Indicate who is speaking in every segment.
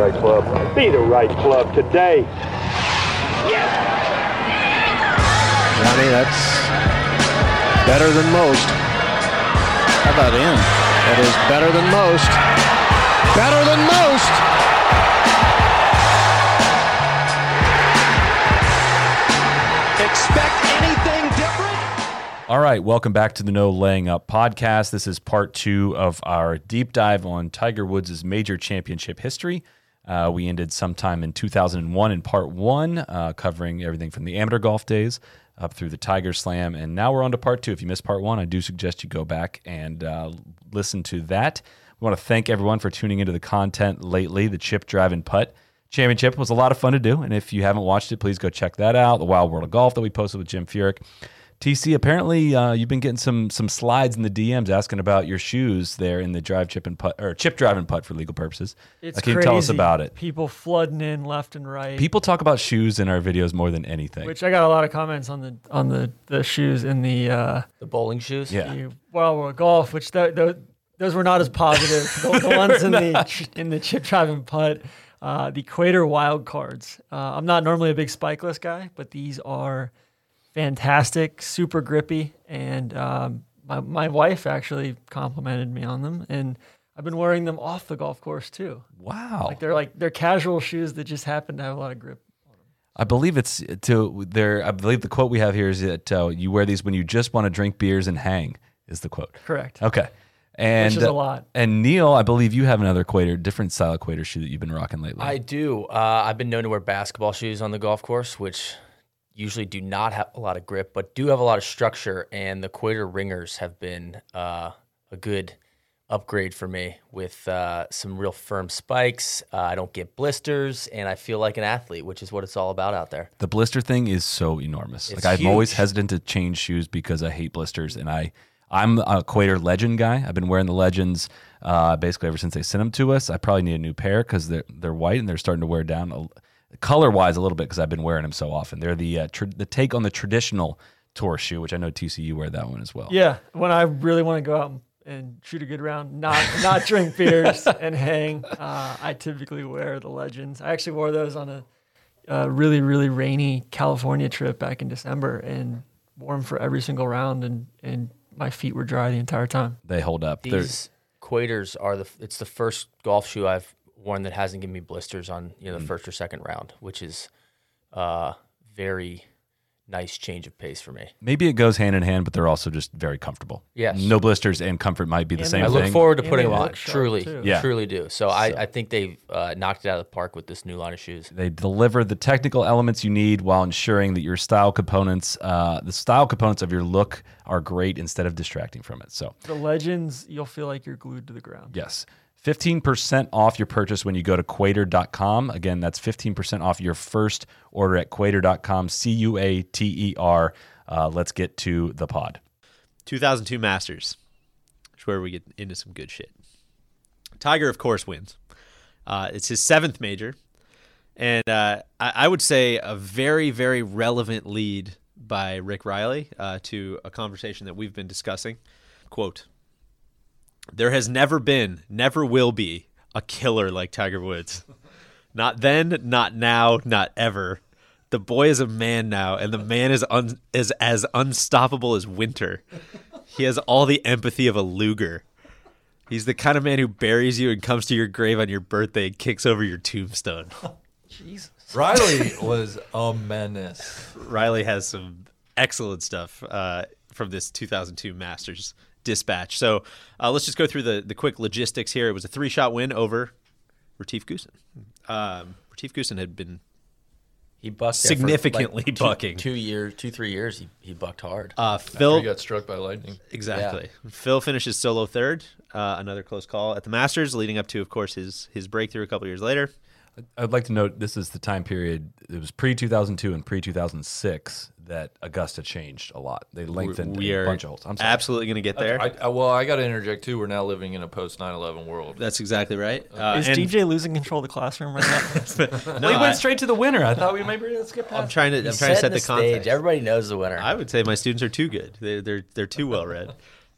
Speaker 1: right club. Be the right club today.
Speaker 2: Johnny, that's better than most. How about in? That is better than most. Better than most.
Speaker 3: Expect anything different?
Speaker 4: All right, welcome back to the No Laying Up podcast. This is part two of our deep dive on Tiger Woods' major championship history. Uh, we ended sometime in 2001 in part one, uh, covering everything from the amateur golf days up through the Tiger Slam. And now we're on to part two. If you missed part one, I do suggest you go back and uh, listen to that. We want to thank everyone for tuning into the content lately. The Chip Drive and Putt Championship was a lot of fun to do. And if you haven't watched it, please go check that out. The Wild World of Golf that we posted with Jim Furyk. TC, apparently uh, you've been getting some some slides in the DMs asking about your shoes there in the drive chip and putt or chip drive and putt for legal purposes. Uh, Can you tell us
Speaker 5: crazy.
Speaker 4: about it?
Speaker 5: People flooding in left and right.
Speaker 4: People talk about shoes in our videos more than anything.
Speaker 5: which I got a lot of comments on the on the the shoes in the uh,
Speaker 6: The bowling shoes?
Speaker 4: yeah.
Speaker 5: the Wild World Golf, which th- th- those were not as positive. the, the ones in the ch- in the chip drive and putt, uh, the Quater Wild Cards. Uh, I'm not normally a big spikeless guy, but these are fantastic, super grippy, and um, my my wife actually complimented me on them, and I've been wearing them off the golf course too.
Speaker 4: wow.
Speaker 5: Like they're like they're casual shoes that just happen to have a lot of grip.
Speaker 4: I believe it's to there. I believe the quote we have here is that uh, you wear these when you just want to drink beers and hang is the quote.
Speaker 5: Correct.
Speaker 4: Okay. And
Speaker 5: is a
Speaker 4: uh,
Speaker 5: lot.
Speaker 4: And Neil, I believe you have another equator, different style equator shoe that you've been rocking lately.
Speaker 6: I do. Uh, I've been known to wear basketball shoes on the golf course, which usually do not have a lot of grip, but do have a lot of structure. And the Quater Ringers have been uh, a good upgrade for me with uh, some real firm spikes. Uh, I don't get blisters, and I feel like an athlete, which is what it's all about out there.
Speaker 4: the blister thing is so enormous.
Speaker 6: It's
Speaker 4: like I'm always
Speaker 6: huge.
Speaker 4: hesitant to change shoes because I hate blisters, and I I'm a Quater Legend guy. I've been wearing the Legends uh, basically ever since they sent them to us. I probably need a new pair because they're they're white and they're starting to wear down a, color wise a little bit because I've been wearing them so often. They're the uh, tr- the take on the traditional tour shoe, which I know TCU wear that one as well.
Speaker 5: Yeah, when I really want to go out and, and shoot a good round, not not drink beers and hang, uh, I typically wear the Legends. I actually wore those on a, uh really really rainy California trip back in December and wore them for every single round, and and my feet were dry the entire time.
Speaker 4: They hold up. They're-
Speaker 6: These Quaters are the. It's the first golf shoe I've worn that hasn't given me blisters on you know the first or second round, which is uh, very nice change of pace for me.
Speaker 4: maybe it goes hand in hand, but they're also just very comfortable.
Speaker 6: Yes.
Speaker 4: No blisters and comfort might be the
Speaker 5: And
Speaker 4: same
Speaker 5: they-
Speaker 6: I
Speaker 4: thing.
Speaker 6: look forward to
Speaker 5: And
Speaker 6: putting
Speaker 5: they
Speaker 6: them on.
Speaker 5: look sharp,
Speaker 6: Truly,
Speaker 5: too.
Speaker 4: Yeah.
Speaker 6: truly do. So, I, I think they've uh, knocked it out of the park with this new line of shoes.
Speaker 4: They deliver the technical elements you need while ensuring that your style components, uh, the style components of your look, are great instead of distracting from it. So,
Speaker 5: The Legends, you'll feel like you're glued to the ground.
Speaker 4: yes, 15% off your purchase when you go to Quater.com. Again, that's 15% off your first order at Quater.com. C U A T E R. Uh, let's get to the pod.
Speaker 7: 2002 Masters, which is where we get into some good shit. Tiger, of course, wins. Uh, it's his seventh major, and uh, I, I would say a very, very relevant lead by Rick Riley uh, to a conversation that we've been discussing. Quote: There has never been, never will be, a killer like Tiger Woods. Not then, not now, not ever. The boy is a man now, and the man is un- is as unstoppable as winter. He has all the empathy of a Luger. He's the kind of man who buries you and comes to your grave on your birthday and kicks over your tombstone.
Speaker 8: Riley was a menace.
Speaker 7: Riley has some excellent stuff uh, from this 2002 Masters dispatch. So uh, let's just go through the, the quick logistics here. It was a three shot win over Retief Goosen. Um, Retief Goosen had been
Speaker 6: He bucked there for,
Speaker 7: Significantly
Speaker 6: two-
Speaker 7: bucking.
Speaker 6: Two years, two three years. He, he bucked hard.
Speaker 7: uh,
Speaker 8: He
Speaker 7: Phil
Speaker 8: got struck by lightning.
Speaker 7: Exactly. Phil finishes solo third, uh, another close call at the Masters, leading up to, of course, his his breakthrough a couple years later.
Speaker 4: I'd like to note this is the time period. It was pre 2002 and pre 2006 that Augusta changed a lot. They lengthened
Speaker 7: We
Speaker 4: a
Speaker 7: are
Speaker 4: bunch of holes. I'm sorry.
Speaker 7: absolutely going to get there.
Speaker 8: I, I, well, I got to interject too. We're now living in a post 9/11 world.
Speaker 7: That's exactly right. Uh,
Speaker 5: Is
Speaker 7: and
Speaker 5: DJ losing control of the classroom right now?
Speaker 7: no, I,
Speaker 4: straight to the winner. I thought we maybe let's get
Speaker 7: am trying to I'm trying to set the, context.
Speaker 6: Everybody knows the winner.
Speaker 7: I would say my students are too good. They're they're, they're too well read.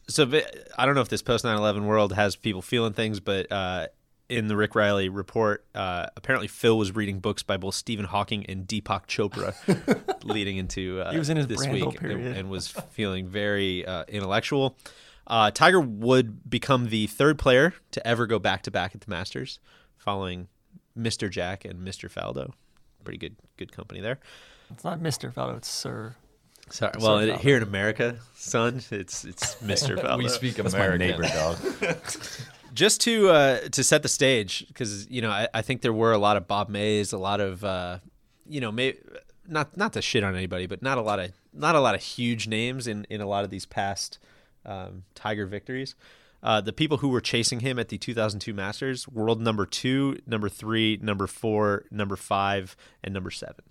Speaker 7: so but I don't know if this post 9/11 world has people feeling things, but uh, in the Rick Riley report, uh, apparently Phil was reading books by both Stephen Hawking and Deepak Chopra, leading into uh,
Speaker 9: He was in his
Speaker 7: this
Speaker 9: Brandel
Speaker 7: week and-
Speaker 9: period.
Speaker 7: and, was feeling very uh, intellectual. Uh, Tiger would become the third player to ever go back to back at the Masters, following Mr. Jack and Mr. Faldo. Pretty good, good company there.
Speaker 5: It's not Mr. Faldo, it's Sir.
Speaker 7: Sorry, well, it- here in America, son, it's it's Mr. Faldo.
Speaker 8: We speak
Speaker 4: That's my
Speaker 8: American.
Speaker 4: neighbor dog.
Speaker 7: just to uh, to set the stage, because you know I, I think there were a lot of Bob Mays, a lot of uh, you know may, not not to shit on anybody, but not a lot of not a lot of huge names in in a lot of these past um, Tiger victories. Uh, the people who were chasing him at the 2002 Masters: world number two, number three, number four, number five, and number seven.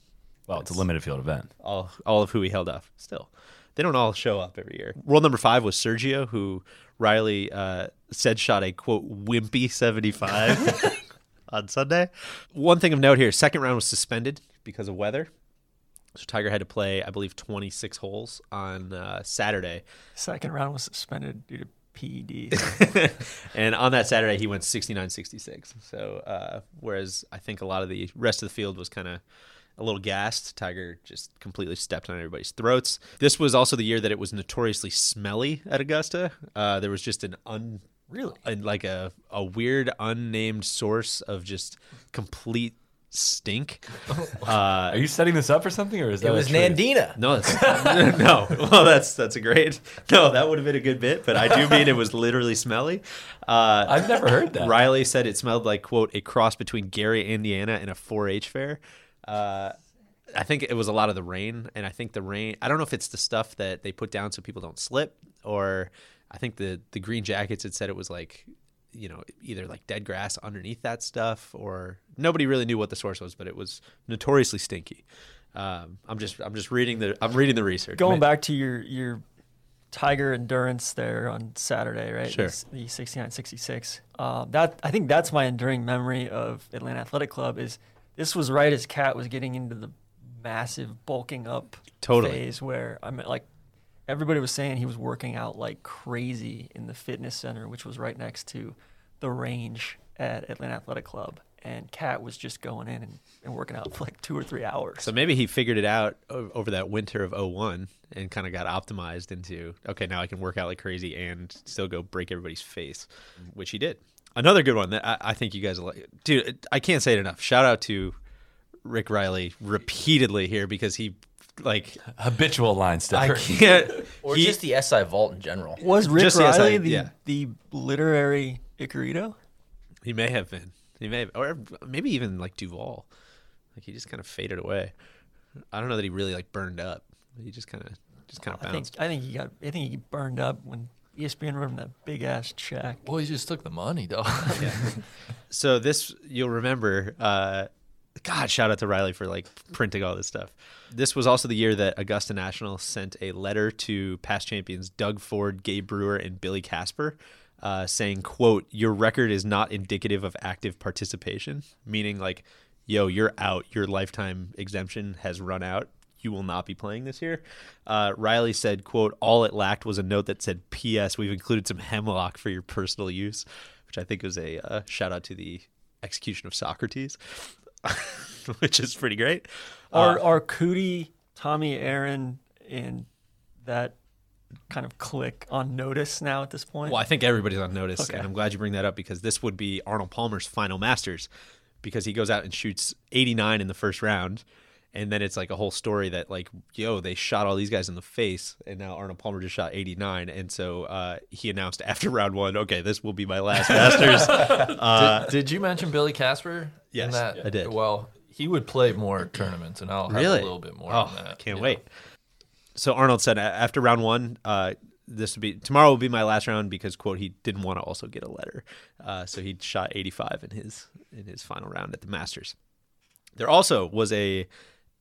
Speaker 4: Well, it's a limited field event.
Speaker 7: All all of who he held up. Still, they don't all show up every year. World number five was Sergio, who Riley uh, said shot a quote wimpy 75 on Sunday. One thing of note here: second round was suspended because of weather. So Tiger had to play, I believe, 26 holes on uh, Saturday,
Speaker 5: Second round was suspended due to E PED.
Speaker 7: and on that Saturday he went 69-66. So uh, whereas I think a lot of the rest of the field was kind of a little gassed, Tiger just completely stepped on everybody's throats. This was also the year that it was notoriously smelly at Augusta. Uh, there was just an un really like a a weird unnamed source of just complete stink. Uh,
Speaker 4: Are you setting this up for something, or is that
Speaker 6: It was Nandina.
Speaker 7: No, that's, no. Well, that's that's a great. No, that would have been a good bit, but I do mean it was literally smelly. Uh,
Speaker 4: I've never heard that.
Speaker 7: Riley said it smelled like quote a cross between Gary, Indiana, and a 4-H fair. Uh, I think it was a lot of the rain, and I think the rain. I don't know if it's the stuff that they put down so people don't slip, or I think the the green jackets had said it was like you know either like dead grass underneath that stuff, or nobody really knew what the source was, but it was notoriously stinky. Um, I'm just I'm just reading the I'm reading the research.
Speaker 5: Going back to your your Tiger endurance there on Saturday, right?
Speaker 7: Sure.
Speaker 5: The, the 69 66. Um, that I think that's my enduring memory of Atlanta Athletic Club is this was right as Cat was getting into the massive bulking up
Speaker 7: Totally.
Speaker 5: phase where I mean like everybody was saying he was working out like crazy in the fitness center, which was right next to the range at Atlanta Athletic Club. And Cat was just going in and, and working out for like two or three hours.
Speaker 7: So maybe he figured it out o- over that winter of 01 and kind of got optimized into, okay, now I can work out like crazy and still go break everybody's face, which he did. Another good one that I, I think you guys will like. Dude, I can't say it enough. Shout out to Rick Riley repeatedly here because he, like,
Speaker 4: habitual line
Speaker 7: I
Speaker 4: stepper?
Speaker 7: can't.
Speaker 6: Or
Speaker 7: he-
Speaker 6: just the SI Vault in general.
Speaker 8: Uh,
Speaker 5: Was Rick
Speaker 7: Just the SI,
Speaker 5: Riley the,
Speaker 7: yeah.
Speaker 5: the literary Icarito?
Speaker 7: He may have been. He may have, or maybe even like Duval. Like he just kind of faded away. I don't know that he really like burned up. He just kind of just kind of
Speaker 5: I think
Speaker 7: bounced.
Speaker 5: I think he got I think he burned up when E ESPN wrote him that big ass check.
Speaker 8: Well, he just took the money, though.
Speaker 7: So this you'll remember. Uh, God, shout out to Riley for like printing all this stuff. This was also the year that Augusta National sent a letter to past champions Doug Ford, Gabe Brewer, and Billy Casper, uh, saying, "quote Your record is not indicative of active participation," meaning like, "Yo, you're out. Your lifetime exemption has run out. You will not be playing this year." Uh, Riley said, "quote All it lacked was a note that said, P.S. We've included some hemlock for your personal use," which I think was a uh, shout out to the execution of Socrates. which is pretty great.
Speaker 5: Are are Cootie, Tommy Aaron and that kind of click on notice now at this point?
Speaker 7: Well, I think everybody's on notice, and
Speaker 5: Okay.
Speaker 7: I'm glad you bring that up because this would be Arnold Palmer's final Masters because he goes out and shoots 89 in the first round. And then it's like a whole story that, like, yo, they shot all these guys in the face, and now Arnold Palmer just shot 89. And so uh, he announced after round one, okay, this will be my last Masters.
Speaker 8: did, did you mention Billy Casper?
Speaker 7: Uh, Yes, I did.
Speaker 8: Well, he would play more tournaments, and I'll have a little bit more
Speaker 7: Oh,
Speaker 8: on that.
Speaker 7: Can't
Speaker 8: Yeah.
Speaker 7: wait. So Arnold said a- after round one, uh, this would be tomorrow will be my last round because quote he didn't want to also get a letter, uh, so he shot 85 in his in his final round at the Masters. There also was a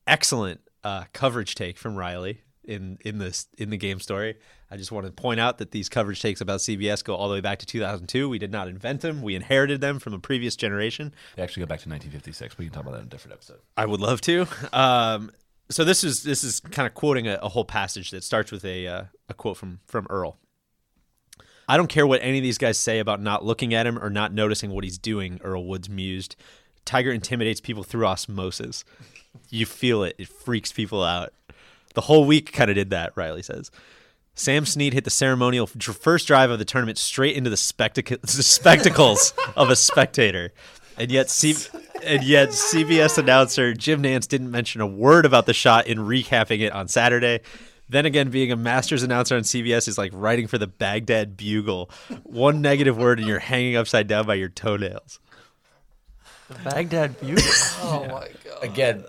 Speaker 7: excellent uh, coverage take from Riley in in this in the game story. I just want to point out that these coverage takes about CBS go all the way back to 2002. We did not invent them; we inherited them from a previous generation.
Speaker 4: They actually go back to 1956. We can talk about that in a different episode.
Speaker 7: I would love to. Um, so this is this is kind of quoting a, a whole passage that starts with a uh, a quote from from Earl. I don't care what any of these guys say about not looking at him or not noticing what he's doing, Earl Woods mused. Tiger intimidates people through osmosis. You feel it, it freaks people out. The whole week kind of did that, Riley says. Sam Snead hit the ceremonial dr- first drive of the tournament straight into the, spectac- the spectacles of a spectator. And yet, C- and yet, CBS announcer Jim Nance didn't mention a word about the shot in recapping it on Saturday. Then again, being a Masters announcer on CBS is like writing for the Baghdad Bugle. One negative word, and you're hanging upside down by your toenails.
Speaker 5: Baghdad Bugle.
Speaker 6: Oh my god. Again,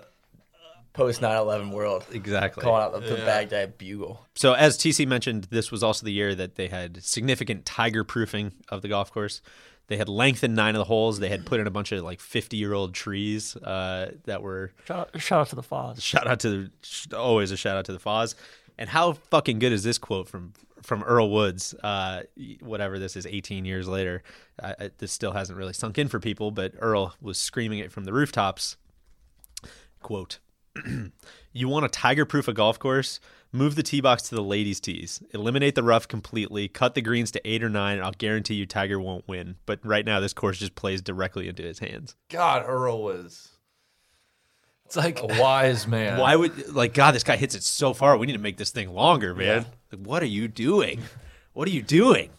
Speaker 6: post 9/11 world.
Speaker 7: Exactly.
Speaker 6: Calling out the, the Baghdad Bugle.
Speaker 7: So, as TC mentioned, this was also the year that they had significant tiger proofing of the golf course. They had lengthened nine of the holes. They had put in a bunch of like 50 year old trees uh, that were
Speaker 5: shout, out, shout out to the Foz.
Speaker 7: shout out to the sh- always a shout out to the Foz. And how fucking good is this quote from from Earl Woods? Uh, whatever this is, 18 years later, uh, it- this still hasn't really sunk in for people. But Earl was screaming it from the rooftops. Quote: You want to tiger-proof a golf course? Move the tee box to the ladies' tees. Eliminate the rough completely. Cut the greens to eight or nine. And I'll guarantee you, Tiger won't win. But right now, this course just plays directly into his hands.
Speaker 8: God, Earl was. It's like a wise man.
Speaker 7: Why would like God? This guy hits it so far. We need to make this thing longer, man. Like, what are you doing? What are you doing?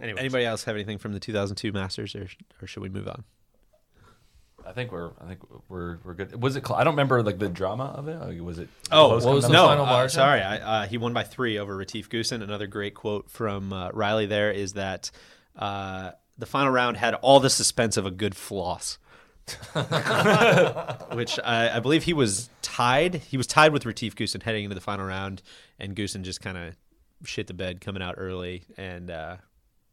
Speaker 7: Anybody else have anything from the 2002 Masters, or or should we move on?
Speaker 4: I think we're I think we're we're good. Was it? Cl- I don't remember like the drama of it. Like, was it? close
Speaker 8: Oh, what was
Speaker 4: combat?
Speaker 8: the
Speaker 7: no,
Speaker 8: final
Speaker 7: uh,
Speaker 8: margin?
Speaker 7: sorry, I, uh, he won by three over Retief Goosen. Another great quote from uh, Riley there is that uh, the final round had all the suspense of a good floss, which I, I believe he was tied. He was tied with Retief Goosen heading into the final round, and Goosen just kind of shit the bed coming out early, and uh,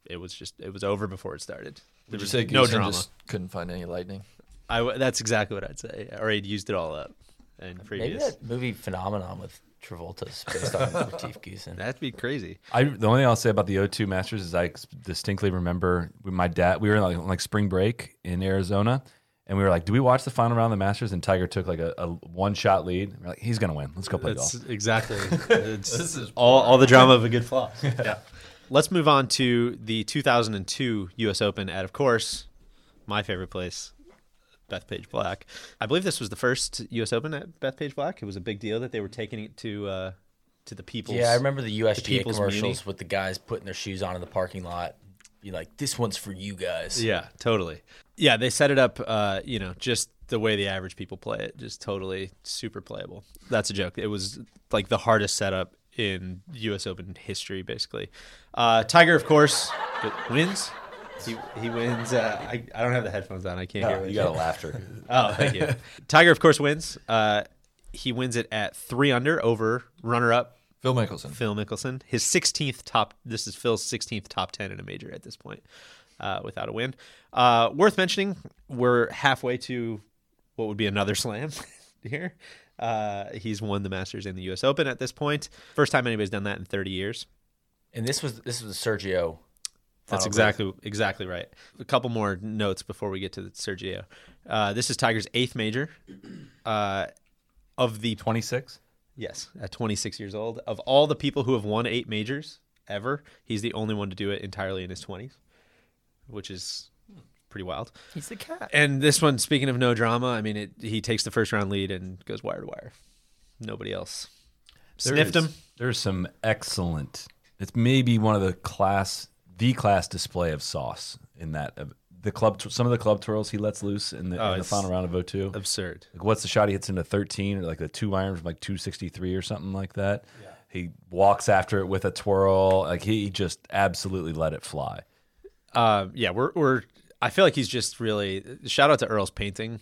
Speaker 7: it was just it was over before it started.
Speaker 8: Would you say
Speaker 7: no
Speaker 8: Goosen
Speaker 7: drama.
Speaker 8: just couldn't find any lightning?
Speaker 7: I w that's exactly what I'd say, or he'd used it all up. And
Speaker 6: Maybe
Speaker 7: previous.
Speaker 6: that movie phenomenon with Travolta's based on Retief Goosen.
Speaker 7: That'd be crazy.
Speaker 4: I, the only thing I'll say about the O2 Masters is I ex- distinctly remember when my dad. We were in like, on, like spring break in Arizona, and we were like, "Do we watch the final round of the Masters?" And Tiger took like a, a one shot lead. We're like, "He's gonna win. Let's go play
Speaker 7: That's
Speaker 4: golf."
Speaker 7: exactly. It's all, all the drama of a good flop. yeah. Let's move on to the 2002 U.S. Open at, of course, my favorite place, Bethpage Black. I believe this was the first U.S. Open at Bethpage Black. It was a big deal that they were taking it to uh, to the people's.
Speaker 6: Yeah, I remember the USGA
Speaker 7: People's
Speaker 6: commercials
Speaker 7: Muni.
Speaker 6: with the guys putting their shoes on in the parking lot. Be like, this one's for you guys.
Speaker 7: Yeah, totally. Yeah, they set it up. Uh, you know, just the way the average people play it, just totally super playable. That's a joke. It was like the hardest setup in U.S. Open history, basically. Uh, Tiger, of course, wins. He, he wins. Uh, I, I don't have the headphones on. I can't hear. what
Speaker 4: you
Speaker 7: you're
Speaker 4: got a laughter.
Speaker 7: Oh, thank you. Tiger, of course, wins. Uh, he wins it at three under over runner-up
Speaker 8: Phil Mickelson.
Speaker 7: Phil Mickelson. His 16th top. This is Phil's 16th top 10 in a major at this point, uh, without a win. Uh, worth mentioning, we're halfway to what would be another slam here. Uh, he's won the Masters and the U.S. Open at this point. First time anybody's done that in 30 years.
Speaker 6: And this was this was the Sergio.
Speaker 7: That's exactly exactly right. A couple more notes before we get to the Sergio. Uh, this is Tiger's eighth major. Uh, of the
Speaker 4: Twenty six.
Speaker 7: Yes, at 26 years old. Of all the people who have won eight majors ever, he's the only one to do it entirely in his 20s, which is pretty wild.
Speaker 5: He's the cat.
Speaker 7: And this one, speaking of no drama, I mean, it, he takes the first round lead and goes wire to wire. Nobody else. Sniffed him.
Speaker 4: There's some excellent. It's maybe one of the class, the class display of sauce in that of the club. Some of the club twirls he lets loose in the,
Speaker 7: Oh,
Speaker 4: in the
Speaker 7: it's
Speaker 4: final round of O2.
Speaker 7: Absurd.
Speaker 4: Like what's the shot he hits into 13 or like a two iron from like 263 or something like that. He walks after it with a twirl. Like he just absolutely let it fly.
Speaker 7: Um, yeah, we're, we're, I feel like he's just really, shout out to Earl's painting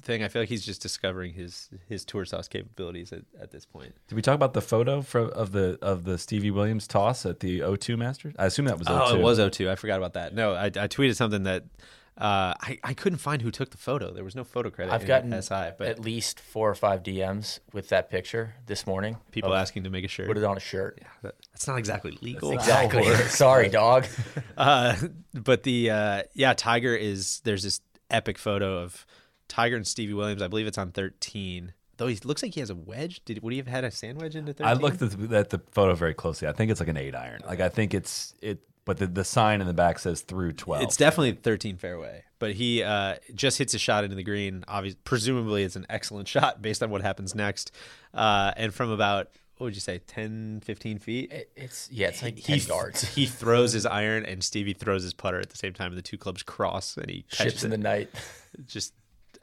Speaker 7: thing. I feel like he's just discovering his, his tour sauce capabilities at, at this point.
Speaker 4: Did we talk about the photo for, of the of the Stevie Williams toss at the O2 Masters? I assume that was O2.
Speaker 7: Oh, it was O2. I forgot about that. No, I, I tweeted something that uh, I, I couldn't find who took the photo. There was no photo credit.
Speaker 6: I've
Speaker 7: in
Speaker 6: gotten
Speaker 7: SI, but
Speaker 6: at least four or five DMs with that picture this morning.
Speaker 7: people
Speaker 6: of
Speaker 7: asking to make a shirt.
Speaker 6: put it on a shirt.
Speaker 7: That- That's not exactly legal.
Speaker 6: Exactly. Sorry, dog.
Speaker 7: Uh, but the uh, yeah, Tiger is there's this epic photo of Tiger and Stevie Williams. I believe it's on 13. Though he looks like he has a wedge. Did would he have had a sand wedge into 13?
Speaker 4: I looked at the, at the photo very closely. I think it's like an eight iron. Like I think it's it, but the, the sign in the back says through
Speaker 6: Oh,
Speaker 4: twelve.
Speaker 7: It's definitely 13 fairway, but he uh, just hits a shot into the green. Obvious, presumably, it's an excellent shot based on what happens next. Uh, and from about what would you say, 10, 15 feet,
Speaker 6: It, it's yeah, it's like
Speaker 7: he
Speaker 6: Eh, ten
Speaker 7: th-
Speaker 6: yards.
Speaker 7: He throws his iron, and Stevie throws his putter at the same time. And the two clubs cross, and he
Speaker 6: Ships
Speaker 7: catches
Speaker 6: in the
Speaker 7: it.
Speaker 6: night.
Speaker 7: Just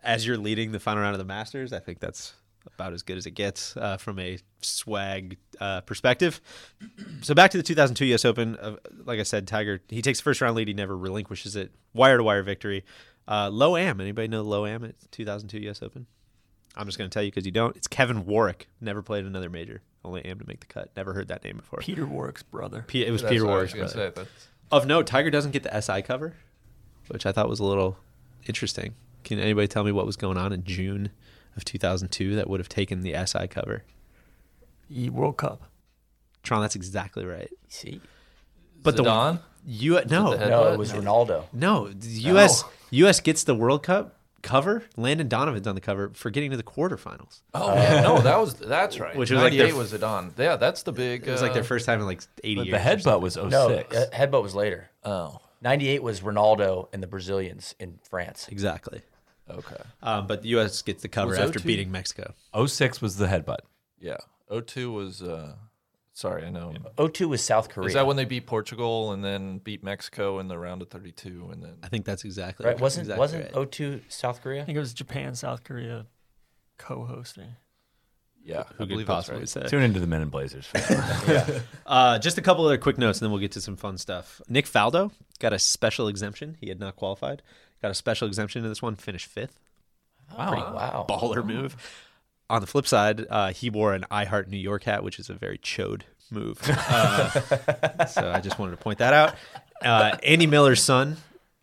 Speaker 7: as you're leading the final round of the Masters, I think that's about as good as it gets uh, from a swag uh, perspective. So back to the 2002 U.S. Open. Uh, like I said, Tiger he takes the first round lead. He never relinquishes it. Wire to wire victory. Uh, low am. Anybody know low am at 2002 U.S. Open? I'm just going to tell you because you don't. It's Kevin Warwick. Never played another major. Only am to make the cut. Never heard that name before.
Speaker 5: Peter Warwick's brother.
Speaker 7: P- it was
Speaker 8: That's
Speaker 7: Peter
Speaker 8: what I
Speaker 7: Warwick's
Speaker 8: was gonna
Speaker 7: brother.
Speaker 8: say, that's-
Speaker 7: Of note, Tiger doesn't get the SI cover, which I thought was a little interesting. Can anybody tell me what was going on in June of 2002 that would have taken the SI cover?
Speaker 5: E World Cup.
Speaker 7: Tron, that's exactly right.
Speaker 6: See,
Speaker 7: But the-
Speaker 8: Zidane?
Speaker 7: You no
Speaker 8: the
Speaker 6: no,
Speaker 8: Headbutt?
Speaker 6: it was Ronaldo.
Speaker 7: no the U.S. U.S. gets the World Cup cover. Landon Donovan's on the cover for getting to the quarterfinals.
Speaker 8: Oh yeah, no, that was that's right. Which
Speaker 7: Which was
Speaker 8: was
Speaker 7: like their-
Speaker 8: was Zidane. Yeah, that's the big.
Speaker 7: It was like their
Speaker 8: uh,
Speaker 7: first time in like 80
Speaker 4: But
Speaker 7: years.
Speaker 4: the headbutt was 06.
Speaker 6: No, uh, headbutt was later.
Speaker 8: Oh,
Speaker 6: 98 was Ronaldo and the Brazilians in France.
Speaker 7: exactly.
Speaker 8: okay.
Speaker 7: Um, but the U.S. gets the cover
Speaker 8: Was
Speaker 7: after
Speaker 8: 02?
Speaker 7: beating Mexico.
Speaker 4: 06 was the headbutt.
Speaker 8: Yeah. O two was. uh Sorry, I know.
Speaker 6: 02 was South Korea.
Speaker 8: Is that when they beat Portugal and then beat Mexico in the round of 32 and then
Speaker 7: I think that's exactly
Speaker 6: right? Wasn't
Speaker 7: exactly
Speaker 6: wasn't
Speaker 7: right.
Speaker 6: 02 South Korea?
Speaker 5: I think it was Japan, South Korea co-hosting.
Speaker 8: yeah,
Speaker 7: who
Speaker 8: I
Speaker 7: could
Speaker 8: believe that's
Speaker 7: possibly
Speaker 8: right.
Speaker 7: say?
Speaker 4: Tune into the Men in Blazers.
Speaker 7: Uh, just a couple other quick notes, and then we'll get to some fun stuff. Nick Faldo got a special exemption. He had not qualified. Got a special exemption to this one. Finished fifth.
Speaker 6: Wow. wow.
Speaker 7: Baller move. On the flip side, uh, he wore an I Heart New York hat, which is a very chode move. Uh, so I just wanted to point that out. Uh, Andy Miller's son,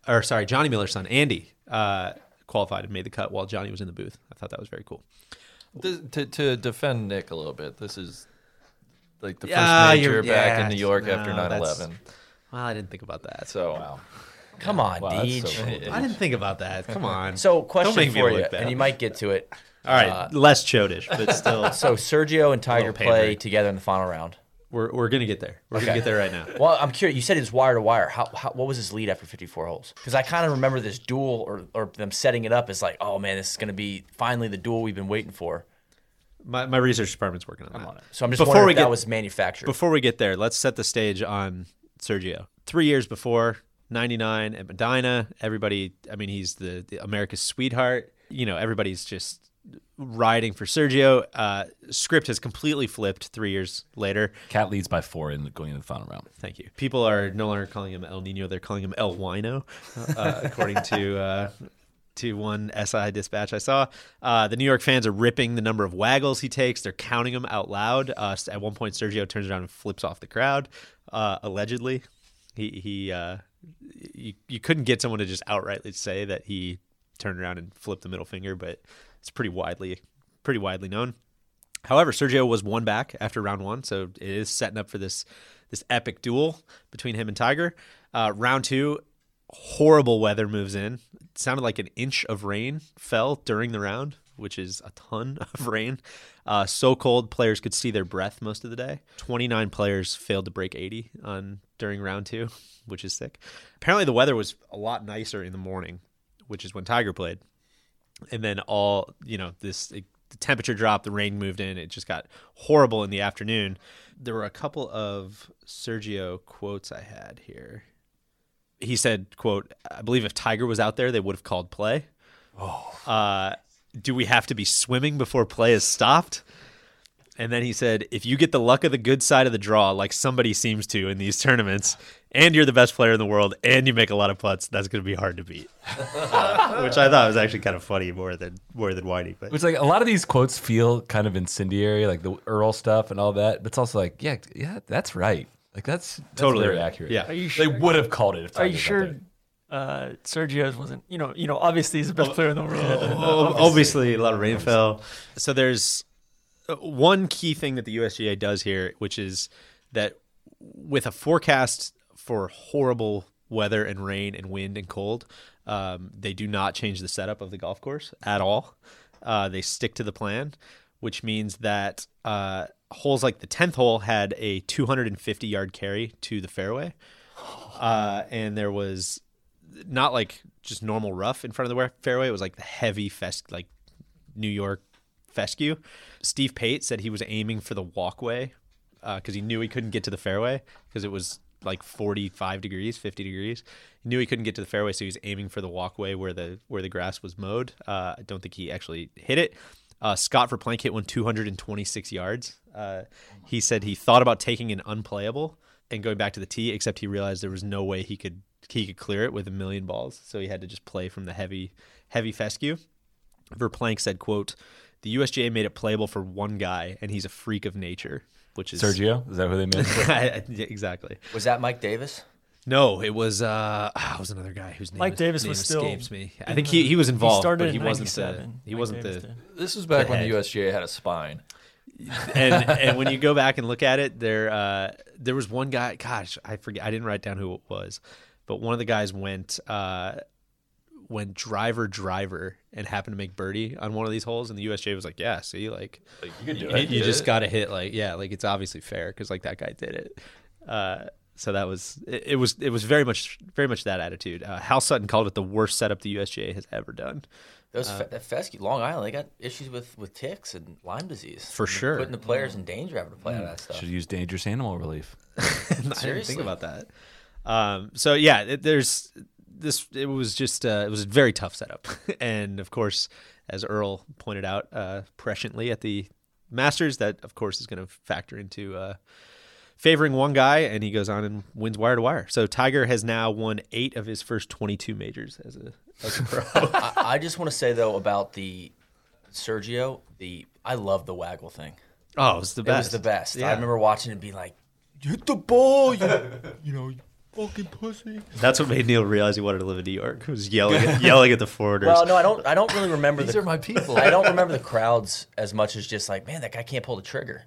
Speaker 7: or sorry, Johnny Miller's son, Andy, uh, qualified and made the cut while Johnny was in the booth. I thought that was very cool.
Speaker 8: Th- to, to defend Nick a little bit, this is like the
Speaker 7: Yeah,
Speaker 8: first major
Speaker 7: you're-
Speaker 8: back
Speaker 7: yeah,
Speaker 8: in New York
Speaker 7: no,
Speaker 8: after 9
Speaker 7: that's-
Speaker 8: 11.
Speaker 7: Well, I didn't think about that.
Speaker 8: So,
Speaker 6: Come on,
Speaker 4: Wow, that's
Speaker 6: Deej.
Speaker 4: so
Speaker 6: So,
Speaker 4: cool.
Speaker 7: I didn't think about that. Come on. Don't
Speaker 6: question
Speaker 7: make me
Speaker 6: for
Speaker 7: look
Speaker 6: you,
Speaker 7: bad.
Speaker 6: and you might get to it.
Speaker 7: All right,
Speaker 6: Uh,
Speaker 7: less chodish, but still,
Speaker 6: so Sergio and Tiger
Speaker 7: Oh. Little pander.
Speaker 6: play together in the final round.
Speaker 7: we're, we're gonna get there. We're gonna
Speaker 6: Okay.
Speaker 7: get there right now.
Speaker 6: Well, I'm curious. You said it was wire to wire. How, how what was his lead after 54 holes? Because I kind of remember this duel or, or them setting it up as like, oh man, this is going to be finally the duel we've been waiting for.
Speaker 7: My, my research department's working on that.
Speaker 6: So I'm just
Speaker 7: Before
Speaker 6: wondering
Speaker 7: we
Speaker 6: if
Speaker 7: get-
Speaker 6: that was manufactured.
Speaker 7: Before we get there, let's set the stage on Sergio. Three years before '99 at Medina, everybody. I mean, he's the, the America's sweetheart. You know, everybody's just riding for Sergio. Uh, script has completely flipped three years later.
Speaker 4: Cat leads by four in going into the final round.
Speaker 7: Thank you. People are no longer calling him El Nino; they're calling him El Wino, uh, according to uh, to one SI dispatch I saw. Uh, the New York fans are ripping the number of waggles he takes; they're counting them out loud. Uh, at one point, Sergio turns around and flips off the crowd. Uh, allegedly, he he uh, you, you couldn't get someone to just outrightly say that he turned around and flipped the middle finger, but it's pretty widely pretty widely known. However, Sergio was one back after round one, so it is setting up for this this epic duel between him and Tiger. Uh, round two, horrible weather moves in. It sounded like an inch of rain fell during the round, which is a ton of rain. Uh, so cold, players could see their breath most of the day. Twenty nine players failed to break eighty on during round two, which is sick. Apparently, the weather was a lot nicer in the morning, which is when Tiger played and then all you know this it, the temperature dropped the rain moved in it just got horrible in the afternoon there were a couple of sergio quotes i had here he said quote i believe if tiger was out there they would have called play oh. uh, do we have to be swimming before play is stopped and then he said if you get the luck of the good side of the draw like somebody seems to in these tournaments and you're the best player in the world and you make a lot of putts that's going to be hard to beat which I thought was actually kind of funny more than more than whiny. But
Speaker 4: Which like a lot of these quotes feel kind of incendiary, like the Earl stuff and all that. But it's also like, yeah, yeah, that's right. Like that's, that's
Speaker 7: Totally
Speaker 4: very
Speaker 7: right.
Speaker 4: accurate.
Speaker 7: Yeah. Are
Speaker 5: you
Speaker 4: They would have called it. If
Speaker 5: Are you
Speaker 4: Tiger's out
Speaker 5: sure uh, Sergio's wasn't? You know, you know. Obviously, he's the best player in the world.
Speaker 7: obviously, a lot of rain fell. So there's uh, one key thing that the USGA does here, which is that with a forecast for horrible weather and rain and wind and cold, um, they do not change the setup of the golf course at all. Uh, they stick to the plan, which means that uh, holes like the 10th hole had a 250 yard carry to the fairway. Uh, and there was not like just normal rough in front of the fairway. It was like the heavy fest, like New York fescue. Steve Pate said he was aiming for the walkway because he knew he couldn't get to the fairway because it was like 45 degrees, 50 degrees. He knew he couldn't get to the fairway, so he was aiming for the walkway where the where the grass was mowed. Uh, I don't think he actually hit it. Uh, Scott Verplank hit one 226 yards. Uh, he said he thought about taking an unplayable and going back to the tee, except he realized there was no way he could he could clear it with a million balls, so he had to just play from the heavy heavy fescue. Verplank said, "quote The USGA made it playable for one guy, and he's a freak of nature." Which is
Speaker 4: Sergio, is that who they meant?
Speaker 7: Yeah, exactly.
Speaker 6: Was that Mike Davis?
Speaker 7: No, it was uh ah, it was another guy whose name
Speaker 5: Mike
Speaker 7: is-
Speaker 5: Davis
Speaker 7: name
Speaker 5: was still
Speaker 7: escapes me. I think he, he was involved,
Speaker 5: started
Speaker 7: but he
Speaker 5: in
Speaker 7: wasn't the
Speaker 5: 97.
Speaker 7: he
Speaker 5: Mike
Speaker 7: wasn't
Speaker 5: Davis
Speaker 7: the
Speaker 8: This was back when
Speaker 7: head.
Speaker 8: the USGA had a spine.
Speaker 7: and and when you go back and look at it, there uh there was one guy. Gosh, I forget. I didn't write down who it was, but one of the guys went uh went driver driver and happened to make birdie on one of these holes, and the USJ was like, yeah, see, like
Speaker 8: Like, you could do
Speaker 7: you,
Speaker 8: it.
Speaker 7: you just
Speaker 8: Yeah.
Speaker 7: got to hit like yeah like it's obviously fair because like that guy did it uh, so that was it, it was it was very much very much that attitude uh, hal sutton called it the worst setup the usga has ever done
Speaker 6: Those
Speaker 7: Uh,
Speaker 6: fe- that fescue, Long Island, they got issues with with ticks and Lyme disease
Speaker 7: For
Speaker 6: And they're
Speaker 7: sure. Mm.
Speaker 6: putting the players in danger having to play out of that stuff.
Speaker 4: Should use dangerous animal relief.
Speaker 7: i didn't
Speaker 6: Seriously.
Speaker 7: think about that um, so yeah it, there's this it was just uh, it was a very tough setup and of course as earl pointed out uh, presciently at the masters that of course is going to factor into uh, favoring one guy, and he goes on and wins wire to wire. So Tiger has now won eight of his first 22 majors as a, as a pro.
Speaker 6: I, I just want to say though about the Sergio, the I love the waggle thing.
Speaker 7: oh, it was the
Speaker 6: It was
Speaker 7: best.
Speaker 6: the best.
Speaker 7: Yeah.
Speaker 6: I remember watching it and being like,
Speaker 9: Hit the ball, you, you know, you fucking pussy.
Speaker 7: That's what made Neil realize he wanted to live in New York. He was yelling, at, yelling at the foreigners.
Speaker 6: well, no, I don't. I don't really remember.
Speaker 8: These
Speaker 6: the,
Speaker 8: are my people.
Speaker 6: I don't remember the crowds as much as just like, man, that guy can't pull the trigger.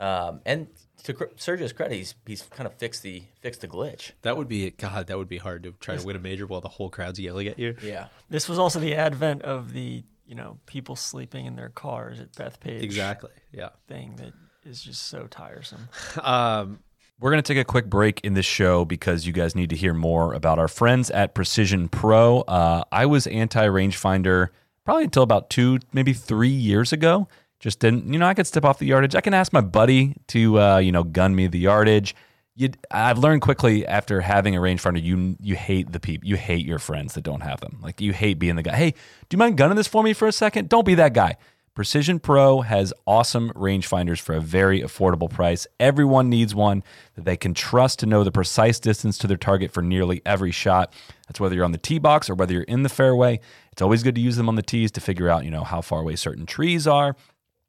Speaker 6: Um, and to Cr- Sergio's credit, he's he's kind of fixed the fixed the glitch.
Speaker 7: that would be God. That would be hard to try to win a major while the whole crowd's yelling at you.
Speaker 6: Yeah,
Speaker 5: This was also the advent of the you know people sleeping in their cars at Bethpage
Speaker 7: Exactly. Yeah.
Speaker 5: thing that is just so tiresome.
Speaker 7: Um,
Speaker 4: We're going to take a quick break in this show because you guys need to hear more about our friends at Precision Pro. Uh, I was anti rangefinder probably until about two, maybe three years ago. Just didn't, you know, I could step off the yardage. I can ask my buddy to, uh, you know, gun me the yardage. You, I've learned quickly after having a rangefinder, you you hate the people, you hate your friends that don't have them. Like you hate being the guy. Hey, do you mind gunning this for me for a second? Don't be that guy. Precision Pro has awesome rangefinders for a very affordable price. Everyone needs one that they can trust to know the precise distance to their target for nearly every shot. That's whether you're on the tee box or whether you're in the fairway. It's always good to use them on the tees to figure out, you know, how far away certain trees are,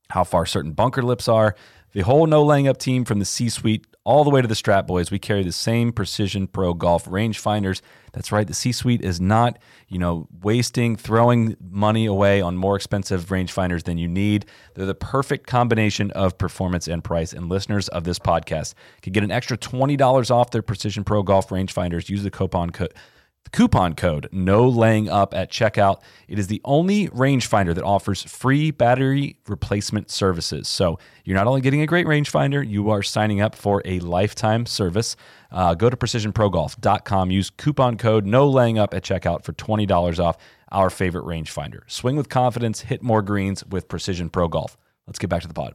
Speaker 4: how far certain bunker lips are. The whole no laying up team from the C suite all the way to the strap boys, we carry the same Precision Pro Golf range finders. That's right, the C suite is not, you know, wasting, throwing money away on more expensive range finders than you need. They're the perfect combination of performance and price. And listeners of this podcast can get an extra $20 off their Precision Pro Golf range finders. Use the coupon code coupon code no laying up at checkout it is the only rangefinder that offers free battery replacement services so you're not only getting a great rangefinder you are signing up for a lifetime service uh, go to precisionprogolf.com use coupon code no laying up at checkout for $20 off our favorite rangefinder swing with confidence hit more greens with precision pro golf let's get back to the pod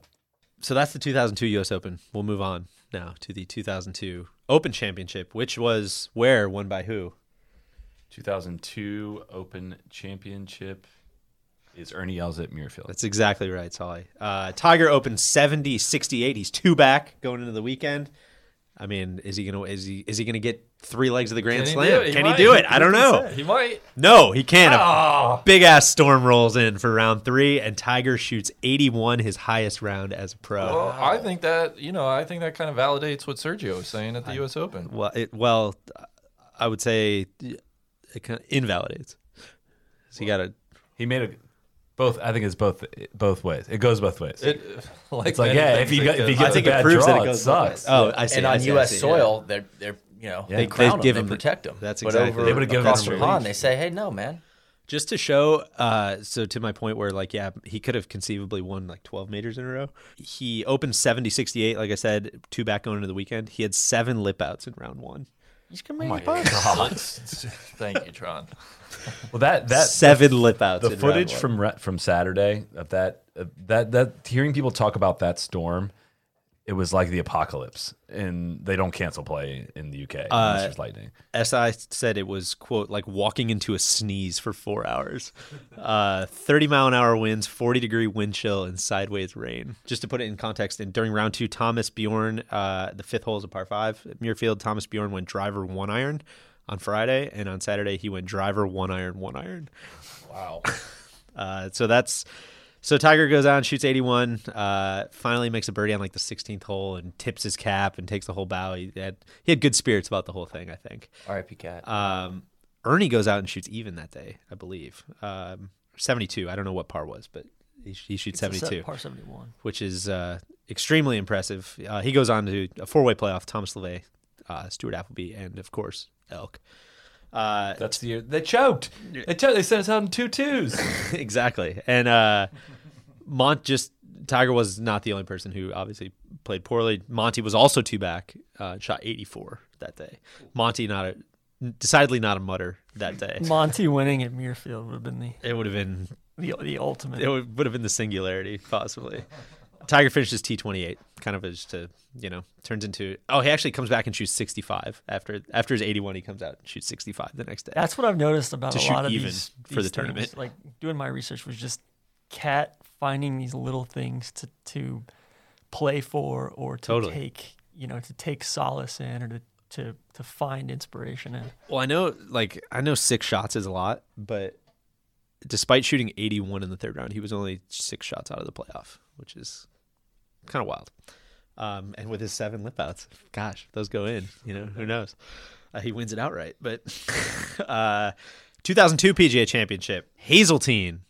Speaker 7: so that's the 2002 U.S. Open. We'll move on now to the 2002 Open Championship, which was where won by who?
Speaker 4: 2002 open championship is ernie Els at muirfield
Speaker 7: That's exactly right, Solly. Uh, Tiger opened 70, 68. He's two back going into the weekend. I mean, is he gonna is he is he gonna get three legs of the Grand
Speaker 8: he
Speaker 7: Slam?
Speaker 8: do it? He
Speaker 7: Can
Speaker 8: might.
Speaker 7: he do it? I don't know.
Speaker 8: He Ah. might.
Speaker 7: No, he can't. A big ass storm rolls in for round three, and Tiger shoots 81, his highest round as a pro.
Speaker 8: Well, I think that you know, I think that kind of validates what Sergio was saying at the U.S. Open.
Speaker 7: Well, it, well, I would say uh, it kind of invalidates. So you got to
Speaker 4: He made a both. I think it's both both ways. It goes both ways.
Speaker 8: It, like
Speaker 4: it's like
Speaker 8: many
Speaker 4: yeah, if
Speaker 8: things,
Speaker 4: he
Speaker 8: it
Speaker 4: got, if he
Speaker 8: goes-
Speaker 4: gets
Speaker 7: think
Speaker 4: a
Speaker 7: it
Speaker 4: bad
Speaker 7: proves that
Speaker 4: draw,
Speaker 7: it
Speaker 4: it,
Speaker 7: goes both
Speaker 4: sucks.
Speaker 7: ways. Oh, I see.
Speaker 6: and
Speaker 7: I
Speaker 6: on
Speaker 7: see, I
Speaker 6: U.S.
Speaker 7: see, yeah.
Speaker 6: soil, they're they're you know they,
Speaker 7: They- they
Speaker 6: crown 'em,
Speaker 7: give
Speaker 6: they
Speaker 7: 'em the-
Speaker 6: protect them.
Speaker 7: that's
Speaker 6: but
Speaker 7: exactly
Speaker 6: over
Speaker 7: right. They would've
Speaker 4: given
Speaker 6: across
Speaker 4: them
Speaker 6: the
Speaker 4: relief.
Speaker 6: pond, they say, hey, no, man,
Speaker 7: just to show uh so to my point where like yeah he could have conceivably won like 12 majors in a row he opened 70 68 like i said two back going into the weekend he had seven lip outs in round one
Speaker 8: He's gonna make a God. Thank you, Tron.
Speaker 4: Well, that that
Speaker 7: seven lip outs
Speaker 4: the
Speaker 7: in round
Speaker 4: footage
Speaker 7: one.
Speaker 4: from re- from Saturday of that of that that hearing people talk about that storm, it was like the apocalypse, and they don't cancel play in the UK. unless there's lightning.
Speaker 7: si said it was quote like walking into a sneeze for four hours uh 30 mile an hour winds 40 degree wind chill and sideways rain just to put it in context and during round two thomas bjorn uh the fifth hole is a par five at muirfield thomas bjorn went driver one iron on friday and on saturday he went driver one iron one iron Uh, so that's so Tiger goes out and shoots 81. Uh, finally makes a birdie on like the 16th hole and tips his cap and takes the whole bow. He had he had good spirits about the whole thing, I think.
Speaker 6: R.I.P. Cat.
Speaker 7: Um, Ernie goes out and shoots even that day, I believe. Um, 72. I don't know what par was, but he, he shoots
Speaker 5: It's a
Speaker 7: 72
Speaker 5: Par 71.
Speaker 7: which is uh, extremely impressive. Uh, he goes on to a four-way playoff: Thomas LeVay, uh, Stuart Appleby, and of course Elk. Uh,
Speaker 4: That's the year they choked. They choked. They sent us out in two twos.
Speaker 7: exactly. And uh, Mont just Tiger was not the only person who obviously played poorly. Monty was also two back, uh, shot 84 that day. Monty not a decidedly not a mutter that day.
Speaker 5: Monty winning at Muirfield would have been the,
Speaker 7: It would have been
Speaker 5: the, the ultimate.
Speaker 7: it would, would have been the singularity possibly. Tiger finishes T28, kind of as to you know turns into oh he actually comes back and shoots 65 after after his 81 he comes out and shoots 65 the next day.
Speaker 5: That's what I've noticed about
Speaker 7: To
Speaker 5: a
Speaker 7: shoot
Speaker 5: lot of
Speaker 7: even
Speaker 5: these,
Speaker 7: for the
Speaker 5: these things.
Speaker 7: tournament.
Speaker 5: Like doing my research was just cat finding these little things to to play for or to
Speaker 7: Totally.
Speaker 5: take you know to take solace in or to to, to find inspiration in.
Speaker 7: Well, I know like I know six shots is a lot, but despite shooting 81 in the third round, he was only six shots out of the playoff, which is kind of wild. Um, and with his seven lip outs, gosh, if those go in. You know, who knows? Uh, he wins it outright. But uh, 2002 PGA Championship, Hazeltine,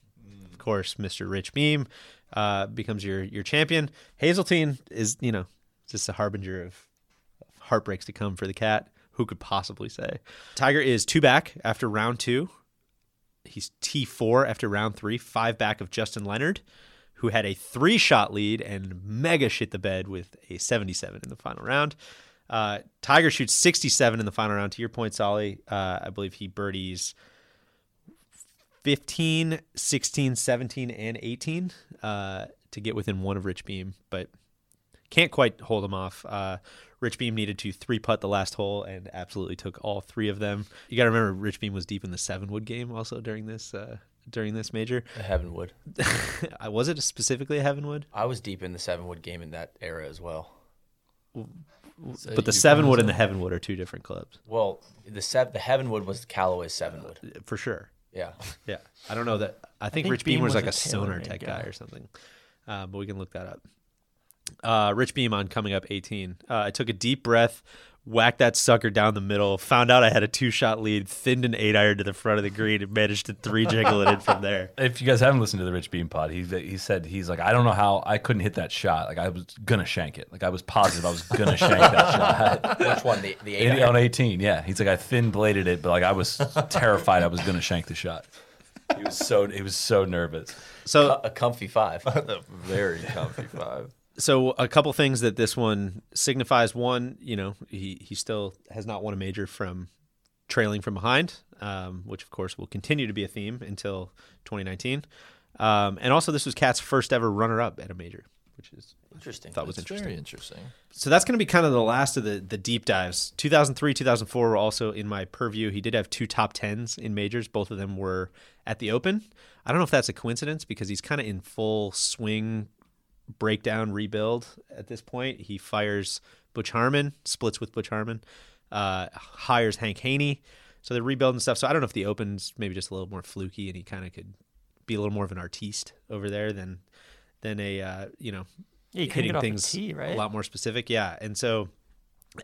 Speaker 7: of course, Mr. Rich Beam uh, becomes your your champion. Hazeltine is you know just a harbinger of heartbreaks to come for the cat. Who could possibly say? Tiger is two back after round two. He's T4 after round three, five back of Justin Leonard, who had a three shot lead and mega shit the bed with a 77 in the final round. Uh, Tiger shoots 67 in the final round. To your point, Solly, uh, I believe he birdies 15, 16, 17, and 18 uh, to get within one of Rich Beam, but can't quite hold him off. Uh, Rich Beam needed to three putt the last hole and absolutely took all three of them. You got to remember, Rich Beam was deep in the seven wood game also during this uh, during this major.
Speaker 6: Heavenwood.
Speaker 7: I was it specifically a Heavenwood,
Speaker 6: I was deep in the seven wood game in that era as well.
Speaker 7: but the seven wood and the Heavenwood are two different clubs
Speaker 6: Well, the sev- the Heavenwood was Callaway's Sevenwood.
Speaker 7: for sure.
Speaker 6: Yeah.
Speaker 7: Yeah, I don't know that. I think,
Speaker 5: think
Speaker 7: Rich Beam,
Speaker 5: Beam
Speaker 7: was,
Speaker 5: was
Speaker 7: like
Speaker 5: a
Speaker 7: a stoner
Speaker 5: tailor-made
Speaker 7: tech guy.
Speaker 5: guy.
Speaker 7: or something, uh, but we can look that up. Uh, Rich Beam on coming up 18. Uh, I took a deep breath, whacked that sucker down the middle, found out I had a two shot lead, thinned an eight iron to the front of the green, and managed to three jiggle it in from there.
Speaker 4: If you guys haven't listened to the Rich Beam pod, he he said he's like, I don't know how I couldn't hit that shot. Like I was gonna shank it. Like I was positive I was gonna shank that shot.
Speaker 6: Which one? The the eight.
Speaker 4: Eighty
Speaker 6: iron?
Speaker 4: on eighteen, yeah. He's like, I thin bladed it, but like I was terrified I was gonna shank the shot. He was so he was so nervous.
Speaker 7: So
Speaker 6: A comfy five.
Speaker 8: very comfy five.
Speaker 7: so a couple things that this one signifies one you know he he still has not won a major from trailing from behind um, which of course will continue to be a theme until 2019 um, and also this was cat's first ever runner up at a major which is
Speaker 6: Interesting.
Speaker 7: thought was
Speaker 8: It's
Speaker 7: interesting
Speaker 8: very interesting.
Speaker 7: so that's going to be kind of the last of the the deep dives. 2003, 2004 were also in my purview. He did have two top tens in majors. Both of them were at the Open. I don't know if that's a coincidence because he's kind of in full swing, breakdown, rebuild at this point. He fires Butch Harmon, splits with Butch Harmon, uh, hires Hank Haney. So they're rebuilding stuff. So I don't know if the Open's maybe just a little more fluky and he kind of could be a little more of an artiste over there than than a uh, you know
Speaker 5: Yeah, you couldn't
Speaker 7: hitting
Speaker 5: get off the
Speaker 7: things
Speaker 5: tee,
Speaker 7: a
Speaker 5: right?
Speaker 7: lot more specific. Yeah. And so,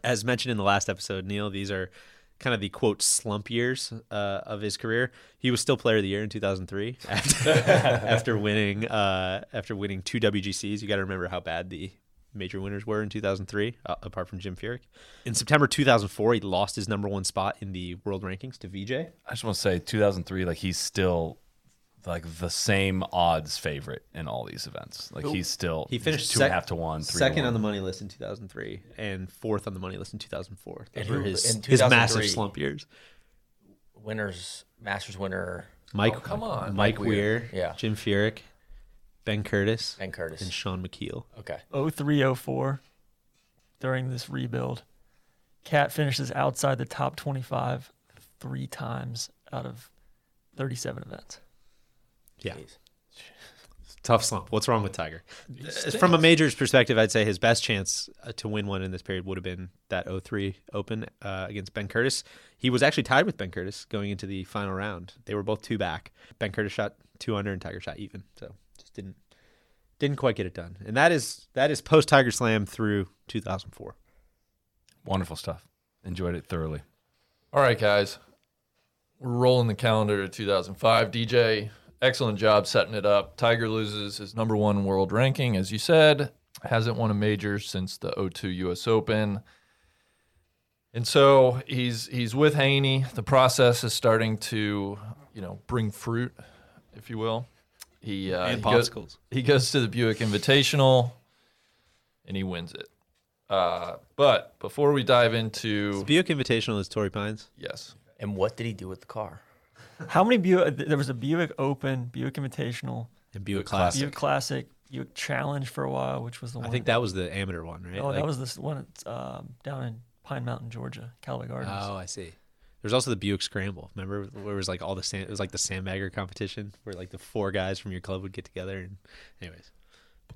Speaker 7: as mentioned in the last episode, Neil, these are kind of the quote slump years uh, of his career. He was still player of the year in 2003 after, after winning uh, after winning two WGCs. You got to remember how bad the major winners were in 2003, uh, apart from Jim Furyk. In September 2004, he lost his number one spot in the world rankings to VJ.
Speaker 4: I just want to say 2003, like he's still like the same odds favorite in all these events. Like he's still
Speaker 7: He finished
Speaker 4: two and a
Speaker 7: sec-
Speaker 4: half to one, three
Speaker 7: second
Speaker 4: to one.
Speaker 7: on the money list in 2003, and fourth on the money list in 2004. Those
Speaker 6: And
Speaker 7: were
Speaker 6: who-
Speaker 7: his,
Speaker 6: in
Speaker 7: his massive
Speaker 6: 2003
Speaker 7: slump years.
Speaker 6: Winners, Masters winner,
Speaker 7: Mike,
Speaker 8: come on.
Speaker 7: Mike,
Speaker 6: Mike
Speaker 7: Weir,
Speaker 6: Weir, yeah.
Speaker 7: Jim Furyk, Ben Curtis,
Speaker 6: Ben Curtis.
Speaker 7: and Sean McKeel.
Speaker 6: Okay.
Speaker 5: 0304 during this rebuild. Cat finishes outside the top 25 three times out of 37 events.
Speaker 7: Yeah,
Speaker 6: Jeez.
Speaker 7: tough slump. What's wrong with Tiger? Uh, From a major's perspective, I'd say his best chance uh, to win one in this period would have been that 03 Open uh, against Ben Curtis. He was actually tied with Ben Curtis going into the final round. They were both two back. Ben Curtis shot two under and Tiger shot even, so just didn't didn't quite get it done. And that is that is post Tiger Slam through 2004.
Speaker 4: Wonderful stuff. Enjoyed it thoroughly.
Speaker 8: All right, guys. We're rolling the calendar to 2005. DJ, excellent job setting it up. Tiger loses his number one world ranking, as you said. Hasn't won a major since the 02 U.S. Open. And so he's he's with Haney. The process is starting to, you know, bring fruit, if you will. He uh,
Speaker 7: And
Speaker 8: he goes-
Speaker 7: popsicles.
Speaker 8: he goes to the Buick Invitational, and he wins it. Uh, but before we dive into
Speaker 7: Buick Invitational is Torrey Pines.
Speaker 8: yes,
Speaker 6: And what did he do with the car?
Speaker 5: How many Buick? There was a Buick Open, Buick Invitational,
Speaker 7: And Buick
Speaker 4: Classic.
Speaker 7: Classic.
Speaker 5: Buick Classic, Buick Challenge for a while, which was the one.
Speaker 7: I think that was the amateur one, right?
Speaker 5: Oh, that
Speaker 7: Like-
Speaker 5: was this one that's, um, down in Pine Mountain, Georgia, Callaway Gardens.
Speaker 7: Oh, I see. There's also the Buick Scramble. Remember where it was like all the sand, it was like the sandbagger competition where like the four guys from your club would get together and anyways.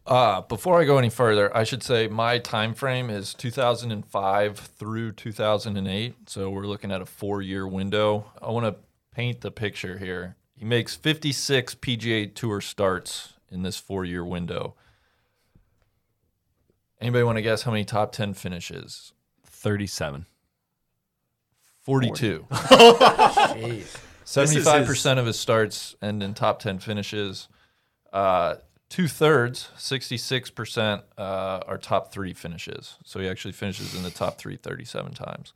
Speaker 8: Uh, before I go any further, I should say my time frame is 2005 through 2008. So we're looking at a four-year window. I want to paint the picture here. He makes 56 PGA Tour starts in this four-year window. Anybody want to guess how many top 10 finishes?
Speaker 4: 37.
Speaker 8: 42.
Speaker 6: Jeez.
Speaker 8: 75% of his starts end in top 10 finishes. Uh, Two thirds, 66%, uh, are top three finishes. So he actually finishes in the top three 37 times,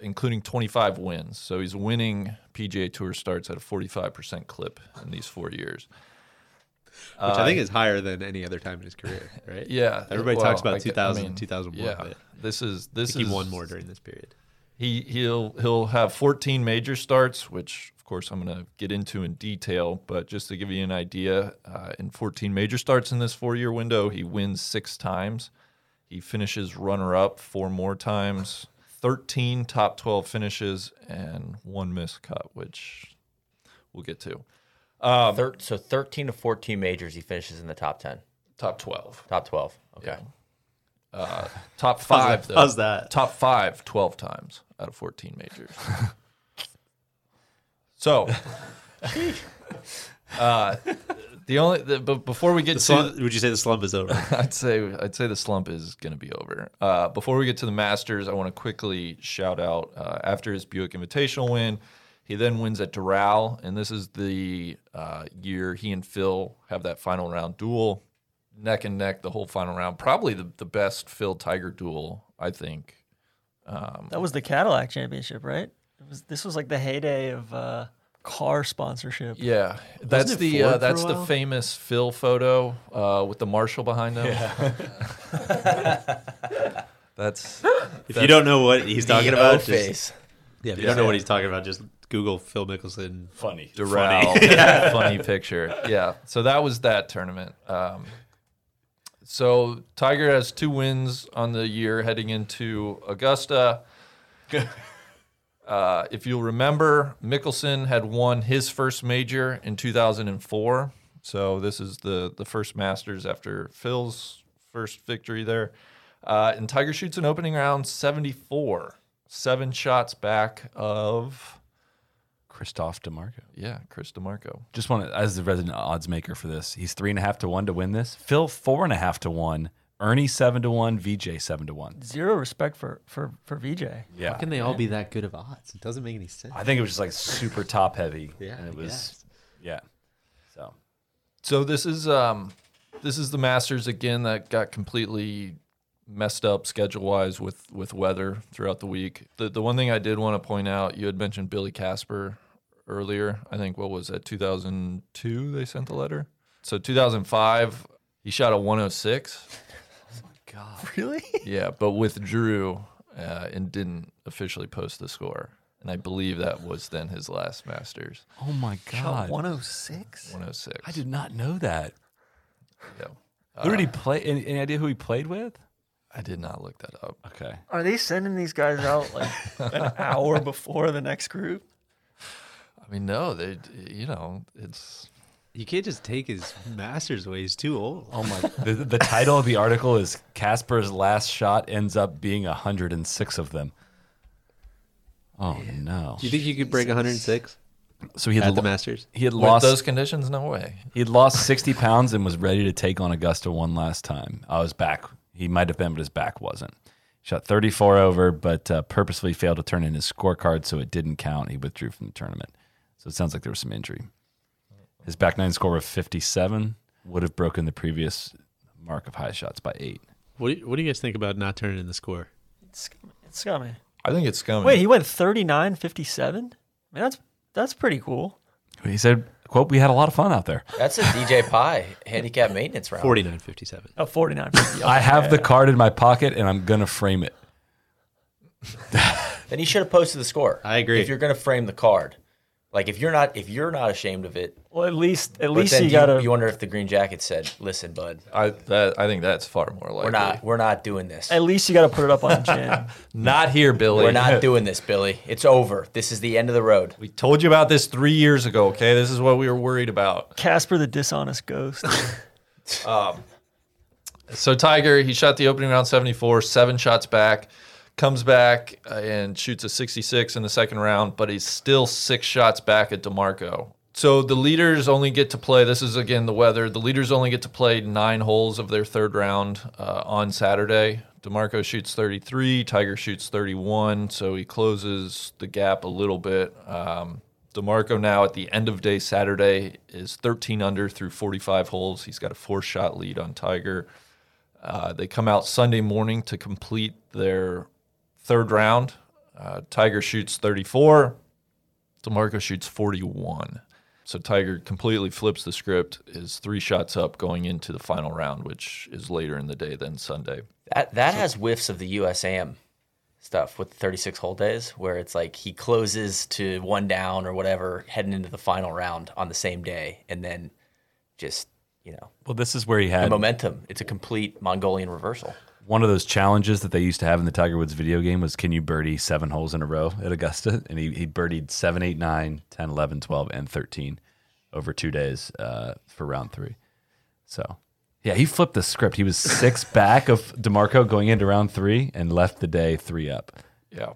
Speaker 8: including 25 wins. So he's winning PGA Tour starts at a 45% clip in these four years.
Speaker 7: Which I think is higher than any other time in his career, right?
Speaker 8: Yeah.
Speaker 7: Everybody talks about
Speaker 8: like,
Speaker 7: 2000, 2001,
Speaker 8: Yeah.
Speaker 7: but
Speaker 8: This is, this
Speaker 7: He
Speaker 8: is,
Speaker 7: won more during this period.
Speaker 8: He he'll he'll have 14 major starts, which of course I'm going to get into in detail. But just to give you an idea, uh, in 14 major starts in this four-year window, he wins six times. He finishes runner-up four more times. 13 top 12 finishes and one missed cut, which we'll get to.
Speaker 6: Thir- so 13 to 14 majors, he finishes in the top 10,
Speaker 8: Top 12.
Speaker 6: top 12. Okay.
Speaker 8: Yeah. Uh, Top five. though.
Speaker 7: how's that?
Speaker 8: Top five 12 times out of 14 majors. so, uh, the only the, but before we get
Speaker 7: The
Speaker 8: to
Speaker 7: slump, would you say the slump is over?
Speaker 8: I'd say I'd say the slump is going to be over. Uh, before we get to the Masters, I want to quickly shout out uh, after his Buick Invitational win, he then wins at Doral, and this is the uh, year he and Phil have that final round duel, neck and neck the whole final round. Probably the the best Phil Tiger duel I think.
Speaker 5: That was the Cadillac Championship, right? It was, this was like the heyday of uh, car sponsorship.
Speaker 8: Yeah, that's the uh, that's the famous Phil photo uh, with the marshal behind him. that's
Speaker 7: if you don't know what he's talking about, just,
Speaker 6: face.
Speaker 7: yeah, if you don't know what he's talking about, just Google Phil Mickelson.
Speaker 4: Funny.
Speaker 8: Doral. Funny picture. Yeah. So that was that tournament. Um, so Tiger has two wins on the year heading into Augusta. Uh, if you'll remember, Mickelson had won his first major in 2004. So this is the the first Masters after Phil's first victory there. Uh, and Tiger shoots an opening round 74, seven shots back of
Speaker 4: Christoph DeMarco.
Speaker 8: yeah Chris DeMarco.
Speaker 4: Just want to, as the resident odds maker for this, he's three and a half to one to win this. Phil, four and a half to one. Ernie, seven to one. VJ, seven to one.
Speaker 5: Zero respect for, for, for VJ.
Speaker 4: Yeah.
Speaker 7: they all be that good of odds? It doesn't make any sense.
Speaker 4: I think it was just like super top heavy.
Speaker 7: Yeah,
Speaker 4: And
Speaker 7: I
Speaker 4: it was,
Speaker 7: guess.
Speaker 4: yeah. So
Speaker 8: So this is um, this is the Masters again that got completely messed up schedule wise with with weather throughout the week. The the one thing I did want to point out, you had mentioned Billy Casper earlier. I think what was that 2002 they sent the letter. So 2005 he shot a 106.
Speaker 6: Really?
Speaker 8: Yeah, but withdrew uh, and didn't officially post the score. And I believe that was then his last Masters,
Speaker 4: Oh my God.
Speaker 6: 106?
Speaker 8: 106.
Speaker 4: I did not know that.
Speaker 8: Yeah.
Speaker 4: Who did he play? Any, any idea who he played with?
Speaker 8: I did not look that up.
Speaker 4: Okay.
Speaker 5: Are they sending these guys out like an hour before the next group?
Speaker 8: I mean, no, they, you know, it's
Speaker 7: You can't just take his master's away. He's too old.
Speaker 4: Oh my. the, the title of the article is Casper's last shot ends up being 106 of them. Oh no.
Speaker 7: Do you think you could break 106
Speaker 4: So he had
Speaker 7: at the
Speaker 4: lo-
Speaker 7: Masters?
Speaker 4: he had
Speaker 8: with
Speaker 4: lost
Speaker 8: those conditions, no way.
Speaker 4: he had lost 60 pounds and was ready to take on Augusta one last time. I was back. He might have been, but his back wasn't. Shot 34 over, but uh, purposely failed to turn in his scorecard, so it didn't count. He withdrew from the tournament. So it sounds like there was some injury. His back nine score of 57 would have broken the previous mark of high shots by eight.
Speaker 7: What do, you, what do you guys think about not turning in the score?
Speaker 5: It's, it's scummy.
Speaker 8: I think it's coming.
Speaker 5: Wait, he went 39 57? I mean, that's that's pretty cool.
Speaker 4: He said, "Quote: We had a lot of fun out there.
Speaker 6: That's a DJ Pie handicap maintenance round.
Speaker 7: 49.57.
Speaker 5: Oh, 49 50.
Speaker 4: I have the card in my pocket, and I'm gonna frame it."
Speaker 6: Then he should have posted the score.
Speaker 7: I agree.
Speaker 6: If you're going to frame the card, like if you're not if you're not ashamed of it,
Speaker 5: Well, at least at
Speaker 6: but
Speaker 5: least
Speaker 6: then
Speaker 5: you
Speaker 6: do you,
Speaker 5: got to.
Speaker 6: you wonder if the green jacket said, "Listen, bud,
Speaker 8: I that I think that's far more likely.
Speaker 6: we're not we're not doing this.
Speaker 5: at least you got to put it up on Jan.
Speaker 8: Not here, Billy.
Speaker 6: We're not doing this, Billy. It's over. This is the end of the road."
Speaker 8: We told you about this three years ago. Okay, this is what we were worried about.
Speaker 5: Casper the dishonest ghost.
Speaker 8: So Tiger, he shot the opening round 74, seven shots back, comes back uh, and shoots a 66 in the second round, but he's still six shots back at DeMarco. So the leaders only get to play. This is again the weather. The leaders only get to play nine holes of their third round uh, on Saturday. DeMarco shoots 33, Tiger shoots 31, so he closes the gap a little bit. Um, DeMarco now at the end of day Saturday is 13 under through 45 holes. He's got a four shot lead on Tiger. Uh, they come out Sunday morning to complete their third round. Uh, Tiger shoots 34, DeMarco shoots 41. So Tiger completely flips the script, is three shots up going into the final round, which is later in the day than Sunday.
Speaker 6: That that has whiffs of the USAM stuff with the 36 whole days, where it's like he closes to one down or whatever, heading into the final round on the same day, and then just you know
Speaker 4: Well, this is where he
Speaker 6: the
Speaker 4: had
Speaker 6: momentum. It's a complete Mongolian reversal.
Speaker 4: one of those challenges that they used to have in the Tiger Woods video game was can you birdie seven holes in a row at Augusta? And he, he birdied 7, 8, 9, 10, 11, 12, and 13 over two days uh, for round three. So, yeah, he flipped the script. He was six back of DeMarco going into round three and left the day three up.
Speaker 8: Yeah.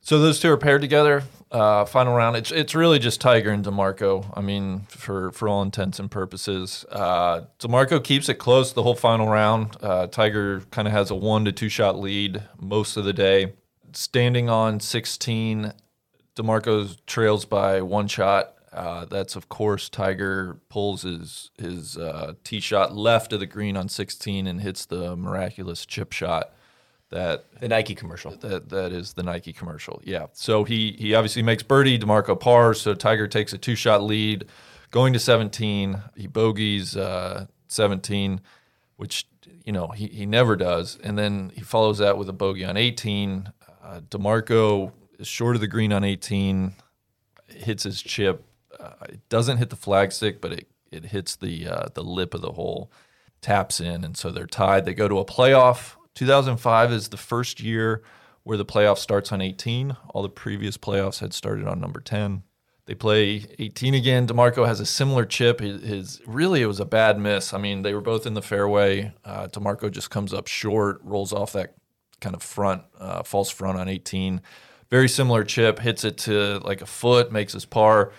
Speaker 8: So those two are paired together. Uh, final round. It's it's really just Tiger and Demarco. I mean, for for all intents and purposes, uh, Demarco keeps it close the whole final round. Uh, Tiger kind of has a one to two shot lead most of the day. Standing on sixteen, Demarco trails by one shot. Uh, that's of course Tiger pulls his his uh, tee shot left of the green on sixteen and hits the miraculous chip shot that
Speaker 6: The Nike commercial.
Speaker 8: that that is the Nike commercial. Yeah. So he he obviously makes birdie. Demarco pars. So Tiger takes a two shot lead, going to 17. He bogeys uh, 17, which you know he he never does. And then he follows that with a bogey on 18. Uh, Demarco is short of the green on 18, hits his chip. Uh, it doesn't hit the flagstick, but it it hits the uh, the lip of the hole taps in, and so they're tied. They go to a playoff. 2005 is the first year where the playoff starts on 18. All the previous playoffs had started on number 10. They play 18 again. DeMarco has a similar chip. His, his- really it was a bad miss. I mean, they were both in the fairway. Uh, DeMarco just comes up short, rolls off that kind of front, uh, false front on 18. Very similar chip, hits it to like a foot, makes his par.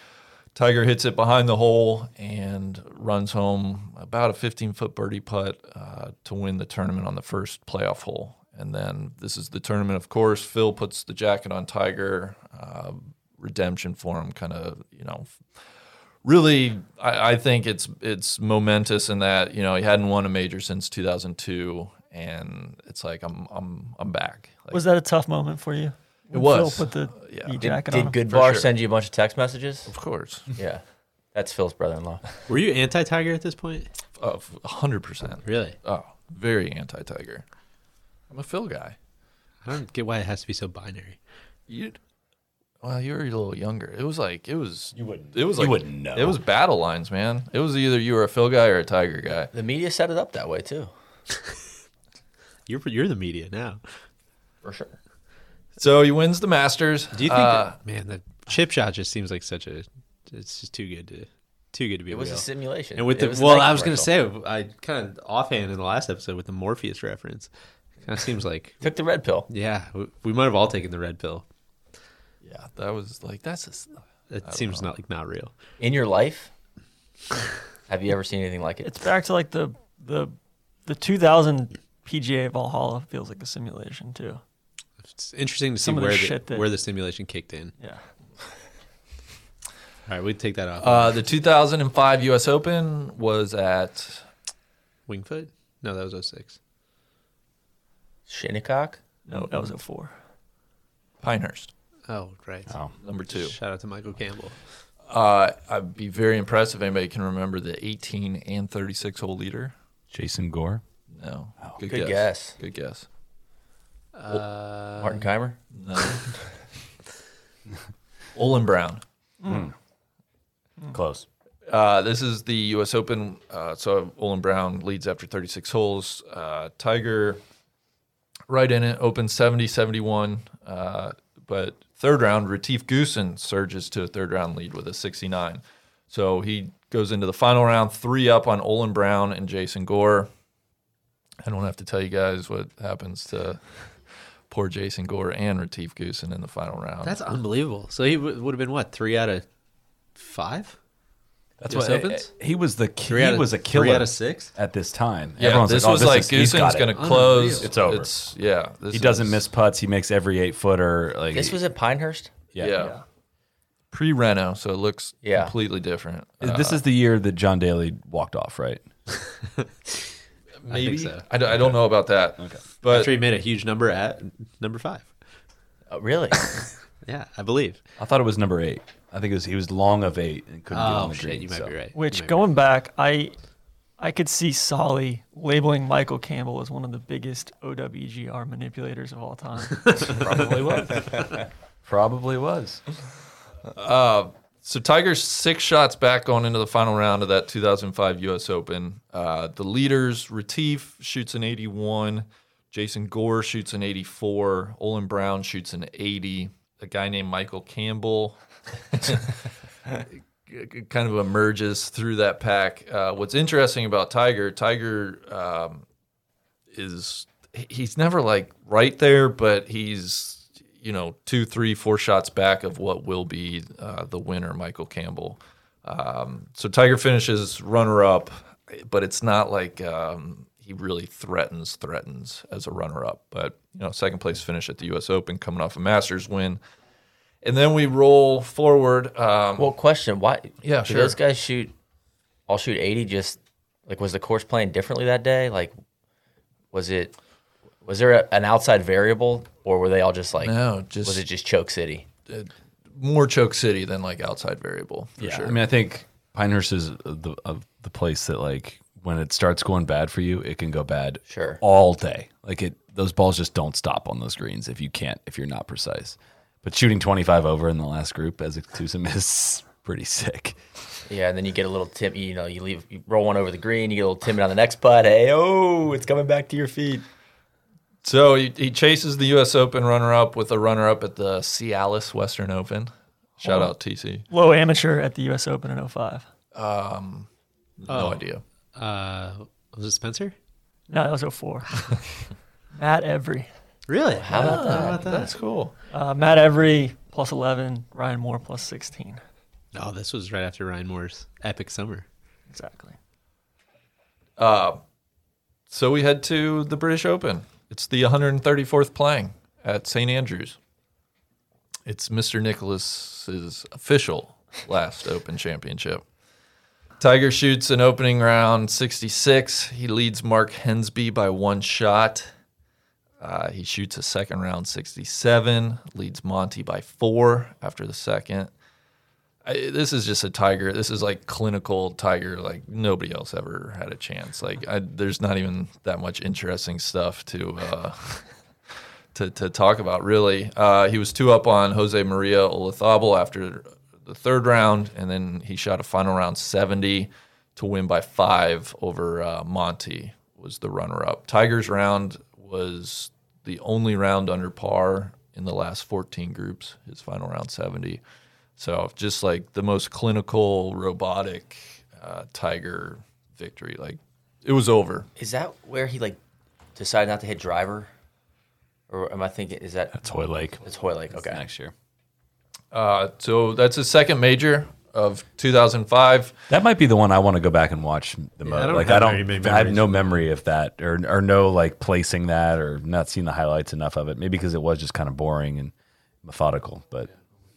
Speaker 8: Tiger hits it behind the hole and runs home about a 15 foot birdie putt uh, to win the tournament on the first playoff hole. And then this is the tournament, of course. Phil puts the jacket on Tiger, uh, redemption for him, kind of, you know. Really, I, I think it's it's momentous in that you know he hadn't won a major since 2002, and it's like I'm I'm I'm back. Like,
Speaker 5: Was that a tough moment for you?
Speaker 8: It
Speaker 5: When Phil
Speaker 8: was.
Speaker 5: put the
Speaker 8: yeah.
Speaker 5: knee
Speaker 8: Did-
Speaker 5: jacket on
Speaker 6: Did
Speaker 5: him?
Speaker 6: Good Bar
Speaker 8: sure.
Speaker 6: send you a bunch of text messages?
Speaker 8: Of course,
Speaker 6: yeah. That's Phil's brother in law.
Speaker 7: Were you anti Tiger at this point?
Speaker 8: of hundred percent.
Speaker 7: Really?
Speaker 8: Oh, very anti Tiger. I'm a Phil guy.
Speaker 7: I don't get why it has to be so binary.
Speaker 8: You, well, you were a little younger. It was like it was. You
Speaker 4: wouldn't-
Speaker 8: It was
Speaker 4: you
Speaker 8: like
Speaker 4: wouldn't know.
Speaker 8: It was battle lines, man. It was either you were a Phil guy or a Tiger guy.
Speaker 6: The media set it up that way too.
Speaker 7: You're you're the media now.
Speaker 6: For sure.
Speaker 8: So he wins the Masters.
Speaker 7: Do you think?
Speaker 8: Uh,
Speaker 7: that, man, the chip shot just seems like such a. It's just too good to, too good to be
Speaker 6: It was
Speaker 7: real.
Speaker 6: a simulation.
Speaker 7: and with
Speaker 6: It
Speaker 7: the
Speaker 6: a
Speaker 7: well,
Speaker 6: Nike
Speaker 7: I was gonna
Speaker 6: commercial.
Speaker 7: say I kind of offhand in the last episode with the Morpheus reference. Kind of seems like
Speaker 6: took the red pill.
Speaker 7: yeah, we- we might have all taken the red pill.
Speaker 8: yeah, that was like that's just,
Speaker 7: That seems not like not real.
Speaker 6: In your life, have you ever seen anything like it?
Speaker 5: It's back to like the the the 2000 PGA Valhalla feels like a simulation too.
Speaker 7: It's interesting to see
Speaker 5: Some of the
Speaker 7: where the,
Speaker 5: shit that-
Speaker 7: where the simulation kicked in.
Speaker 5: Yeah.
Speaker 7: All right, we take that off.
Speaker 8: uh, the 2005 U.S. Open was at
Speaker 7: Wingfoot? No, that was 06.
Speaker 6: Shinnecock.
Speaker 5: No, that was a four.
Speaker 8: Pinehurst,
Speaker 7: Oh, right.
Speaker 8: number two.
Speaker 7: Shout out to Michael Campbell.
Speaker 8: Uh, I'd be very impressed if anybody can remember the 18 and 36 hole leader.
Speaker 4: Jason Gore.
Speaker 8: No,
Speaker 6: Oh, good guess.
Speaker 8: Good guess.
Speaker 7: Uh,
Speaker 8: Uh,
Speaker 6: Martin Keimer.
Speaker 8: Olin Brown.
Speaker 7: Mm.
Speaker 4: Close.
Speaker 8: Uh, this is the U.S. Open. Uh, so Olin Brown leads after 36 holes. Uh, Tiger, right in it, opens 70 71. Uh, but third round, Retief Goosen surges to a third round lead with a 69. So he goes into the final round, three up on Olin Brown and Jason Gore. I don't have to tell you guys what happens to poor Jason Gore and Retief Goosen in the final round.
Speaker 7: That's unbelievable. So he w- would have been what, three out of five?
Speaker 4: That's
Speaker 7: US
Speaker 4: what uh,
Speaker 7: Opens?
Speaker 4: He was the ki-
Speaker 7: Three out
Speaker 4: he
Speaker 7: of-
Speaker 4: was a
Speaker 7: three
Speaker 4: killer
Speaker 7: out of six?
Speaker 4: at this time.
Speaker 8: yeah,
Speaker 4: Everyone's
Speaker 8: this
Speaker 4: oh,
Speaker 8: was like
Speaker 4: is- he's got
Speaker 8: Goosen's
Speaker 4: it.
Speaker 8: going to close.
Speaker 4: It's over.
Speaker 8: It's yeah. This
Speaker 4: He doesn't
Speaker 8: is-
Speaker 4: miss putts. He makes every eight footer. Like
Speaker 6: This was at Pinehurst.
Speaker 4: yeah.
Speaker 8: Yeah. Pre Reno, so it looks
Speaker 6: Yeah.
Speaker 8: completely different. Uh,
Speaker 4: This is the year that John Daly walked off, right?
Speaker 8: maybe I,
Speaker 7: so.
Speaker 8: d- I don't know about that. Okay. But
Speaker 7: After he made a huge number at number five.
Speaker 6: Oh, really?
Speaker 7: Yeah, I believe.
Speaker 4: I thought it was number eight. I think it was he was long of eight and couldn't get on
Speaker 7: Oh,
Speaker 4: the
Speaker 7: shit,
Speaker 4: green.
Speaker 7: you might
Speaker 4: so.
Speaker 7: be right.
Speaker 5: Which going back, I I could see Solly labeling Michael Campbell as one of the biggest OWGR manipulators of all time.
Speaker 4: Probably was. Probably was.
Speaker 8: so Tiger's six shots back going into the final round of that 2005 U.S. Open. Uh, the leaders, Retief shoots an 81, Jason Gore shoots an 84, Olin Brown shoots an 80. A guy named Michael Campbell kind of emerges through that pack. Uh, what's interesting about Tiger, Tiger um, is he- he's never like right there, but he's you know two, three, four shots back of what will be uh, the winner, Michael Campbell. Um, so Tiger finishes runner up, but it's not like um, he really threatens threatens as a runner up. But you know, second place finish at the U.S. Open, coming off a Masters win. And then we roll forward. Um,
Speaker 6: Well, question. Why?
Speaker 8: Yeah,
Speaker 6: do
Speaker 8: sure.
Speaker 6: Those guys shoot. I'll shoot eighty. Just like was the course playing differently that day? Like, was it? Was there a, an outside variable, or were they all just like?
Speaker 8: no, just
Speaker 6: Was it just choke city?
Speaker 8: more choke city than like outside variable for
Speaker 4: yeah.
Speaker 8: sure.
Speaker 4: I mean, I think Pinehurst is the of the place that like when it starts going bad for you, it can go bad
Speaker 6: Sure.
Speaker 4: all day. Like it, those balls just don't stop on those greens if you can't if you're not precise. But shooting 25 over in the last group as a twosome is pretty sick.
Speaker 6: Yeah, and then you get a little tim. You know, you leave, you roll one over the green, you get a little timid on the next putt. Hey, oh, it's coming back to your feet.
Speaker 8: so he, he chases the U.S. Open runner-up with a runner-up at the Cialis Western Open. Shout out TC.
Speaker 5: Low amateur at the U.S. Open in 05.
Speaker 8: No idea.
Speaker 7: Uh, was it Spencer?
Speaker 5: No, that was 04. Matt Every.
Speaker 7: Really? How about that?
Speaker 8: That's cool.
Speaker 5: Uh, Matt Every plus 11, Ryan Moore plus 16.
Speaker 7: Oh, this was right after Ryan Moore's epic summer.
Speaker 5: Exactly.
Speaker 8: So we head to the British Open. It's the 134th playing at St Andrews. It's Mr. Nicholas's official last Open championship. Tiger shoots an opening round 66. He leads Mark Hensby by one shot. Uh, he shoots a second round 67, leads Monty by four after the second. I, this is just a Tiger. This is like clinical Tiger. Like nobody else ever had a chance. Like I, there's not even that much interesting stuff to. Uh, to, to talk about, really. Uh, he was two up on Jose Maria Olazabal after the third round, and then he shot a final round 70 to win by five over uh, Monty, was the runner up. Tiger's round was the only round under par in the last 14 groups, his final round 70. So just like the most clinical, robotic uh, Tiger victory. Like it was over.
Speaker 6: Is that where he like decided not to hit driver? Or am I thinking? Is that
Speaker 4: That's Hoy Lake.
Speaker 6: it's Hoy Lake? Okay.
Speaker 4: Next year.
Speaker 8: Uh, so that's his second major of 2005.
Speaker 4: That might be the one I want to go back and watch the most.
Speaker 7: I don't
Speaker 4: like
Speaker 7: have
Speaker 4: I
Speaker 7: very
Speaker 4: don't,
Speaker 7: many
Speaker 4: I have
Speaker 7: memories
Speaker 4: no
Speaker 7: of
Speaker 4: memory of that, or or no like placing that, or not seeing the highlights enough of it. Maybe because it was just kind of boring and methodical. But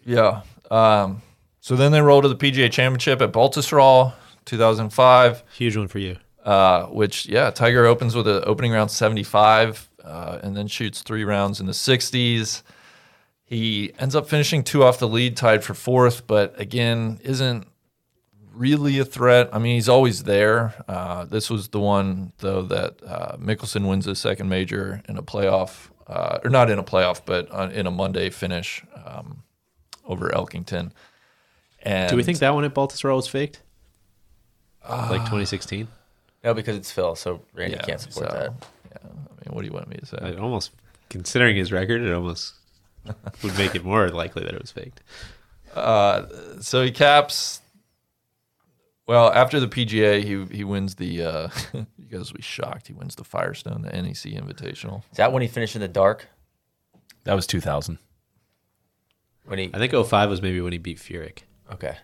Speaker 8: Yeah. Um, so then they rolled to the PGA Championship at Baltusrol, 2005,
Speaker 7: Huge one for you.
Speaker 8: uh, which yeah, Tiger opens with an opening round 75, uh, and then shoots three rounds in the 60s. He ends up finishing two off the lead, tied for fourth, but again, isn't really a threat. I mean, he's always there. Uh, this was the one though that uh, Mickelson wins his second major in a playoff, uh, or not in a playoff, but on, in a Monday finish um, over Elkington. And
Speaker 7: Do we think that one at Baltusrol was faked? like 2016?
Speaker 6: No, because it's Phil, so Randy
Speaker 8: Yeah,
Speaker 6: can't support
Speaker 8: so,
Speaker 6: that.
Speaker 8: Yeah, I mean, what do you want me to say?
Speaker 7: It almost, considering his record, it almost would make it more likely that it was faked.
Speaker 8: so he caps. Well, after the PGA, he he wins the. Uh, you guys will be shocked. He wins the Firestone, the NEC Invitational.
Speaker 6: Is that when he finished in the dark?
Speaker 4: that was 2000.
Speaker 6: When he
Speaker 7: I think 05 was maybe when he beat Furyk.
Speaker 6: okay.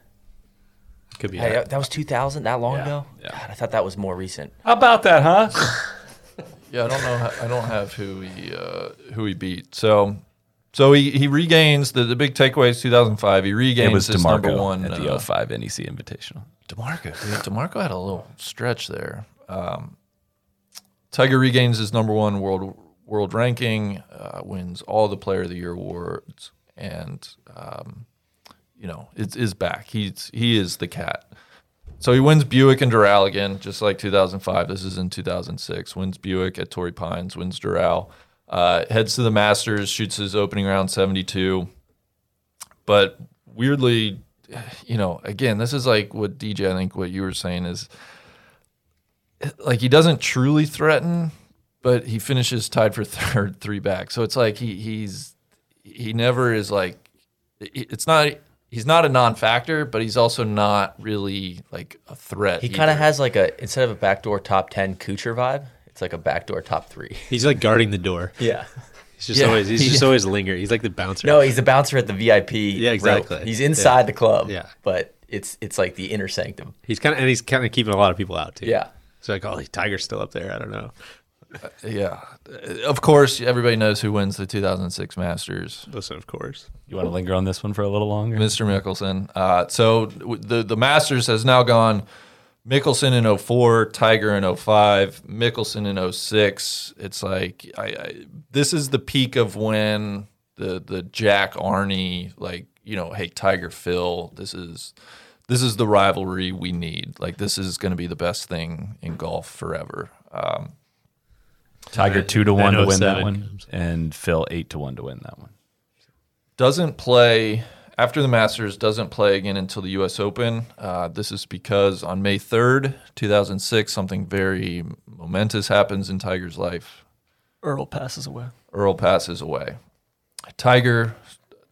Speaker 7: Could be.
Speaker 6: Hey, that, that was 2000. That long ago.
Speaker 7: yeah.
Speaker 6: God, I thought that was more recent.
Speaker 4: How about that, huh?
Speaker 8: Yeah, I don't know. how- I don't have who he uh, who he beat. So, so he, he regains the, the big takeaway is 2005. He regains
Speaker 4: It was
Speaker 8: his number
Speaker 4: Demarco
Speaker 8: one
Speaker 4: at the
Speaker 8: uh,
Speaker 4: 05 NEC E Invitational.
Speaker 8: Demarco, dude, Demarco had a little stretch there. Um, Tiger regains his number one world world ranking, uh, wins all the Player of the Year awards, and um, you know is is back. He's he is the cat. So he wins Buick and Doral again, just like 2005. This is in 2006. Wins Buick at Torrey Pines, wins Doral. Uh, heads to the Masters, shoots his opening round 72. But weirdly, you know, again, this is like what DJ, I think what you were saying is like he doesn't truly threaten, but he finishes tied for third, three back. So it's like he he's he never is like it- it's not he's not a non-factor, but he's also not really like a threat.
Speaker 6: He kind of
Speaker 8: either.
Speaker 6: has like a instead of a backdoor top 10 Kuchar vibe, it's like a backdoor top three.
Speaker 7: He's like guarding the door.
Speaker 6: Yeah.
Speaker 7: He's just
Speaker 8: Yeah.
Speaker 7: always he's just
Speaker 8: Yeah.
Speaker 7: always lingering. He's like the bouncer.
Speaker 6: No, he's the bouncer at the VIP. Yeah,
Speaker 7: exactly.
Speaker 6: He's inside the club.
Speaker 7: Yeah.
Speaker 6: But it's it's like the inner sanctum.
Speaker 7: he's kind of and he's kind of keeping a lot of people out too.
Speaker 6: Yeah.
Speaker 7: So like, oh, Tiger's still up there. I don't know.
Speaker 8: yeah. Of course, everybody knows who wins the 2006 Masters.
Speaker 7: Listen, of course.
Speaker 4: You want to linger on this one for a little longer?
Speaker 8: Mr. Mickelson. Uh, so w- the the Masters has now gone Mickelson in 04, Tiger in 05, Mickelson in 06. It's like I, I this is the peak of when the the Jack Arnie like you know hey Tiger Phil this is this is the rivalry we need like this is going to be the best thing in golf forever. Um,
Speaker 4: Tiger two to one to win that
Speaker 7: 07.
Speaker 4: one, and Phil eight to one to win that one.
Speaker 8: doesn't play after the Masters doesn't play again until the U.S. Open. Uh, this is because on May third, two thousand six, something very momentous happens in Tiger's life.
Speaker 5: Earl passes away.
Speaker 8: Earl passes away. Tiger,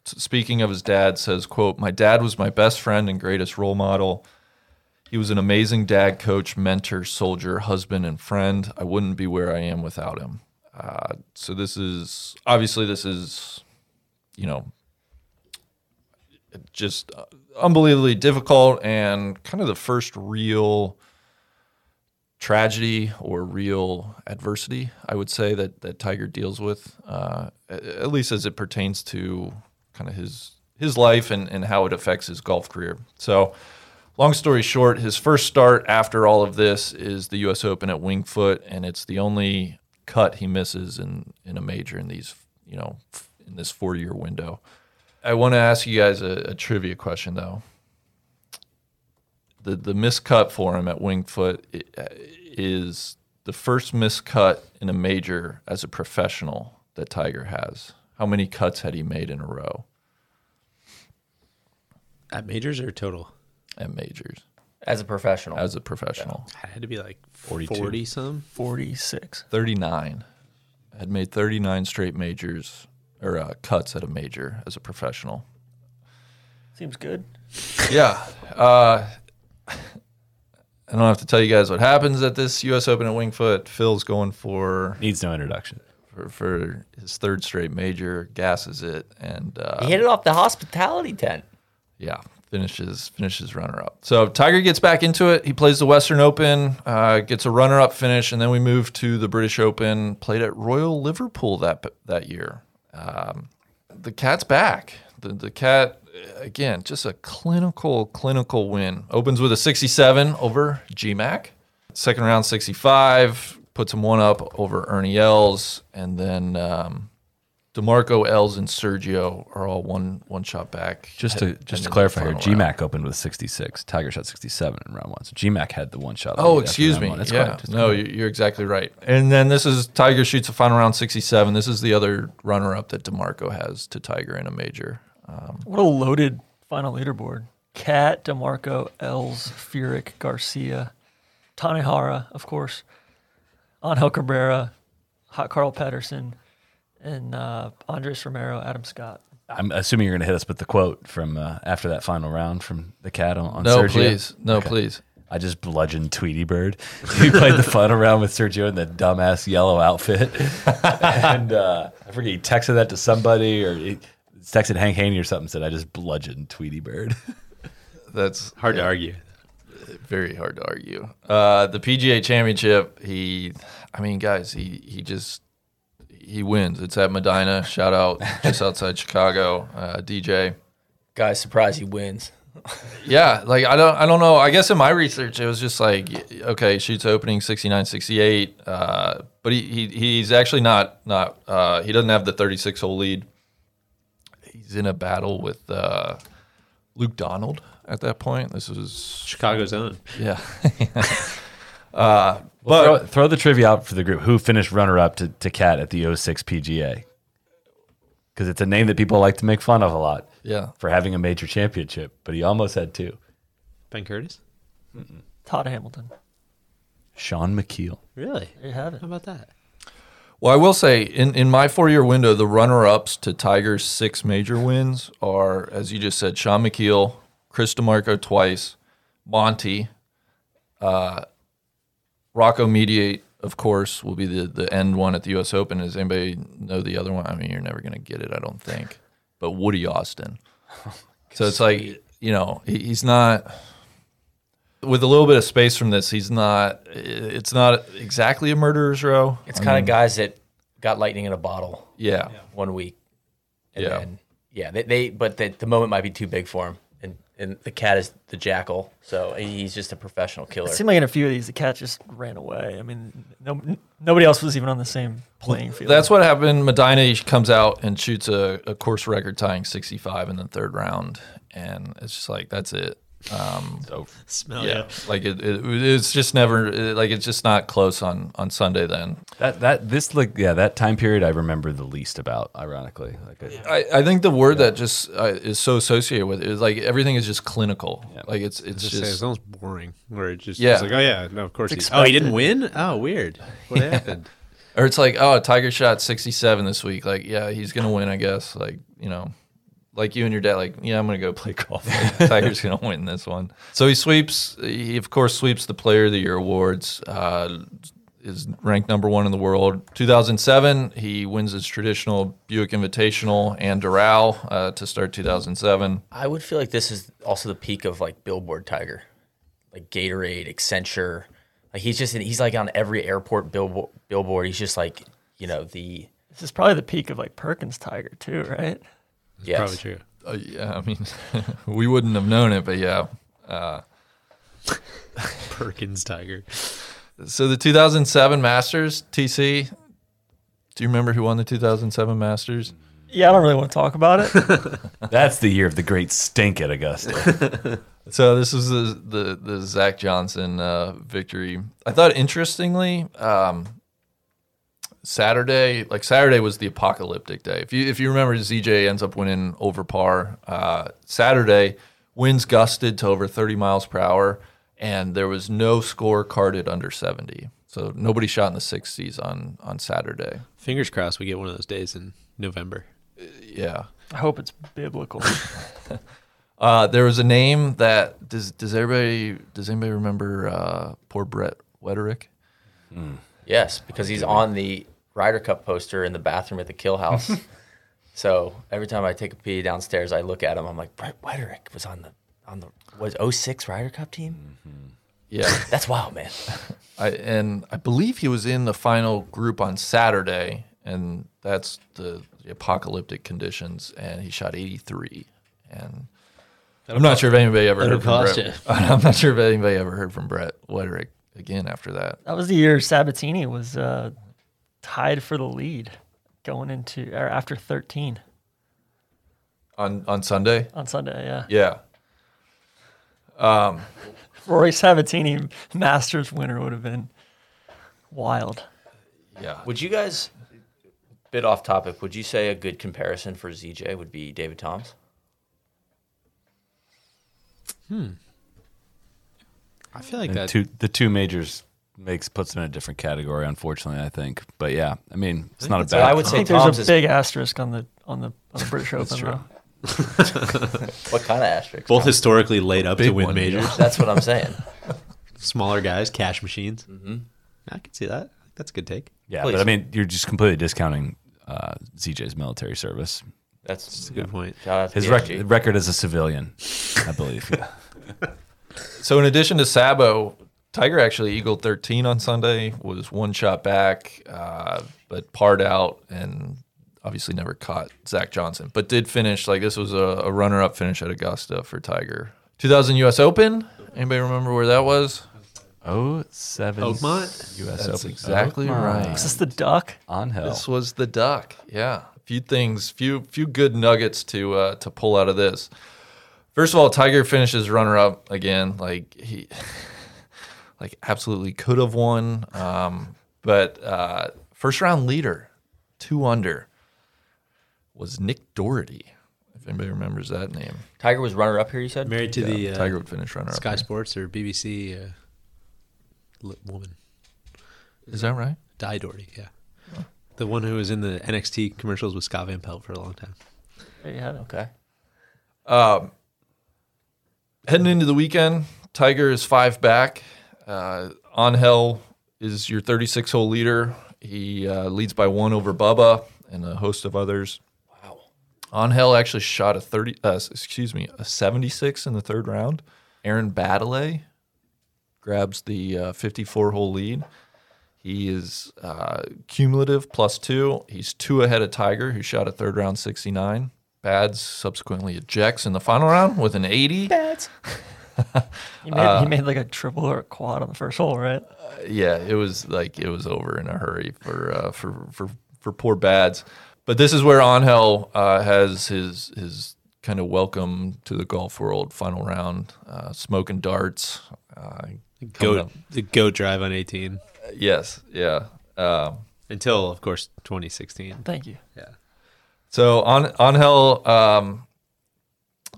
Speaker 8: s- speaking of his dad, says, "quote My dad was my best friend and greatest role model. He was an amazing dad, coach, mentor, soldier, husband, and friend. I wouldn't be where I am without him." Uh, so this is obviously this is, you know, just uh, unbelievably difficult and kind of the first real tragedy or real adversity, I would say that that Tiger deals with, uh, at, at least as it pertains to kind of his his life and, and how it affects his golf career. So long story short, his first start after all of this is the U.S. Open at Wingfoot, and it's the only cut he misses in in a major in these you know f- in this four year window. I want to ask you guys a, a trivia question though. The the miscut for him at Wingfoot i- is the first miscut in a major as a professional that Tiger has. How many cuts had he made in a row
Speaker 7: At majors or total?
Speaker 8: at majors
Speaker 6: as a professional.
Speaker 8: as a professional?
Speaker 7: I had to be like
Speaker 4: 42.
Speaker 7: 40 some.
Speaker 5: 46.
Speaker 8: 39. Had made 39 straight majors or uh, cuts at a major as a professional.
Speaker 5: Seems good.
Speaker 8: Yeah. Uh, I don't have to tell you guys what happens at this U.S. Open at Wingfoot. Phil's going for
Speaker 4: Needs no introduction.
Speaker 8: for, for his third straight major, gasses it, and uh,
Speaker 6: he hit it off the hospitality tent.
Speaker 8: yeah, finishes finishes runner up. So Tiger gets back into it. He plays the Western Open, uh, gets a runner up finish, and then we move to the British Open. Played at Royal Liverpool that that year. Um, the cat's back. The the cat again, just a clinical clinical win. Opens with a 67 over GMAC. Second round 65 puts him one up over Ernie Els, and then. Um, DeMarco, Els, and Sergio are all one one shot back.
Speaker 4: Just to just
Speaker 8: Ended
Speaker 4: to clarify here,
Speaker 8: the final round.
Speaker 4: GMAC opened with 66. Tiger shot 67 in round one. So GMAC had the one shot.
Speaker 8: Oh,
Speaker 4: lead after
Speaker 8: excuse
Speaker 4: round
Speaker 8: me.
Speaker 4: one. That's
Speaker 8: yeah.
Speaker 4: correct. That's
Speaker 8: no,
Speaker 4: correct.
Speaker 8: you- you're exactly right. And then this is Tiger shoots a final round 67. This is the other runner up that DeMarco has to Tiger in a major.
Speaker 5: What a loaded final leaderboard. Cat, DeMarco, Els, Furyk, Garcia, Tanihara, of course, Angel Cabrera, Hot Carl Patterson, and uh, Andres Romero, Adam Scott.
Speaker 4: I'm assuming you're going to hit us with the quote from uh, after that final round from the cat on, on
Speaker 8: No,
Speaker 4: Sergio.
Speaker 8: please. No, please.
Speaker 4: I just bludgeoned Tweety Bird. He played the final round with Sergio in the dumbass yellow outfit, and uh, I forget he texted that to somebody or he texted Hank Haney or something. Said I just bludgeoned Tweety Bird.
Speaker 8: That's
Speaker 7: Hard to argue.
Speaker 8: very hard to argue. Uh, the PGA Championship, he, I mean, guys, he he just he wins. It's at Medina. Shout out, just outside Chicago. Uh, DJ.
Speaker 6: Guys, surprise, he wins.
Speaker 8: Yeah, like I don't I don't know. I guess in my research it was just like y- okay, shoots opening 69 68, uh, but he, he he's actually not not uh, he doesn't have the 36 hole lead. He's in a battle with uh, Luke Donald at that point. This was
Speaker 7: Chicago's own.
Speaker 8: yeah.
Speaker 4: Well, throw, throw the trivia out for the group. Who finished runner up to, to Cat at the 06 PGA? Because it's a name that people like to make fun of a lot
Speaker 8: Yeah.
Speaker 4: for having a major championship, but he almost had two.
Speaker 7: Ben Curtis?
Speaker 5: Todd Hamilton.
Speaker 4: Sean McKeel.
Speaker 7: Really?
Speaker 5: There you have it.
Speaker 7: How about that?
Speaker 8: Well, I will say in, in my four year window, the runner ups to Tiger's six major wins are, as you just said, Sean McKeel, Chris DeMarco twice, Monty, uh, Rocco Mediate, of course, will be the, the end one at the U.S. Open. Does anybody know the other one? I mean, you're never going to get it, I don't think. But Woody Austin. So it's like, you know, he, he's not with a little bit of space from this. He's not. It's not exactly a murderer's row.
Speaker 6: It's kind of guys that got lightning in a bottle
Speaker 8: Yeah.
Speaker 6: one week. And
Speaker 8: Yeah.
Speaker 6: Then, yeah. They, they but the, the moment might be too big for him. And and the cat is the jackal, so he's just a professional killer.
Speaker 5: It seemed like in a few of these, the cat just ran away. I mean, no, n- nobody else was even on the same playing field.
Speaker 8: That's what happened. Medina he comes out and shoots a, a course record tying 65 in the third round. And it's just like, that's it. Um,
Speaker 7: Smell
Speaker 8: yeah.
Speaker 7: it.
Speaker 8: Like, it, it, it's just never, it- like, it's just not close on, on Sunday then.
Speaker 4: That that this like yeah that time period I remember the least about ironically like I-
Speaker 8: I, I think the word that just uh, is so associated with it is like everything is just clinical. Like, it's, it's
Speaker 7: Just, say, it
Speaker 8: just.
Speaker 7: sounds boring. Where it just
Speaker 8: Yeah.
Speaker 7: it's like, oh yeah, no, of course. He, oh, he didn't win. Oh, weird. What happened?
Speaker 8: or it's like, oh, Tiger shot 67 this week. Like, yeah, he's going to win, I guess. Like, you know, like you and your dad, like, yeah, I'm going to go play golf. Like, Tiger's going to win this one. So he sweeps, he, of course, sweeps the Player of the Year awards, uh, is ranked number one in the world. 2007, he wins his traditional Buick Invitational and Doral uh, to start 2007.
Speaker 6: I would feel like this is also the peak of like Billboard Tiger, like Gatorade, Accenture. Like he's just in, he's like on every airport billboard. Billboard. He's just like you know the
Speaker 5: this is probably the peak of like Perkins Tiger, too, right?
Speaker 6: yes.
Speaker 7: Probably true.
Speaker 8: Uh, yeah, I mean, we wouldn't have known it, but yeah. Uh,
Speaker 7: Perkins Tiger.
Speaker 8: So the 2007 Masters, TC. Do you remember who won the 2007 Masters?
Speaker 5: Yeah, I don't really want to talk about it.
Speaker 4: That's the year of the great stink at Augusta.
Speaker 8: So this was the the, the Zach Johnson uh, victory. I thought interestingly, um, Saturday like Saturday was the apocalyptic day. If you if you remember, ZJ ends up winning over par. Uh, Saturday winds gusted to over 30 miles per hour, and there was no score carded under 70. So nobody shot in the 60s on on Saturday.
Speaker 7: Fingers crossed we get one of those days in November.
Speaker 8: Yeah.
Speaker 5: I hope it's biblical.
Speaker 8: Uh, there was a name that does does everybody does anybody remember uh, poor Brett Wetterick?
Speaker 6: Yes, because he's on the Ryder Cup poster in the bathroom at the Kill House. so every time I take a pee downstairs, I look at him. I'm like, Brett Wetterick was on the on the was 06 Ryder Cup team.
Speaker 8: Yeah,
Speaker 6: That's wild, man.
Speaker 8: I, and I believe he was in the final group on Saturday, and that's the, the apocalyptic conditions, and he shot 83. And I'm not sure if anybody ever heard from
Speaker 7: cost
Speaker 8: Brett. I'm not sure if anybody ever heard from Brett Wetterick again after that.
Speaker 5: that was the year Sabatini was uh, tied for the lead going into or after 13
Speaker 8: On on Sunday?
Speaker 5: on Sunday. Yeah,
Speaker 8: Yeah.
Speaker 5: Rory Sabatini Masters winner would have been wild.
Speaker 8: Yeah.
Speaker 6: Would you guys bit off topic? Would you say a good comparison for ZJ would be David Toms?
Speaker 7: I feel like
Speaker 4: The
Speaker 7: that.
Speaker 4: two, the two majors makes puts him in a different category, unfortunately. I think, but yeah, I mean, it's not a
Speaker 6: But
Speaker 4: bad.
Speaker 6: I would
Speaker 5: I
Speaker 6: say
Speaker 5: think there's
Speaker 6: Toms
Speaker 5: a
Speaker 6: is
Speaker 5: big asterisk on the on the on the British Open.
Speaker 4: true.
Speaker 5: though.
Speaker 6: what kind of asterisk?
Speaker 7: Both historically laid up to
Speaker 8: Big
Speaker 7: win
Speaker 8: one,
Speaker 7: majors.
Speaker 6: That's what I'm saying.
Speaker 7: Smaller guys, cash machines. Mm-hmm. I can see that. That's a good take.
Speaker 4: yeah,
Speaker 6: Please.
Speaker 4: but I mean, you're just completely discounting uh, ZJ's military service.
Speaker 6: That's
Speaker 7: Good point.
Speaker 6: shout out to
Speaker 4: His
Speaker 6: PSG.
Speaker 4: rec- record as a civilian, I believe. Yeah.
Speaker 8: So in addition to Sabo, Tiger actually eagled 13 on Sunday, was one shot back, uh, but parred out and obviously never caught Zach Johnson, but did finish like this was a, a runner-up finish at Augusta for Tiger. 2000 U.S. Open. Anybody remember where that was?
Speaker 4: Oh seven
Speaker 7: Oakmont?
Speaker 4: U.S.
Speaker 8: That's
Speaker 4: Open.
Speaker 8: exactly
Speaker 5: Is
Speaker 8: right.
Speaker 5: this the duck?
Speaker 4: On hell.
Speaker 8: This was the duck. Yeah, few things, few few good nuggets to uh, to pull out of this. First of all, Tiger finishes runner-up again. Like he, like absolutely could have won. Um, but uh, first round leader, two under, was Nick Doherty. If anybody remembers that name,
Speaker 6: Tiger was runner up here. You said
Speaker 7: Married to the uh,
Speaker 8: Tiger would finish runner up.
Speaker 7: Sky Sports or BBC uh, li- woman,
Speaker 8: Is that right?
Speaker 7: Di Doherty. Yeah, the one who was in the NXT commercials with Scott Van Pelt for a long time.
Speaker 5: There you have it.
Speaker 6: okay.
Speaker 8: Heading into the weekend, Tiger is five back. Uh, Angel is your 36 hole leader. He uh, leads by one over Bubba and a host of others. Wow. Angel actually shot a 30, uh, s- excuse me, a 76 in the third round. Aaron Baddeley grabs the uh, 54 hole lead. He is uh, cumulative plus two. He's two ahead of Tiger, who shot a third round 69. Bads subsequently ejects in the final round with an 80.
Speaker 5: He made, he made like a triple or a quad on the first hole, right?
Speaker 8: yeah, it was like it was over in a hurry for uh, for for for poor Bads. But this is where Angel uh, has his his kind of welcome to the golf world final round, uh, smoke and darts. Uh, coming
Speaker 7: Go
Speaker 8: up.
Speaker 7: the go drive on 18
Speaker 8: Yes, yeah. Um,
Speaker 7: until of course 2016.
Speaker 5: Thank you.
Speaker 8: So on Angel um,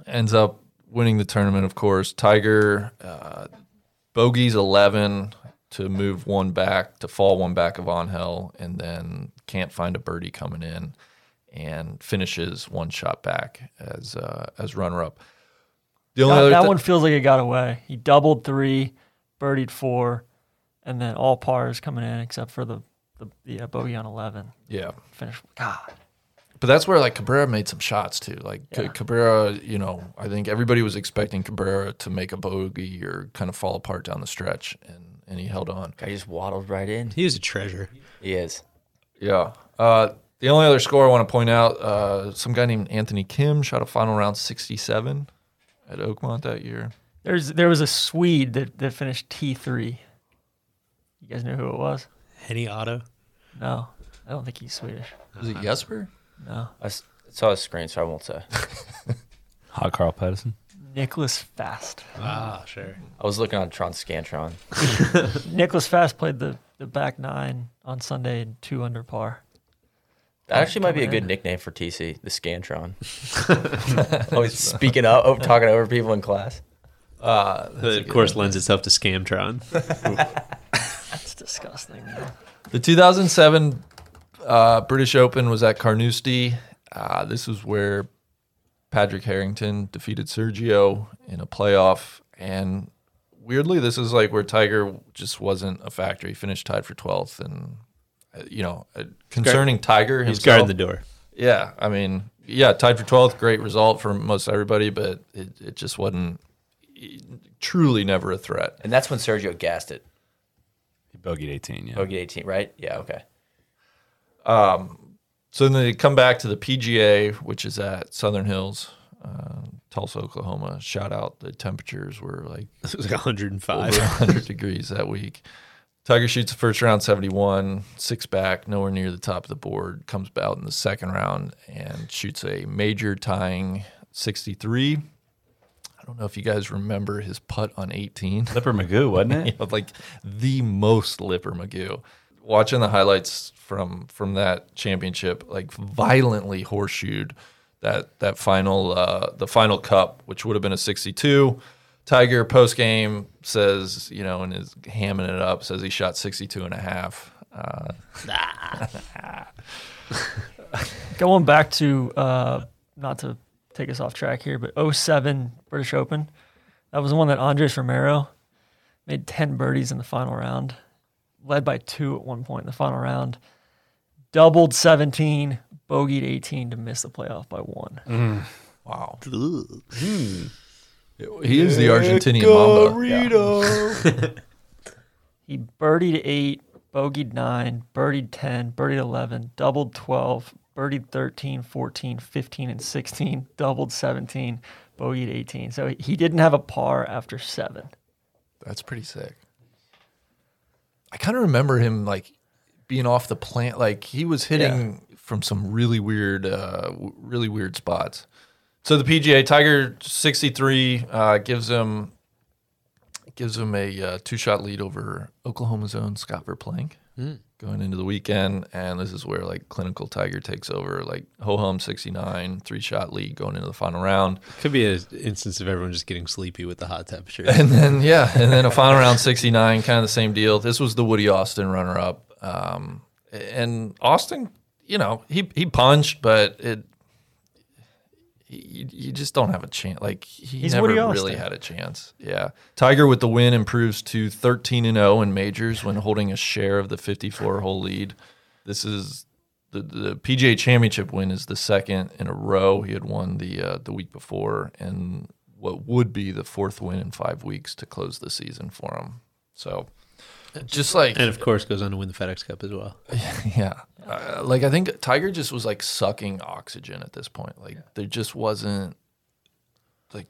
Speaker 8: ends up winning the tournament, of course. Tiger uh, bogeys eleven to move one back, to fall one back of Angel, and then can't find a birdie coming in, and finishes one shot back as uh, as runner up. The only
Speaker 5: That,
Speaker 8: other
Speaker 5: that
Speaker 8: thi-
Speaker 5: one feels like it got away. He doubled three, birdied four, and then all pars coming in except for the the, the uh, bogey on eleven.
Speaker 8: yeah.
Speaker 5: Finish. God,
Speaker 8: But that's where like Cabrera made some shots too. Like C- Cabrera, you know, I think everybody was expecting Cabrera to make a bogey or kind of fall apart down the stretch, and and he held on.
Speaker 6: Guy just waddled right in.
Speaker 7: He was a treasure.
Speaker 6: He is.
Speaker 8: Yeah. Uh, the only other score I want to point out, uh, some guy named Anthony Kim shot a final round 67 at Oakmont that year.
Speaker 5: There's there was a Swede that, that finished T three. You guys know who it was?
Speaker 7: Henny Otto.
Speaker 5: No, I don't think he's Swedish.
Speaker 8: Is it Jesper?
Speaker 6: I s- saw his screen, so I won't say.
Speaker 4: Hot Carl Pedersen.
Speaker 5: Nicholas Fast.
Speaker 7: Ah, sure.
Speaker 6: I was looking on Tron Scantron.
Speaker 5: Nicholas Fast played the, the back nine on Sunday and two under par.
Speaker 6: That actually might be a
Speaker 5: coming
Speaker 6: good
Speaker 5: in.
Speaker 6: nickname for TC, the Scantron. Always speaking up, over, talking over people in class.
Speaker 8: Uh, that's a
Speaker 7: That of
Speaker 8: good
Speaker 7: course
Speaker 8: one.
Speaker 7: lends itself to Scamtron.
Speaker 5: That's disgusting.
Speaker 8: The 2007 uh, British Open was at Carnoustie. Uh, this was where Patrick Harrington defeated Sergio in a playoff. And weirdly, this is like where Tiger just wasn't a factor. He finished tied for 12th. And, uh, you know, uh, concerning Tiger himself.
Speaker 7: He's guarding the door.
Speaker 8: Yeah, I mean, yeah, tied for 12th, great result for most everybody, but it, it just wasn't e, truly never a threat.
Speaker 6: And that's when Sergio gassed it.
Speaker 4: He bogeyed 18, yeah.
Speaker 6: Bogey 18, right? Yeah, okay.
Speaker 8: So then they come back to the PGA, which is at Southern Hills, uh, Tulsa, Oklahoma. Shout out, the temperatures were like
Speaker 7: It was like 105.
Speaker 8: over 100 degrees that week. Tiger shoots the first round 71, six back, nowhere near the top of the board. Comes out in the second round and shoots a major tying 63. I don't know if you guys remember his putt on 18
Speaker 4: Lipper Magoo, wasn't it?
Speaker 8: of like the most Lipper Magoo. Watching the highlights from from that championship, like violently horseshoed that that final uh, the final cup, which would have been a 62. Tiger post game says, you know, and is hamming it up, says he shot 62 and a half. Uh,
Speaker 5: Going back to uh, not to take us off track here, but 07 British Open. That was the one that Andres Romero made 10 birdies in the final round, led by two at one point in the final round, doubled 17, bogeyed 18 to miss the playoff by one.
Speaker 8: wow. He is the Argentinian Mamba.
Speaker 5: He birdied eight, bogeyed nine, birdied 10, birdied 11, doubled 12, birdied 13, 14, 15, and 16, doubled 17, bogeyed 18. So he didn't have a par after seven.
Speaker 8: That's pretty sick. I kind of remember him like being off the plant. Like he was hitting from some really weird, uh, w- really weird spots. So the PGA Tiger 63 uh, gives him gives him a uh, two shot lead over Oklahoma's own Scott Verplank going into the weekend, and this is where like clinical Tiger takes over. Like ho hum 69, three shot lead going into the final round.
Speaker 7: Could be an instance of everyone just getting sleepy with the hot temperature.
Speaker 8: And then yeah, and then a final round sixty nine, kind of the same deal. This was the Woody Austin runner up, um, and Austin, you know, he he punched, but it you, you just don't have a chance. Like he
Speaker 5: He's
Speaker 8: never
Speaker 5: Woody
Speaker 8: really
Speaker 5: Austin.
Speaker 8: had a chance. Yeah, Tiger with the win improves to thirteen and zero in majors when holding a share of the fifty four hole lead. This is. The, the PGA Championship win is the second in a row. He had won the uh, the week before, and what would be the fourth win in five weeks to close the season for him. So, just like
Speaker 7: and of course, goes on to win the FedEx Cup as well.
Speaker 8: yeah. Uh, like I think Tiger just was like sucking oxygen at this point. Like there just wasn't like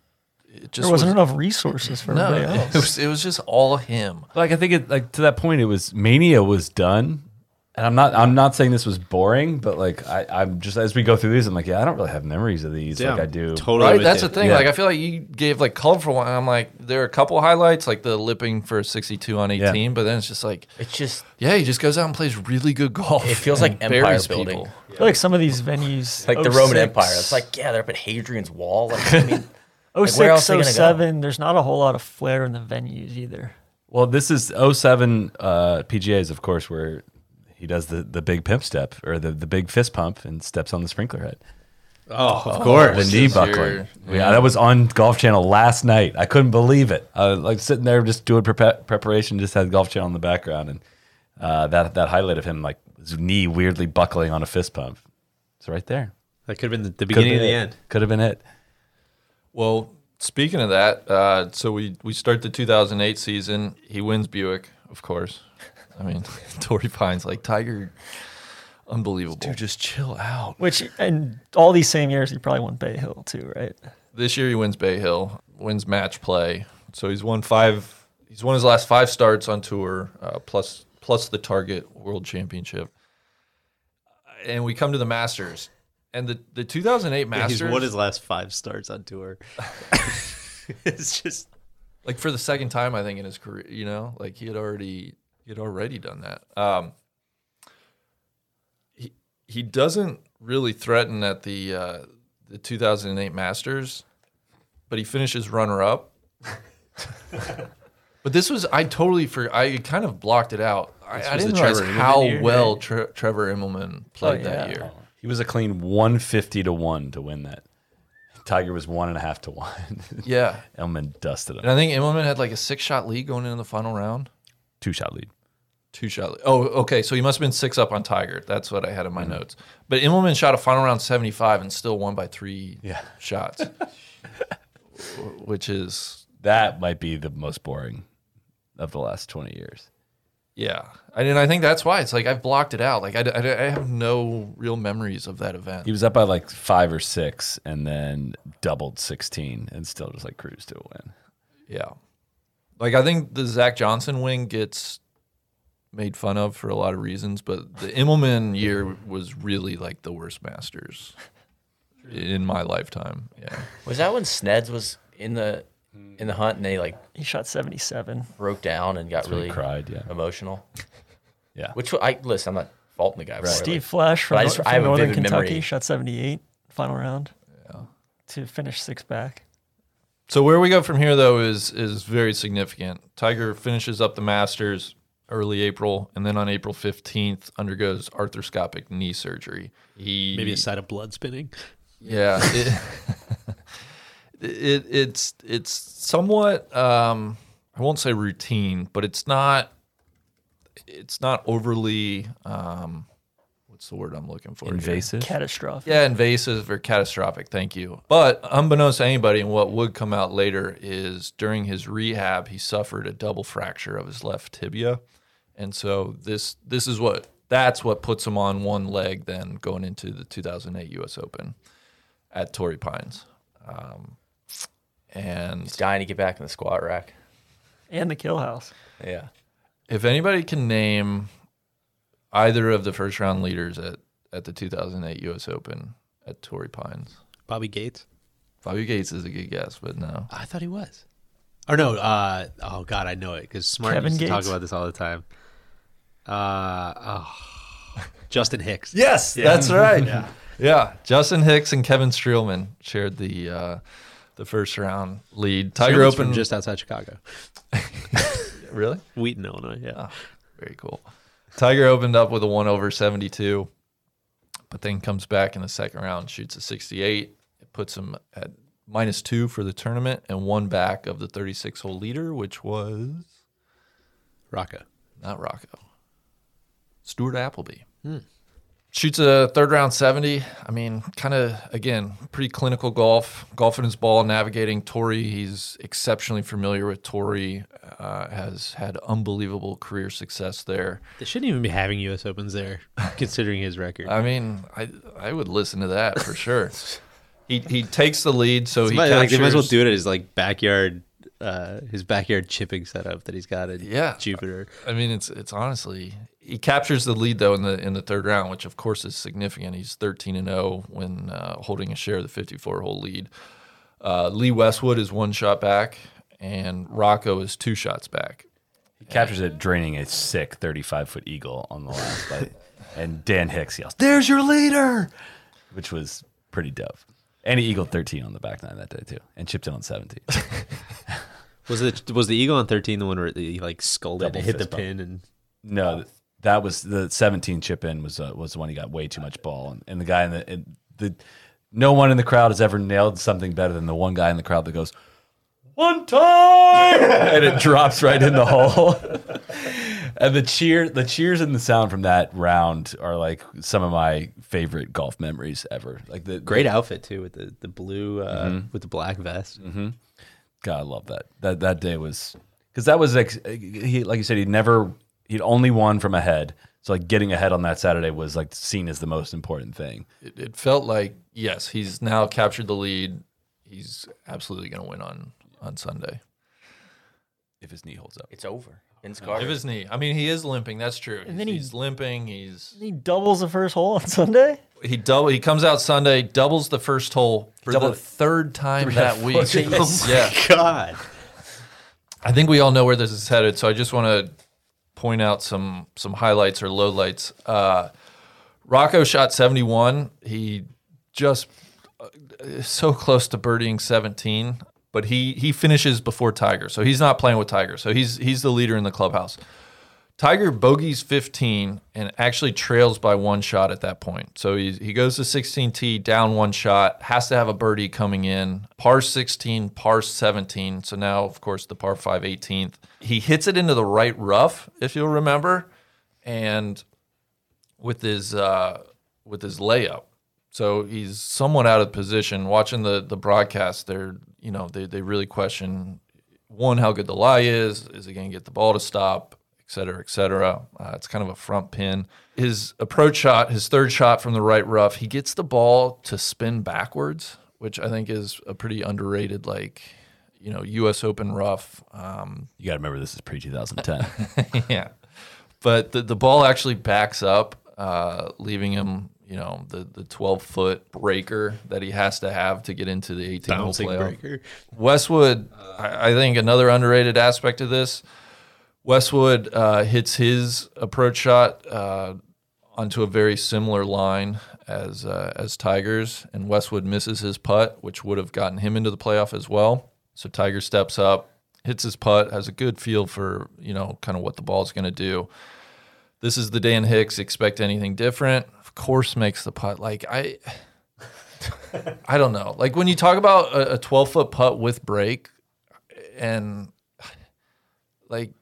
Speaker 8: it just
Speaker 5: There wasn't
Speaker 8: was,
Speaker 5: enough resources for
Speaker 8: no,
Speaker 5: everybody
Speaker 8: it
Speaker 5: else.
Speaker 8: was, it was just all him.
Speaker 4: like I think it like to that point it was mania was done. And I'm not I'm not saying this was boring, but like I, I'm just as we go through these, I'm like, yeah, I don't really have memories of these like I do.
Speaker 7: Totally.
Speaker 8: Right?
Speaker 7: with
Speaker 8: That's
Speaker 7: you.
Speaker 8: the thing.
Speaker 4: Yeah.
Speaker 8: Like I feel like you gave like colorful one. and I'm like there are a couple highlights like the lipping for 62 on 18, but then it's just like
Speaker 6: It's just,
Speaker 8: yeah, he just goes out and plays really good golf.
Speaker 6: It feels
Speaker 8: and
Speaker 6: like empire
Speaker 8: buries
Speaker 6: building.
Speaker 5: I feel like some of these venues,
Speaker 6: like
Speaker 4: Oh,
Speaker 6: the Roman
Speaker 5: 06,
Speaker 6: Empire. It's like, yeah, they're up at Hadrian's Wall. Like, I mean,
Speaker 5: 06,
Speaker 6: else are they gonna go?
Speaker 5: 07, there's not a whole lot of flair in the venues either.
Speaker 4: Well, this is 07 uh, PGA's, of course, where he does the, the big pimp step or the, the big fist pump and steps on the sprinkler head.
Speaker 7: Oh, of course.
Speaker 4: The knee buckling. Yeah. that was on Golf Channel last night. I couldn't believe it. I was like sitting there just doing prepa- preparation, just had Golf Channel in the background, and uh, that that highlight of him like his knee weirdly buckling on a fist pump. It's right there.
Speaker 7: That could have been the, the
Speaker 4: Could've
Speaker 7: beginning of
Speaker 4: been
Speaker 7: the
Speaker 4: it.
Speaker 7: end.
Speaker 4: Could have been it.
Speaker 8: Well, speaking of that, uh, so we, we start the 2008 season. He wins Buick, of course. I mean, Tory Pine's like Tiger, unbelievable. Dude, just chill out.
Speaker 5: Which, and all these same years, he probably won Bay Hill too, right?
Speaker 8: This year he wins Bay Hill, wins match play, So he's won five. He's won his last five starts on tour, uh, plus plus the Target World Championship. And we come to the Masters, and the the 2008 Masters.
Speaker 7: He's won his last five starts on tour. it's just
Speaker 8: like for the second time I think in his career, you know, like he had already he had already done that. Um he he doesn't really threaten at the uh the 2008 Masters, but he finishes runner up. but this was I totally for I kind of blocked it out. I, I
Speaker 7: was
Speaker 8: didn't
Speaker 7: the
Speaker 8: realize
Speaker 7: Trevor Immelman
Speaker 8: how
Speaker 7: year, Oh,
Speaker 8: well Tre- Trevor Immelman played that
Speaker 5: yeah.
Speaker 8: year.
Speaker 4: He was a clean 150 to 1 to win that. Tiger was one and a half to one.
Speaker 8: Yeah.
Speaker 4: Elman dusted
Speaker 8: And
Speaker 4: him.
Speaker 8: I think Immelman had like a six shot lead going into the final round.
Speaker 4: Two shot lead.
Speaker 8: Two shot. lead. Oh, okay. So he must have been six up on Tiger. That's what I had in my notes. But Immelman shot a final round 75 and still won by three
Speaker 4: Yeah.
Speaker 8: shots, W- which is,
Speaker 4: That might be the most boring of the last 20 years.
Speaker 8: yeah. I mean, I think that's why it's like I've blocked it out. Like I, d- I d- I have no real memories of that event.
Speaker 4: He was up by like five or six and then doubled 16 and still just like cruised to a win.
Speaker 8: Yeah. Like I think the Zach Johnson wing gets made fun of for a lot of reasons, but the Immelman year was really like the worst Masters in my lifetime. Yeah.
Speaker 6: Was that when Sneds was in the in the hunt and they like
Speaker 5: He shot 77.
Speaker 6: broke down and got
Speaker 4: Really
Speaker 6: really
Speaker 4: cried, yeah.
Speaker 6: emotional?
Speaker 4: Yeah.
Speaker 6: Which I listen. I'm not faulting the guy. for it, like,
Speaker 5: Steve Flash from,
Speaker 6: But I just-
Speaker 5: from
Speaker 6: I have a
Speaker 5: Northern
Speaker 6: vivid
Speaker 5: Kentucky
Speaker 6: memory.
Speaker 5: shot 78 final round to finish six back.
Speaker 8: So where we go from here though is is very significant. Tiger finishes up the Masters early April and then on April 15th undergoes arthroscopic knee surgery. He
Speaker 7: maybe a side of blood spinning.
Speaker 8: Yeah. It, it it's it's somewhat um I won't say routine, but it's not it's not overly um what's the word I'm looking for? here?
Speaker 4: Invasive.
Speaker 5: Catastrophic.
Speaker 8: Yeah, invasive or catastrophic. Thank you. But unbeknownst to anybody, and what would come out later is during his rehab, he suffered a double fracture of his left tibia, and so this this is what that's what puts him on one leg. Then going into the 2008 U.S. Open at Torrey Pines, um, and
Speaker 6: dying to get back in the squat rack.
Speaker 5: And the kill house.
Speaker 6: Yeah.
Speaker 8: if anybody can name either of the first round leaders at at the 2008 U.S. Open at Torrey Pines.
Speaker 7: Bobby Gates.
Speaker 8: Bobby Gates is a good guess, but no.
Speaker 7: I thought he was. Or no, uh, oh god, I know it because Smart
Speaker 5: Kevin
Speaker 7: used to talk
Speaker 5: Gates?
Speaker 7: about this all the time. Uh, oh. Justin Hicks.
Speaker 8: Yes, that's right. yeah. yeah, Justin Hicks and Kevin Streelman shared the uh, the first round lead. Tiger
Speaker 7: Tiger's
Speaker 8: Open
Speaker 7: from just outside Chicago, Uh,
Speaker 8: really
Speaker 7: Wheaton, Illinois. Yeah,
Speaker 8: very cool. Tiger opened up with a one over seventy two, but then comes back in the second round, shoots a sixty eight. It puts him at minus two for the tournament and one back of the thirty six hole leader, which was
Speaker 7: Rocco.
Speaker 8: not Rocco. Stuart Appleby.
Speaker 7: Hmm.
Speaker 8: Shoots a third round 70. I mean, kind of, again, pretty clinical golf, golfing his ball, navigating Torrey. He's exceptionally familiar with Torrey, uh, has had unbelievable career success there.
Speaker 7: They shouldn't even be having U.S. Opens there, considering his record.
Speaker 8: I mean, I I would listen to that for sure. he he takes the lead, so he
Speaker 7: might,
Speaker 8: captures,
Speaker 7: like, they might as well do it at his like backyard, uh, his backyard chipping setup that he's got in
Speaker 8: Yeah.
Speaker 7: Jupiter.
Speaker 8: I mean, it's it's honestly he captures the lead though in the in the third round, which of course is significant. He's thirteen and zero when uh, holding a share of the fifty four hole lead. Uh, Lee Westwood is one shot back, and Rocco is two shots back.
Speaker 4: He captures it draining a sick 35 foot eagle on the last bite. And Dan Hicks yells, There's your leader! Which was pretty dope. And he eagled 13 on the back nine that day too and chipped in on 17.
Speaker 7: Was it was the eagle on thirteen the one where he like sculled it
Speaker 4: Double
Speaker 7: and hit the
Speaker 4: fist bump.
Speaker 7: pin and
Speaker 4: No, th- that was the 17 chip in was uh, was the one he got way too much ball, and, and the guy in the in the no one in the crowd has ever nailed something better than the one guy in the crowd that goes one time and it drops right in the hole. and the cheer, the cheers and the sound from that round are like some of my favorite golf memories ever. Like the
Speaker 7: great outfit too with the the blue uh,
Speaker 8: Mm-hmm.
Speaker 7: with the black vest.
Speaker 4: God, I love that. That that day was because that was like he like you said he never he'd only won from ahead. So like getting ahead on that Saturday was like seen as the most important thing.
Speaker 8: It, it felt like yes, he's now captured the lead. He's absolutely going to win on on Sunday.
Speaker 4: if his knee holds up.
Speaker 6: It's over. Vince Carter.
Speaker 8: If his knee, I mean, he is limping. That's true. He's,
Speaker 5: then he-
Speaker 8: he's limping. He's
Speaker 5: He doubles the first hole on Sunday.
Speaker 8: he double. He comes out Sunday, doubles the first hole for
Speaker 4: Double
Speaker 8: the
Speaker 4: it.
Speaker 8: third time that week. yeah,
Speaker 7: God.
Speaker 8: I think we all know where this is headed. So I just want to point out some some highlights or lowlights. Uh, Rocco shot 71. He just uh, is so close to birdieing 17, but he he finishes before Tiger, so he's not playing with Tiger. So he's he's the leader in the clubhouse. Tiger bogeys 15 and actually trails by one shot at that point. So he, he goes to 16T, down one shot, has to have a birdie coming in, par 16, par 17. So now, of course, the par 5 18th. He hits it into the right rough, if you'll remember, and with his uh, with his layup. So he's somewhat out of position. Watching the the broadcast, they're you know they they really question one how good the lie is. Is he going to get the ball to stop, et cetera, et cetera? Uh, it's kind of a front pin. His approach shot, his third shot from the right rough, he gets the ball to spin backwards, which I think is a pretty underrated like. You know, U.S. Open rough. Um,
Speaker 4: You got to remember this is pre 2010.
Speaker 8: yeah. But the, the ball actually backs up, uh, leaving him, you know, the, the 12 foot breaker that he has to have to get into the 18 hole
Speaker 7: Bouncing
Speaker 8: playoff.
Speaker 7: breaker.
Speaker 8: Westwood, I, I think another underrated aspect of this, Westwood uh, hits his approach shot uh, onto a very similar line as uh, as Tiger's, and Westwood misses his putt, which would have gotten him into the playoff as well. So Tiger steps up, hits his putt, has a good feel for you know kind of what the ball's going to do. This is the Dan Hicks. Expect anything different? Of course, makes the putt. Like I. I don't know. Like when you talk about a- a 12 foot putt with break, and like,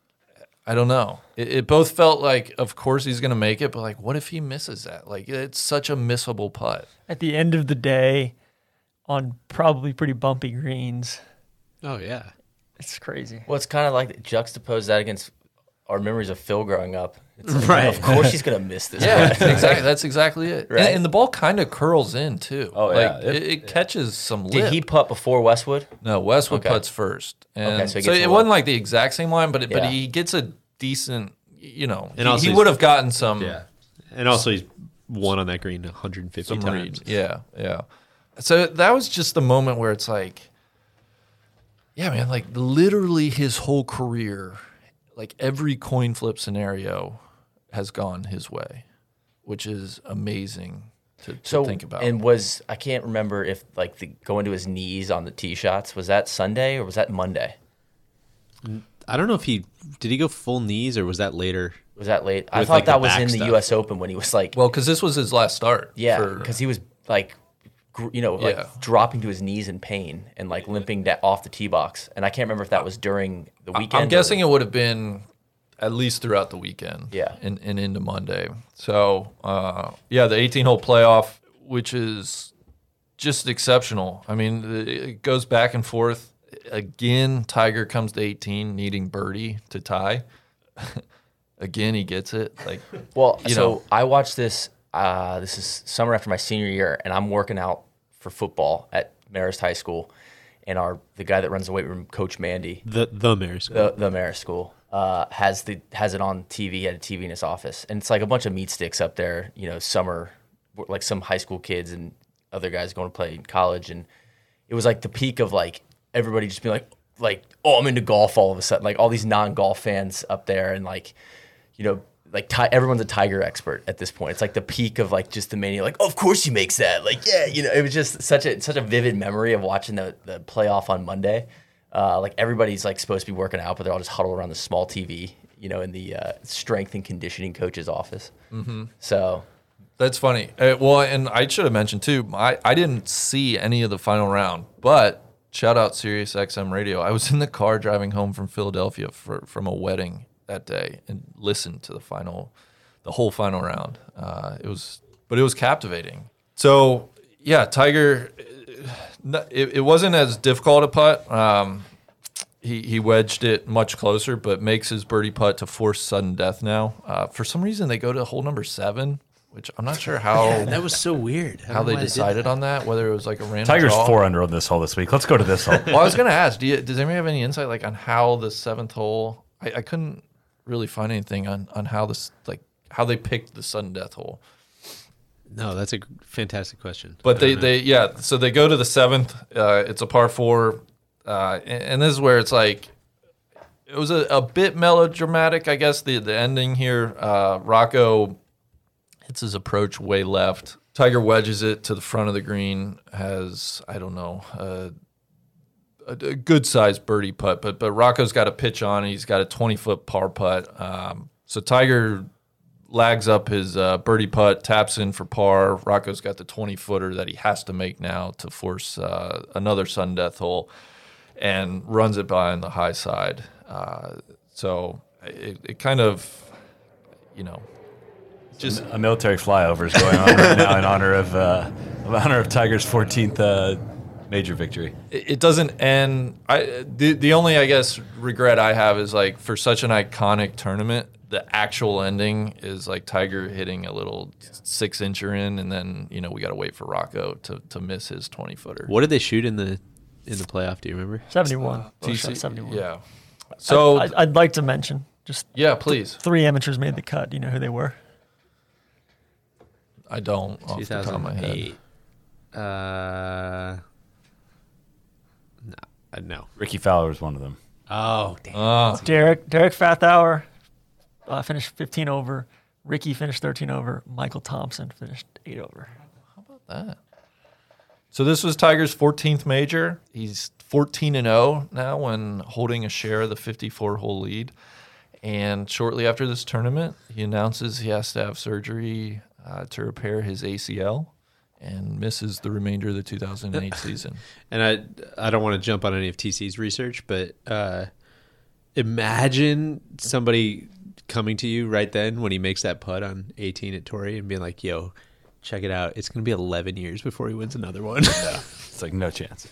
Speaker 8: I don't know. It, it both felt like, of course he's going to make it, but like, what if he misses that? Like, it's such a missable putt.
Speaker 5: At the end of the day, on probably pretty bumpy greens.
Speaker 7: Oh yeah.
Speaker 5: It's crazy.
Speaker 6: Well, it's kind of like juxtapose that against our memories of Phil growing up. It's like,
Speaker 7: Right.
Speaker 6: Of course, he's gonna miss this.
Speaker 8: Yeah, exactly. That's exactly it.
Speaker 6: Right.
Speaker 8: And, and the ball kind of curls in too.
Speaker 4: Oh, yeah.
Speaker 8: Like,
Speaker 4: It-
Speaker 8: it, it, catches some lip.
Speaker 6: Did he putt before Westwood?
Speaker 8: No, Westwood
Speaker 6: Okay.
Speaker 8: puts first. And
Speaker 6: Okay, so
Speaker 8: so,
Speaker 6: he gets
Speaker 8: it
Speaker 6: the
Speaker 8: wasn't
Speaker 6: look.
Speaker 8: like the exact same line, but it,
Speaker 6: Yeah.
Speaker 8: but he gets a decent, you know,
Speaker 7: And
Speaker 8: he-
Speaker 7: also
Speaker 8: he
Speaker 7: he's-
Speaker 8: would have gotten some.
Speaker 7: Yeah. And also he's won on that green 150 times.
Speaker 8: Yeah, yeah. So that was just the moment where it's like, yeah, man, like literally his whole career, like every coin flip scenario has gone his way, which is amazing to, to
Speaker 6: So
Speaker 8: think about.
Speaker 6: And was I can't remember if like the going to his knees on the tee shots was that Sunday or was that Monday?
Speaker 7: I don't know if he did he go full knees or was that later?
Speaker 6: Was that late? I
Speaker 7: With,
Speaker 6: thought
Speaker 7: like, the
Speaker 6: that was
Speaker 7: back
Speaker 6: in the
Speaker 7: stuff.
Speaker 6: U.S. Open when he was like,
Speaker 8: well, because this was his last start.
Speaker 6: yeah,
Speaker 8: for-
Speaker 6: because he was like, gr- you know, like
Speaker 8: Yeah.
Speaker 6: dropping to his knees in pain and like limping da- off the tee box. And I can't remember if that was during the weekend.
Speaker 8: I'm
Speaker 6: or-
Speaker 8: guessing it would have been at least throughout the weekend.
Speaker 6: Yeah.
Speaker 8: And, and into Monday. So, uh, yeah, the 18 hole playoff, which is just exceptional. I mean, the- it goes back and forth. Again, Tiger comes to 18, needing birdie to tie. Again, he gets it. Like,
Speaker 6: Well,
Speaker 8: you
Speaker 6: so
Speaker 8: know.
Speaker 6: I watched this. Uh, this is summer after my senior year, and I'm working out for football at Marist High School, and our the guy that runs the weight room, Coach Mandy,
Speaker 7: The the Maris.
Speaker 6: the the Marist School, uh, has the has it on TV. He had a TV in his office, and it's like a bunch of meat sticks up there. You know, summer, like some high school kids and other guys going to play in college, and it was like the peak of like everybody just being like like oh I'm into golf all of a sudden like all these non golf fans up there and like you know like ti- everyone's a tiger expert at this point it's like the peak of like just the mania like of course he makes that like yeah you know it was just such a such a vivid memory of watching the the playoff on Monday uh, like everybody's like supposed to be working out but they're all just huddled around the small TV you know in the uh, strength and conditioning coach's office so
Speaker 8: That's funny. Uh, well, and I should have mentioned too. I, I didn't see any of the final round, but shout out Sirius XM Radio. I was in the car driving home from Philadelphia for, from a wedding that day and listened to the final, the whole final round. Uh, it was, but it was captivating. So yeah, Tiger. uh, no- It, it wasn't as difficult a putt. Um, he, he wedged it much closer, but makes his birdie putt to force sudden death now. Uh, for some reason, they go to hole number seven, which I'm not sure how
Speaker 7: That was so weird. I
Speaker 8: how
Speaker 7: don't know
Speaker 8: they
Speaker 7: why did
Speaker 8: decided on that. Whether it was like a random
Speaker 4: Tiger's
Speaker 8: draw.
Speaker 4: four under on this hole this week. Let's go to this hole.
Speaker 8: Well, I was gonna ask. Do you, does anybody have any insight like on how the seventh hole? I, I couldn't really find anything on on how this like how they picked the sudden death hole.
Speaker 7: that. No, that's a fantastic question.
Speaker 8: But they, they yeah, so they go to the seventh. Uh, it's a par four, uh, and, and this is where it's like it was a, a bit melodramatic, I guess. The the ending here, uh, Rocco hits his approach way left. Tiger wedges it to the front of the green. Has I don't know. Uh, a a good sized birdie putt, but but Rocco's got a pitch on. He's got a twenty foot par putt. Um, so Tiger lags up his uh, birdie putt, taps in for par. Rocco's got the 20 footer that he has to make now to force uh, another sun death hole and runs it by on the high side. Uh, so it, it kind of, you know,
Speaker 4: Just a military flyover is going on right now in honor of uh, in honor of Tiger's 14th uh, major victory.
Speaker 8: it, it doesn't end. I the the only I guess regret I have is like for such an iconic tournament, the actual ending is like Tiger hitting a little six incher in, and then you know we got to wait for Rocco to to miss his twenty footer.
Speaker 7: what did they shoot in the in the playoff? Do you remember?
Speaker 5: 71. Well,
Speaker 8: TC
Speaker 5: shot 71.
Speaker 8: Uh, Yeah. So
Speaker 5: I, I'd like to mention just
Speaker 8: yeah, please.
Speaker 5: three amateurs made the cut. Do you know who they were?
Speaker 8: I don't off the top of my head.
Speaker 7: 2008. Uh, no, uh, no.
Speaker 4: Ricky Fowler was one of them.
Speaker 7: Oh, damn.
Speaker 8: Uh,
Speaker 5: Derek Derek Fathauer uh, finished 15 over. Ricky finished 13 over. Michael Thompson finished eight over.
Speaker 8: so this was Tiger's 14th major. He's 14 and 0 now when holding a share of the 54 hole lead. And shortly after this tournament, he announces he has to have surgery uh, to repair his ACL and misses the remainder of the 2008 season.
Speaker 7: and I I don't want to jump on any of TC's research, but uh, imagine somebody coming to you right then when he makes that putt on 18 at Torrey and being like, "Yo, check it out. It's going to be 11 years before he wins another one."
Speaker 4: It's like no chance.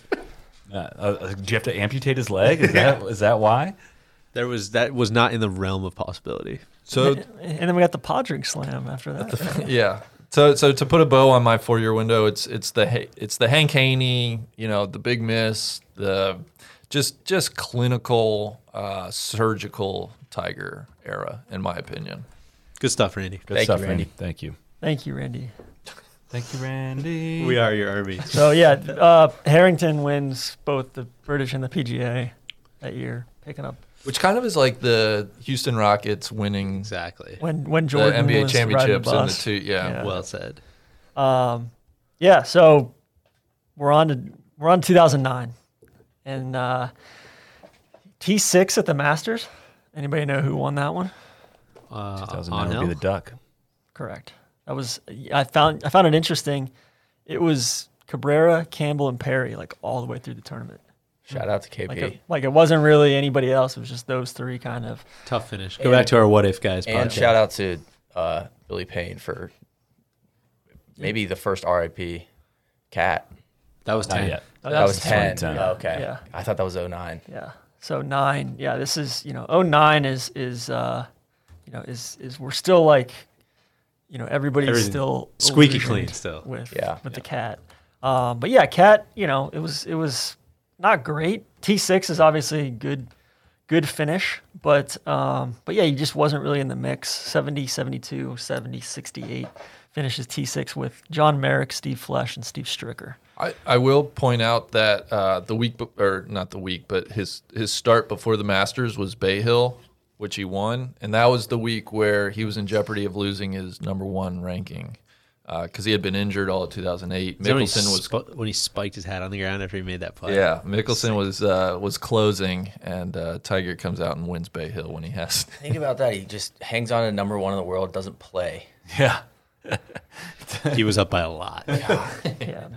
Speaker 4: Uh, uh, do you have to amputate his leg? Is that is that why?
Speaker 7: there was that was not in the realm of possibility.
Speaker 8: So
Speaker 5: And then we got the Podrick Slam after that.
Speaker 8: yeah. So so to put a bow on my four year window, it's it's the Ha- it's the Hank Haney, you know, the Big Miss, the just just clinical, uh, surgical Tiger era, in my opinion.
Speaker 7: Good stuff, Randy.
Speaker 4: Good
Speaker 6: Thank
Speaker 4: stuff,
Speaker 6: you,
Speaker 4: Randy.
Speaker 6: Randy.
Speaker 4: Thank you.
Speaker 5: Thank you, Randy.
Speaker 4: Thank you, Randy.
Speaker 7: We are your army.
Speaker 5: So yeah, th- uh, Harrington wins both the British and the PGA that year, picking up
Speaker 8: Which kind of is like the Houston Rockets winning
Speaker 7: Exactly.
Speaker 5: when when
Speaker 8: the NBA
Speaker 5: Jordan was riding the
Speaker 8: championships and the
Speaker 5: bus.
Speaker 8: two. Yeah.
Speaker 5: Yeah.
Speaker 7: Well said.
Speaker 5: Um, yeah, so we're on to we're on 2009, and uh, T6 at the Masters. Anybody know who won that one?
Speaker 7: Uh,
Speaker 4: 2009 would be
Speaker 7: Arnell?
Speaker 4: the duck.
Speaker 5: Correct. That was I found I found it interesting. It was Cabrera, Campbell, and Perry like all the way through the tournament.
Speaker 6: Shout out to KP.
Speaker 5: Like it, like it wasn't really anybody else. It was just those three kind of.
Speaker 7: Tough finish. Go back to our what if guys
Speaker 6: and
Speaker 7: podcast.
Speaker 6: shout out to uh, Billy Payne for maybe the first RIP cat.
Speaker 7: That was
Speaker 4: Not
Speaker 7: time.
Speaker 4: yet.
Speaker 6: That was 10.
Speaker 4: 2010.
Speaker 6: Oh, okay.
Speaker 5: Yeah.
Speaker 6: I thought that was 09.
Speaker 5: Yeah. So nine. Yeah. This is you know oh nine is is uh you know is is we're still like you know everybody's
Speaker 7: Everything
Speaker 5: still
Speaker 7: squeaky
Speaker 5: illusioned
Speaker 7: clean still.
Speaker 5: with
Speaker 6: Yeah.
Speaker 5: with the cat. Um, but yeah, cat. You know it was it was not great. T six is obviously good good finish but um but yeah he just wasn't really in the mix 70 72 70 68 finishes t6 with john merrick steve flesh and steve stricker
Speaker 8: I, I will point out that uh, the week be- or not the week, but his his start before the Masters was Bay Hill, which he won, and that was the week where he was in jeopardy of losing his number one ranking because he had been injured all of 2008.
Speaker 7: Is that when he
Speaker 8: Mickelson was
Speaker 7: sp- when he spiked his hat on the ground after he made that putt.
Speaker 8: yeah, Mickelson was uh, was closing, and uh, Tiger comes out and wins Bay Hill when he has.
Speaker 6: Think about that. He just hangs on to number one in the world, doesn't play.
Speaker 4: Yeah.
Speaker 7: he was up by a lot.
Speaker 5: Yeah.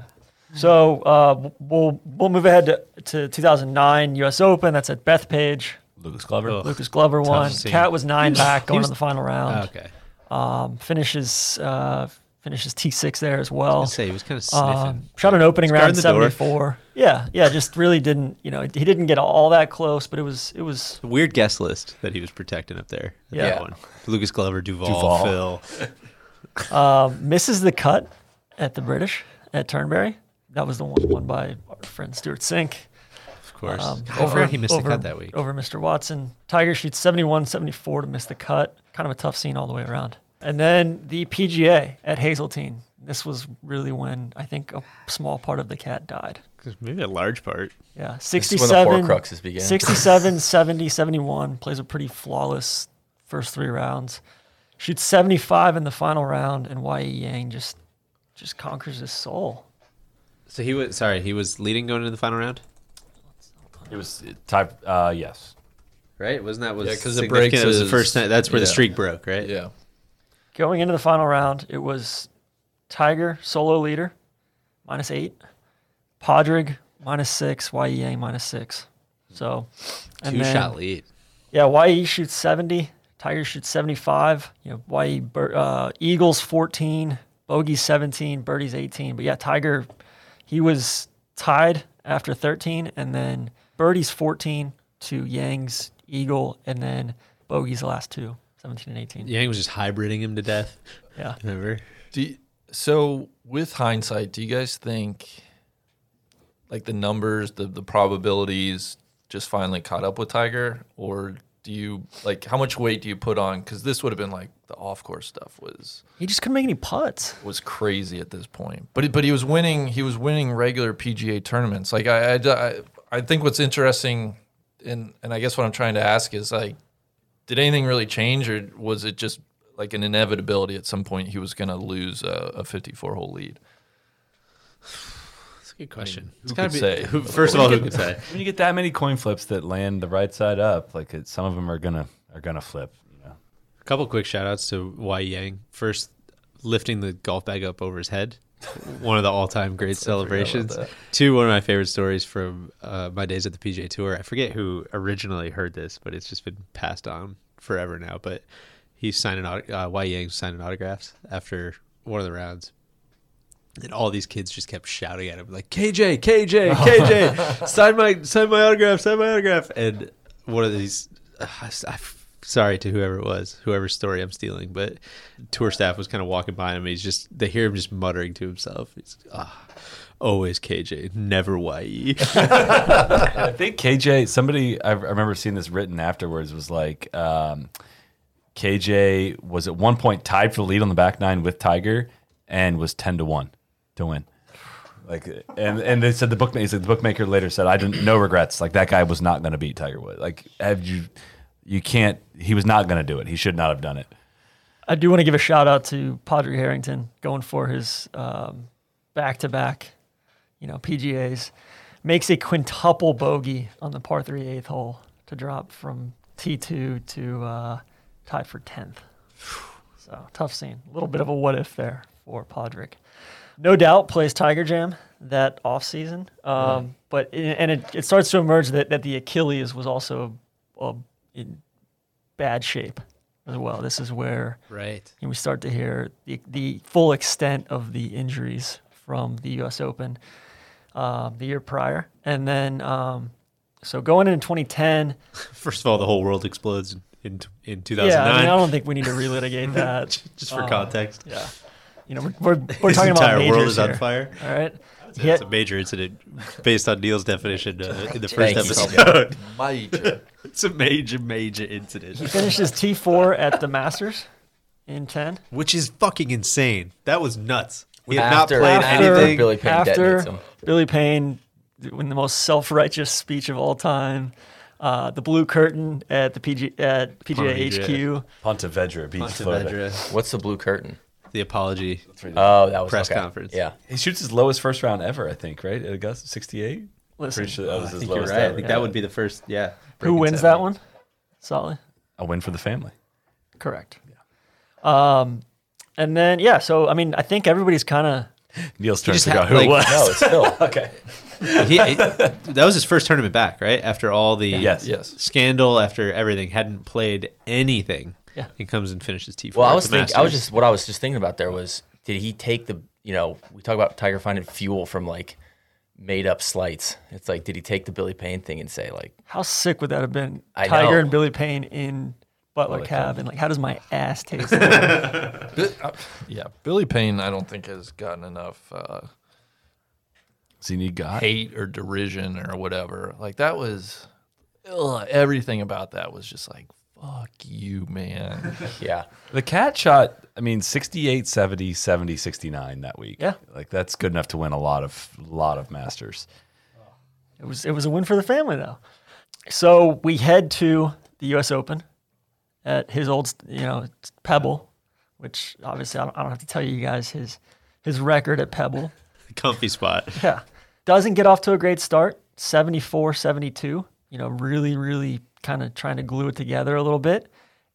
Speaker 5: So uh, we'll we'll move ahead to, to 2009 U.S. Open. That's at Bethpage.
Speaker 4: Lucas Glover.
Speaker 5: Lucas Glover won.
Speaker 7: scene.
Speaker 5: Cat was nine back going to the final round.
Speaker 7: Ah, okay.
Speaker 5: Um, finishes uh, finishes T6 there as well.
Speaker 7: say he was kind of sniffing.
Speaker 5: Um, shot an opening round
Speaker 7: guarding the door.
Speaker 5: 74. Yeah, yeah. Just really didn't you know he didn't get all that close, but it was it was
Speaker 7: Weird guest list that he was protecting up there.
Speaker 5: Yeah.
Speaker 7: That one. Lucas Glover, Duval,
Speaker 4: Duvall.
Speaker 7: Phil.
Speaker 5: Um, misses the cut at the British at Turnberry. That was the one won by our friend Stuart Sink.
Speaker 7: Of course.
Speaker 5: Um,
Speaker 7: God, I forgot he missed the cut that week.
Speaker 5: Over Mr. Watson. Tiger shoots 71 74 to miss the cut. Kind of a tough scene all the way around. And then the PGA at Hazeltine. This was really when I think a small part of the cat died.
Speaker 7: 'Cause Oh, Maybe a large part.
Speaker 5: Yeah,
Speaker 6: is when the
Speaker 5: 67,
Speaker 6: horcruxes began.
Speaker 5: 67, 70, 71, plays a pretty flawless first three rounds. Shoots 75 in the final round, and Wai Yang just just conquers his soul.
Speaker 7: So he was sorry. He was leading going into the final round,
Speaker 4: It was type. Uh, yes.
Speaker 7: right? Wasn't that was
Speaker 8: Yeah, 'cause it
Speaker 7: significant?
Speaker 8: breaks
Speaker 7: It was the
Speaker 8: his-
Speaker 7: first time. That's where the
Speaker 8: yeah.
Speaker 7: streak broke, right?
Speaker 8: Yeah.
Speaker 5: Going into the final round, it was Tiger, solo leader, minus eight, Podrig, minus six, Wai Yang, minus six. So, and
Speaker 7: Two
Speaker 5: then-
Speaker 7: shot lead.
Speaker 5: Yeah, YE shoots 70. Tiger shoots 75. You know, YE, bir- uh, Eagles 14, Bogey 17, Birdie's 18. But yeah, Tiger, he was tied after 13, and then Birdie's 14 to Yang's Eagle, and then Bogey's last two, 17 and 18. Yeah.
Speaker 7: Yang was just hybriding him to death. Remember?
Speaker 8: Do you- so with hindsight, do you guys think like the numbers, the the probabilities just finally caught up with Tiger or do you like how much weight do you put on cuz this would have been like the off course stuff was
Speaker 5: He just couldn't make any putts.
Speaker 8: was crazy at this point. But he- but he was winning. He was winning regular PGA tournaments. Like I I, I- I think what's interesting, and and I guess what I'm trying to ask is like, did anything really change, or was it just like an inevitability at some point he was going to lose a, a 54 hole lead?
Speaker 7: That's a good question.
Speaker 8: Who could say?
Speaker 7: Who, first of all, who could say?
Speaker 4: When you get that many coin flips that land the right side up, like it, some of them are gonna are gonna flip. You know.
Speaker 7: A couple quick shout outs to Wai Yang. First, lifting the golf bag up over his head. One of the all time great celebrations. Two, one of my favorite stories from uh, my days at the PJ Tour. I forget who originally heard this, but it's just been passed on forever now. But he's signing, aut- uh, Wai Yang signing autographs after one of the rounds. And all these kids just kept shouting at him, like KJ, KJ, KJ, sign my sign my autograph, sign my autograph. And one of these, uh, I f- sorry to whoever it was, whoever's story I'm stealing, but tour staff was kind of walking by him. He's just they hear him just muttering to himself. He's ah, always KJ, never E." YE.
Speaker 4: I think KJ. Somebody I I remember seeing this written afterwards was like. Um, KJ was at one point tied for the lead on the back nine with Tiger, and was ten to one to win. Like, and and they said the bookmaker said the bookmaker later said I didn't no regrets. Like that guy was not going to beat Tiger Woods. Like, have you? You can't. He was not going to do it. He should not have done it.
Speaker 5: I do want to give a shout out to Padre Harrington going for his um, back-to-back, you know, PGAs. Makes a quintuple bogey on the par three eighth hole to drop from T2 to uh, tie for 10th. So tough scene. A little bit of a what if there for Podrick. No doubt plays Tiger Jam that off season, um, but it, and it, it starts to emerge that, that the Achilles was also uh, in bad shape as well. This is where
Speaker 7: Right.
Speaker 5: and we start to hear the, the full extent of the injuries from the U.S. Open um, the year prior, and then um, so going into 2010.
Speaker 7: First of all, the whole world explodes in in
Speaker 5: Yeah, I,
Speaker 7: 2009.
Speaker 5: mean, I don't think we need to relitigate that.
Speaker 7: just for context,
Speaker 5: yeah, you know, we're we're, we're
Speaker 7: his
Speaker 5: talking about
Speaker 7: entire world
Speaker 5: majors
Speaker 7: is on
Speaker 5: here,
Speaker 7: fire.
Speaker 5: All right, He
Speaker 7: That's
Speaker 5: had-
Speaker 7: a major incident, based on Neil's definition uh, in the first
Speaker 6: Thank you.
Speaker 7: episode.
Speaker 8: Major.
Speaker 7: It's a major, major incident,
Speaker 5: finishes T4 at the Masters in 10.
Speaker 7: which is fucking insane. That was nuts. We have
Speaker 6: After-
Speaker 7: not played
Speaker 6: after-
Speaker 7: anything.
Speaker 6: Billy Payne
Speaker 5: after
Speaker 6: detonates him.
Speaker 5: Billy Payne, in the most self-righteous speech of all time, uh, the blue curtain at the PG at PGA HQ.
Speaker 4: Pontevedra beats Florida.
Speaker 7: Pontevedra,
Speaker 6: What's the blue curtain?
Speaker 7: the apology. Uh,
Speaker 6: Oh, that was
Speaker 7: Press
Speaker 6: okay.
Speaker 7: conference.
Speaker 6: Yeah,
Speaker 4: He shoots his lowest first round ever, I think, right? At Augusta, 68?
Speaker 5: Listen,
Speaker 4: Pretty sure that was
Speaker 7: I
Speaker 4: his
Speaker 7: think you're
Speaker 4: lowest
Speaker 7: right. I
Speaker 4: ever.
Speaker 7: think that would be the first. Yeah.
Speaker 5: who
Speaker 7: breaking
Speaker 5: wins
Speaker 7: seven.
Speaker 5: that one? Solid.
Speaker 4: A win for the family.
Speaker 5: Correct. Um, and then yeah, so I mean, I think everybody's kind of
Speaker 4: Neil's trying to
Speaker 7: just
Speaker 4: figure
Speaker 7: had,
Speaker 4: out who it
Speaker 7: like-
Speaker 4: was.
Speaker 6: no, it's Phil.
Speaker 4: okay.
Speaker 7: He- it- that was his first tournament back, right? After all the
Speaker 4: Yes.
Speaker 8: yes.
Speaker 7: scandal, after everything, hadn't played anything.
Speaker 5: Yeah.
Speaker 7: He comes and finishes T4.
Speaker 6: Well,
Speaker 7: at
Speaker 6: I was
Speaker 7: the
Speaker 6: thinking, I was
Speaker 7: Masters.
Speaker 6: just what I was just thinking about there was did he take the you know we talk about Tiger finding fuel from like made up slights. It's like did he take the Billy Payne thing and say like
Speaker 5: how sick would that have been?
Speaker 6: I
Speaker 5: Tiger
Speaker 6: know.
Speaker 5: and Billy Payne in Butler Cab, and like, how does my ass taste? I
Speaker 8: Bi- uh, yeah, Billy Payne, I don't think has gotten enough uh,
Speaker 4: Does he need God?
Speaker 8: hate or derision or whatever. Like that was ugh, everything about that was just like fuck you, man.
Speaker 6: Yeah.
Speaker 4: The cat shot, I mean, 68, 70, 70, 69 that week.
Speaker 5: Yeah.
Speaker 4: Like that's good enough to win a lot of lot of masters.
Speaker 5: It was it was a win for the family though. So we head to the U.S. Open at his old, st- you know, it's Pebble, which obviously I don't, I don't have to tell you guys his his record at Pebble.
Speaker 7: Comfy spot.
Speaker 5: Yeah. Doesn't get off to a great start. 74 72. You know, really, really kind of trying to glue it together a little bit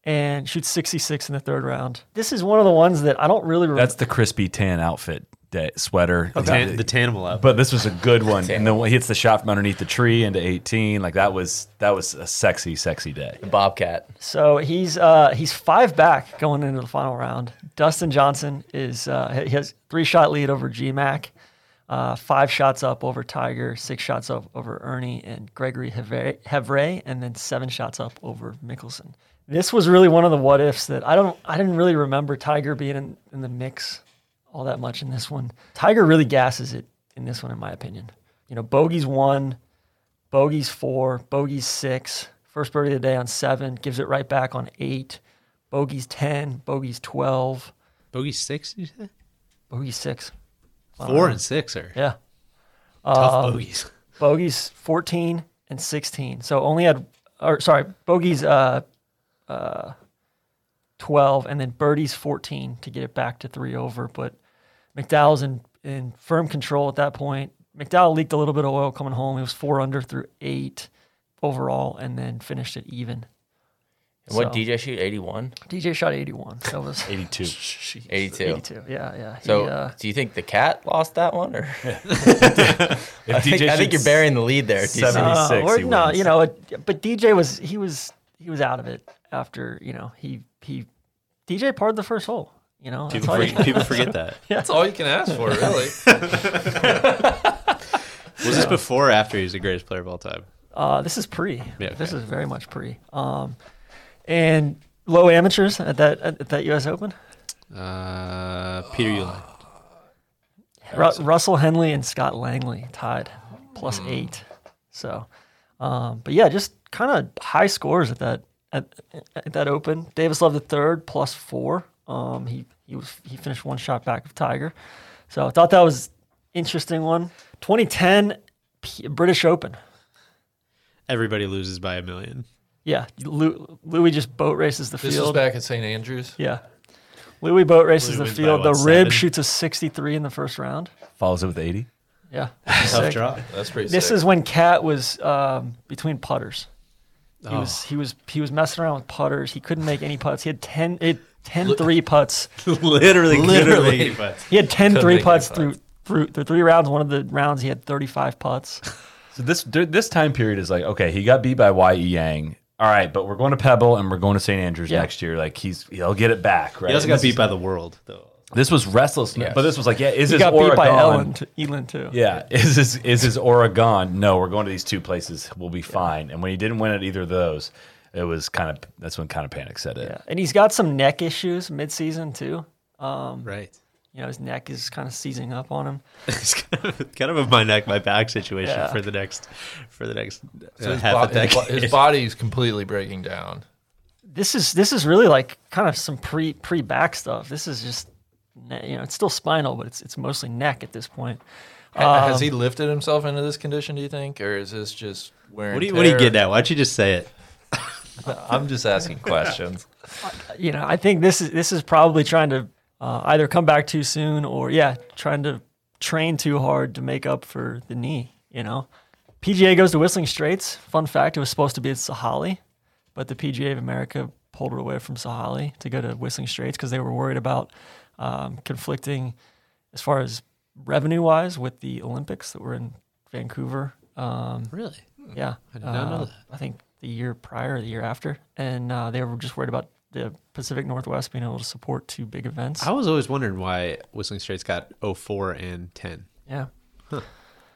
Speaker 5: and shoots 66 in the third round. This is one of the ones that I don't really remember.
Speaker 4: That's the crispy tan outfit, that sweater.
Speaker 7: Tan, the Tanimal up.
Speaker 4: But this was a good one. And then he hits the shot from underneath the tree into 18. Like that was that was a sexy, sexy day.
Speaker 6: The Bobcat.
Speaker 5: So he's uh, he's five back going into the final round. Dustin Johnson is uh, he has three shot lead over GMAC, uh, five shots up over Tiger, six shots up over Ernie and Gregory Hevre, Hevre, and then seven shots up over Mickelson. This was really one of the what ifs that I don't I didn't really remember Tiger being in, in the mix all that much in this one. Tiger really gasses it in this one, in my opinion. You know, bogey's one, bogey's four, bogey's six, first birdie of the day on seven, gives it right back on eight, bogey's 10, bogey's 12,
Speaker 7: Bogey six, you said?
Speaker 5: bogey's six.
Speaker 7: Four and six are
Speaker 5: Yeah.
Speaker 7: tough bogeys.
Speaker 5: Bogey's 14 and 16. So only had, or sorry, bogey's uh, uh, 12 and then birdie's 14 to get it back to three over. But McDowell's in, in firm control at that point. McDowell leaked a little bit of oil coming home. He was four under through eight overall and then finished it even.
Speaker 6: And what
Speaker 5: So-
Speaker 6: DJ shoot? 81?
Speaker 5: DJ shot 81. That was
Speaker 4: 82.
Speaker 6: 82.
Speaker 5: 82. Yeah, yeah. He,
Speaker 6: So
Speaker 5: uh,
Speaker 6: do you think the cat lost that one? Or
Speaker 4: If
Speaker 6: I, think, I think you're burying the lead there. DC.
Speaker 4: seven-
Speaker 5: uh,
Speaker 4: 76,
Speaker 5: or
Speaker 4: he
Speaker 5: no,
Speaker 4: wins.
Speaker 5: you know, it, but DJ was he was he was out of it after you know he he DJ parred the first hole. You know, that's
Speaker 7: People,
Speaker 5: all you-
Speaker 7: forget, people forget that.
Speaker 8: That's all you can ask for, really.
Speaker 7: Was this before or after he was the greatest player of all time?
Speaker 5: Uh, this is pre.
Speaker 7: Yeah,
Speaker 5: This is
Speaker 7: okay.
Speaker 5: very much pre. Um, and low amateurs at that at, at that U.S. Open.
Speaker 7: Uh, Peter Uline.
Speaker 5: Ru- Russell Henley and Scott Langley tied, plus
Speaker 7: Hmm.
Speaker 5: eight. So, um, but yeah, just kind of high scores at that at, at that Open. Davis Love the third plus four. Um, he he was he finished one shot back of Tiger. So I thought that was interesting one. 2010 P- British Open.
Speaker 7: Everybody loses by a million.
Speaker 5: Yeah, Lou, Louis just boat races the
Speaker 8: This was
Speaker 5: field.
Speaker 8: back at St. Andrews.
Speaker 5: Yeah. Louis boat races
Speaker 7: Louis
Speaker 5: the
Speaker 7: wins by,
Speaker 5: field. The
Speaker 7: what,
Speaker 5: rib
Speaker 7: seven?
Speaker 5: shoots a 63 in the first round.
Speaker 4: Follows it with 80.
Speaker 5: Yeah.
Speaker 7: Tough
Speaker 5: Sick.
Speaker 7: draw.
Speaker 8: That's pretty.
Speaker 5: This
Speaker 8: sick.
Speaker 5: is when Cat was um, between putters. He
Speaker 7: Oh.
Speaker 5: was he was he was messing around with putters. He couldn't make any putts. He had 10 it 10 three putts.
Speaker 7: literally, literally.
Speaker 5: He had 10
Speaker 8: make
Speaker 5: three
Speaker 8: any
Speaker 5: putts
Speaker 8: putts.
Speaker 5: through through through three rounds. One of the rounds he had 35 putts.
Speaker 4: So this dur- this time period is like okay, he got beat by Ye Yang. All right, but we're going to Pebble and we're going to St Andrews
Speaker 5: Yeah.
Speaker 4: next year. Like he's he'll get it back, right?
Speaker 7: He also
Speaker 4: And
Speaker 7: got
Speaker 4: this
Speaker 7: beat
Speaker 4: is-
Speaker 7: by the world, though.
Speaker 4: This was restlessness, but this was like yeah, is
Speaker 5: He
Speaker 4: this
Speaker 5: got
Speaker 4: Oregon?
Speaker 5: beat by Ellen to, Elin too.
Speaker 4: Yeah, is this is this Oregon? No, we're going to these two places. We'll be fine. And when he didn't win at either of those, it was kind of that's when kind of panic set in.
Speaker 5: Yeah. And he's got some neck issues mid-season too.
Speaker 7: Right.
Speaker 5: You know, his neck is kind of seizing up on him.
Speaker 7: It's kind of, kind of a my neck, my back situation
Speaker 5: Yeah.
Speaker 7: for the next, for the next
Speaker 8: So
Speaker 7: uh,
Speaker 8: his,
Speaker 7: half
Speaker 8: bo-
Speaker 7: a
Speaker 8: his bo-
Speaker 7: decade.
Speaker 8: his body's completely breaking down.
Speaker 5: this is this is really like kind of some pre pre back stuff. This is just ne- you know it's still spinal, but it's it's mostly neck at this point.
Speaker 8: Ha- Has he lifted himself into this condition? Do you think, or is this just wearing?
Speaker 7: what do you, what do you get at? Why don't you just say it?
Speaker 8: I'm just asking questions.
Speaker 5: You know, I think this is this is probably trying to uh, either come back too soon or yeah, trying to train too hard to make up for the knee. You know, PGA goes to Whistling Straits. Fun fact: it was supposed to be at Sahali, but the PGA of America pulled it away from Sahali to go to Whistling Straits because they were worried about um, conflicting as far as revenue wise with the Olympics that were in Vancouver. Um,
Speaker 7: Really?
Speaker 5: Yeah, I
Speaker 7: did not know that.
Speaker 5: I think the year prior, or the year after, and uh, they were just worried about the Pacific Northwest being able to support two big events.
Speaker 7: I was always wondering why Whistling Straits got 04 and 10.
Speaker 5: Yeah,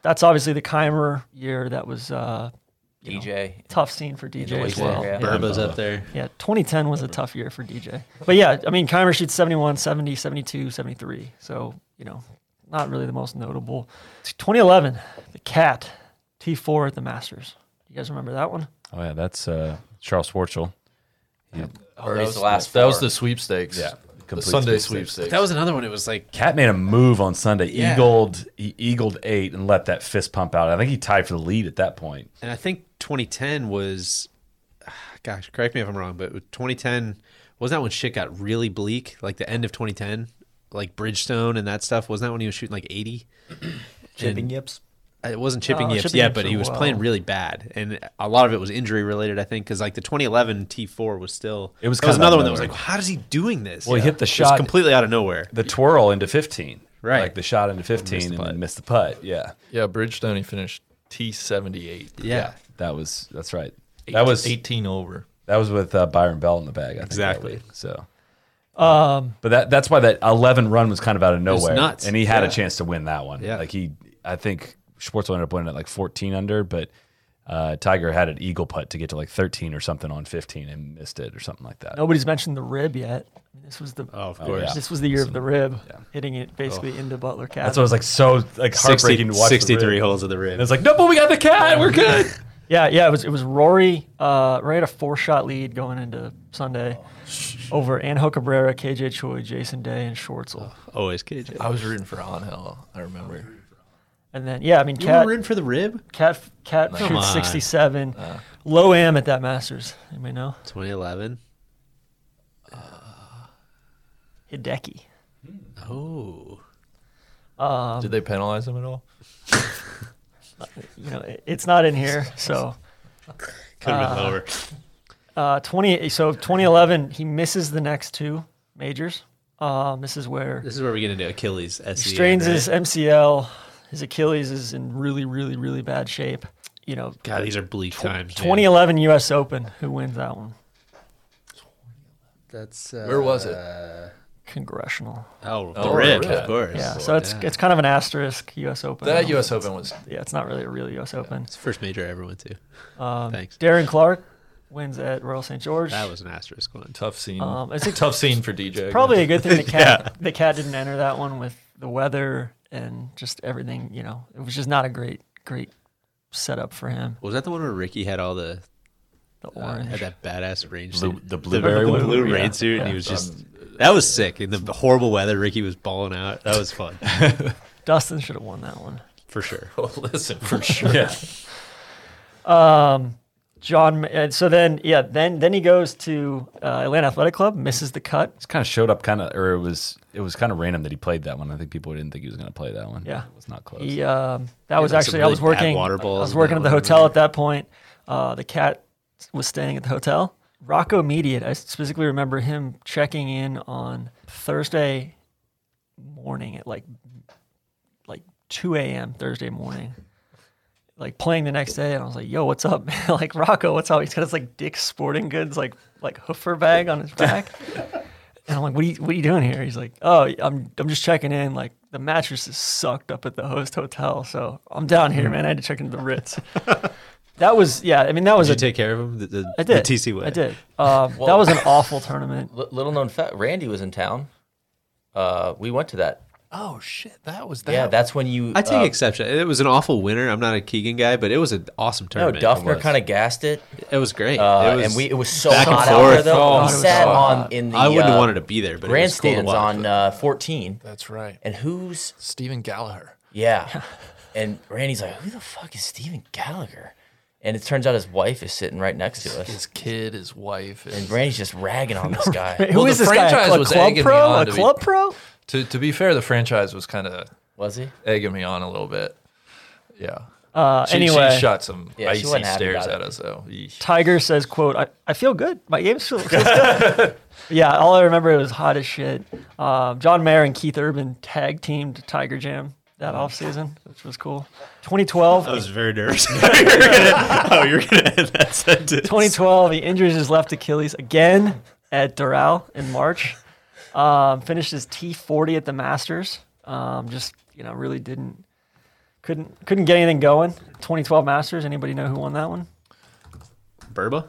Speaker 5: that's obviously the Keimer year that was uh, know,
Speaker 6: DJ.
Speaker 5: tough scene for DJ as
Speaker 6: Wasteland,
Speaker 5: well.
Speaker 6: yeah.
Speaker 7: Burba's up there.
Speaker 5: Yeah, 2010 was a tough year for DJ. But yeah, I mean, Keimer shoots 71, 70, 72, 73. So, you know, not really the most notable. 2011, the Cat, T4 at the Masters. You guys remember that one?
Speaker 4: Oh yeah, that's uh, Charles Schwartzel.
Speaker 6: Oh, that was the last.
Speaker 8: That was
Speaker 6: four.
Speaker 8: the sweepstakes.
Speaker 4: Yeah,
Speaker 8: the
Speaker 4: complete
Speaker 8: Sunday
Speaker 4: sweepstakes.
Speaker 8: sweepstakes.
Speaker 7: That was another one. It was like
Speaker 4: Cat made a move on Sunday, eagled he eagled eight and let that fist pump out. I think he tied for the lead at that point.
Speaker 7: and I think 2010 was, gosh, correct me if I'm wrong, but 2010 wasn't that when shit got really bleak, like the end of 2010, like Bridgestone and that stuff. Wasn't that when he was shooting like 80?
Speaker 6: chipping yips.
Speaker 7: It wasn't chipping
Speaker 5: Oh,
Speaker 7: yips
Speaker 5: chipping
Speaker 7: yet,
Speaker 5: yips
Speaker 7: but
Speaker 5: were
Speaker 7: he was
Speaker 5: wild.
Speaker 7: playing really bad, and a lot of it was injury related, I think, because like the 2011 T4 was still.
Speaker 4: It was
Speaker 7: that was
Speaker 4: kinda out
Speaker 7: another
Speaker 4: of
Speaker 7: one that was
Speaker 4: nowhere.
Speaker 7: like, how is he doing this?
Speaker 4: Well, he hit the
Speaker 7: It was
Speaker 4: shot-
Speaker 7: completely out of nowhere.
Speaker 4: The twirl into fifteen,
Speaker 7: Right.
Speaker 4: Like the shot into fifteen
Speaker 7: the
Speaker 4: and
Speaker 7: putt.
Speaker 4: then missed the putt. Yeah,
Speaker 8: yeah, Bridgestone. He finished T seventy eight.
Speaker 7: Yeah.
Speaker 4: that was that's right. that was
Speaker 8: eighteen over.
Speaker 4: that was with uh, Byron Bell in the bag. I think, that
Speaker 7: Exactly.
Speaker 4: week, so. Um, but that that's why that 11 run was kind of out of
Speaker 7: was
Speaker 4: nowhere.
Speaker 7: nuts.
Speaker 4: And he had
Speaker 7: Yeah.
Speaker 4: a chance to win that one.
Speaker 7: Yeah.
Speaker 4: Like he I think Schwartzel ended up winning at like 14 under, but uh, Tiger had an eagle putt to get to like 13 or something on 15 and missed it or something like that.
Speaker 5: Nobody's mentioned the rib yet. This was the
Speaker 7: Oh, of course.
Speaker 4: yeah.
Speaker 5: this was the year of the rib, hitting it basically into Butler Cat.
Speaker 4: That's what was like so like
Speaker 7: 60
Speaker 4: heartbreaking to watch. the
Speaker 7: 63
Speaker 4: rib.
Speaker 7: holes of the
Speaker 4: And
Speaker 7: rib.
Speaker 4: it's like, no, but we got the cat. We're good.
Speaker 5: Yeah, yeah, it was it was Rory. Uh, Rory had a four shot lead going into Sunday
Speaker 7: Oh,
Speaker 5: over Anho Cabrera, KJ Choi, Jason Day, and Schwartzel.
Speaker 7: Always KJ.
Speaker 8: I was rooting for Angel. I remember.
Speaker 5: And then yeah, I mean
Speaker 7: You were
Speaker 5: Cat
Speaker 7: rooting for the rib?
Speaker 5: Cat Cat
Speaker 7: Come
Speaker 5: shoots
Speaker 7: on.
Speaker 5: sixty seven, low am at that Masters. Anybody know
Speaker 7: 2011.
Speaker 5: Hideki?
Speaker 7: Oh.
Speaker 8: Did they penalize him at all?
Speaker 5: You know it, it's not in here. So
Speaker 7: Could have been lower.
Speaker 5: uh, twenty so twenty eleven he misses the next two majors. Um, this is where
Speaker 7: This is where we get into Achilles. E SCN,
Speaker 5: He strains
Speaker 7: right?
Speaker 5: his MCL. His Achilles is in really, really, really bad shape. You know,
Speaker 7: God, these are bleak times. man.
Speaker 5: 2011 U.S. Open. Who wins that one?
Speaker 7: That's uh,
Speaker 8: Where was it?
Speaker 5: Congressional.
Speaker 7: Oh, the
Speaker 8: Oh,
Speaker 7: rib,
Speaker 8: rib.
Speaker 7: of course.
Speaker 5: Yeah. So it's it's kind of an asterisk U.S. Open. I
Speaker 8: that
Speaker 5: don't-
Speaker 8: U.S. Open was
Speaker 5: Yeah, it's not really a real U.S. Open.
Speaker 7: It's the first major I ever went to.
Speaker 5: Um,
Speaker 7: Thanks.
Speaker 5: Darren Clark wins at Royal St. George.
Speaker 7: That was an asterisk one.
Speaker 8: tough scene.
Speaker 5: Um, it's a-
Speaker 8: tough scene for DJ. I
Speaker 5: probably
Speaker 8: guess.
Speaker 5: a good thing the cat the cat didn't enter that one with the weather and just everything. You know, it was just not a great great setup for him.
Speaker 7: Was that the one where Ricky had all the
Speaker 5: The
Speaker 7: uh,
Speaker 5: orange.
Speaker 7: had that badass rain
Speaker 4: Blue-
Speaker 7: suit?
Speaker 4: the blueberry
Speaker 7: blue,
Speaker 4: one?
Speaker 7: blue
Speaker 5: Yeah.
Speaker 7: rain suit, and he was just that was sick. In the horrible weather, Ricky was balling out. That was fun
Speaker 5: Dustin should have won that one.
Speaker 7: for sure.
Speaker 8: Oh, listen for sure.
Speaker 5: Um, John. And so then, yeah, then then he goes to uh, Atlanta Athletic Club, misses the cut.
Speaker 4: Just kind of showed up, kind of, or it was it was kind of random that he played that one. I think people didn't think he was going to play that one.
Speaker 5: Yeah.
Speaker 4: it was not close.
Speaker 5: He, um, that was
Speaker 7: like some
Speaker 5: actually I
Speaker 7: really
Speaker 5: was
Speaker 7: bad
Speaker 5: working.
Speaker 7: water
Speaker 5: I
Speaker 7: balls
Speaker 5: was
Speaker 7: and
Speaker 5: working
Speaker 7: that
Speaker 5: at the
Speaker 7: one
Speaker 5: hotel
Speaker 7: really-
Speaker 5: at that point. Uh, the cat was staying at the hotel. Rocco Mediate. I specifically remember him checking in on Thursday morning at like like 2 a.m. Thursday morning. Like playing the next day, and I was like, "Yo, what's up?" man? like Rocco, what's up? He's got his like Dick's Sporting Goods like like hoofer bag on his back. And I'm like, what are, you, what are you doing here? He's like, oh, I'm, I'm just checking in. Like, the mattress is sucked up at the host hotel. So I'm down
Speaker 7: Hmm.
Speaker 5: here, man. I had to check into the Ritz. that was, yeah, I mean, that was
Speaker 7: Did you
Speaker 5: a.
Speaker 7: take care of him? The, the,
Speaker 5: I did.
Speaker 7: The TC way.
Speaker 5: I did. Um, that was an awful tournament.
Speaker 6: Li- little known fact: Randy was in town. Uh, we went to that.
Speaker 8: oh shit, that was that.
Speaker 6: Yeah, that's when you.
Speaker 7: I take
Speaker 6: uh,
Speaker 7: exception. It was an awful winner. I'm not a Keegan guy, but it was an awesome
Speaker 6: No,
Speaker 7: tournament.
Speaker 6: Duffner kind of gassed it,
Speaker 7: It was great.
Speaker 6: uh,
Speaker 7: it was,
Speaker 6: and we it was so
Speaker 7: back and
Speaker 6: hot out there
Speaker 7: forth.
Speaker 6: though.
Speaker 8: Oh,
Speaker 6: we
Speaker 8: it was
Speaker 6: sat
Speaker 8: so
Speaker 6: on in the
Speaker 7: I wouldn't
Speaker 6: uh,
Speaker 7: have wanted to be there, but it was
Speaker 6: grandstands
Speaker 7: cool to watch.
Speaker 6: on uh, 14,
Speaker 8: that's right.
Speaker 6: and who's
Speaker 8: Stephen Gallagher.
Speaker 6: Yeah. and Randy's like, who the fuck is Steven Gallagher? And it turns out his wife is sitting right next to us.
Speaker 8: His kid, his wife,
Speaker 6: And
Speaker 8: his
Speaker 6: Randy's just ragging on this guy.
Speaker 5: Who
Speaker 8: the
Speaker 5: is this guy?
Speaker 8: franchise
Speaker 5: A
Speaker 8: was
Speaker 5: club
Speaker 8: egging me
Speaker 5: pro?
Speaker 8: on
Speaker 5: A
Speaker 8: to be-
Speaker 5: club pro?
Speaker 8: To to be fair, the franchise was kind of
Speaker 6: Was he?
Speaker 8: egging me on a little bit. Yeah.
Speaker 5: Uh,
Speaker 8: She,
Speaker 5: anyway,
Speaker 8: she shot some
Speaker 6: Yeah, she
Speaker 8: icy
Speaker 6: wasn't happy
Speaker 8: stares
Speaker 6: about
Speaker 8: at
Speaker 6: it.
Speaker 8: us though. Yeesh.
Speaker 5: Tiger says, "quote I, I feel good. My game still feels good." yeah, all I remember it was hot as shit. Um, John Mayer and Keith Urban tag teamed Tiger Jam that off season, which was cool. 2012,
Speaker 7: I was very nervous. you were gonna, oh, you're gonna end that sentence.
Speaker 5: 2012, he injures his left Achilles again at Doral in March. Um, finished his T40 at the Masters. Um, just you know, really didn't couldn't couldn't get anything going. 2012 Masters. Anybody know who won that one?
Speaker 7: Burba.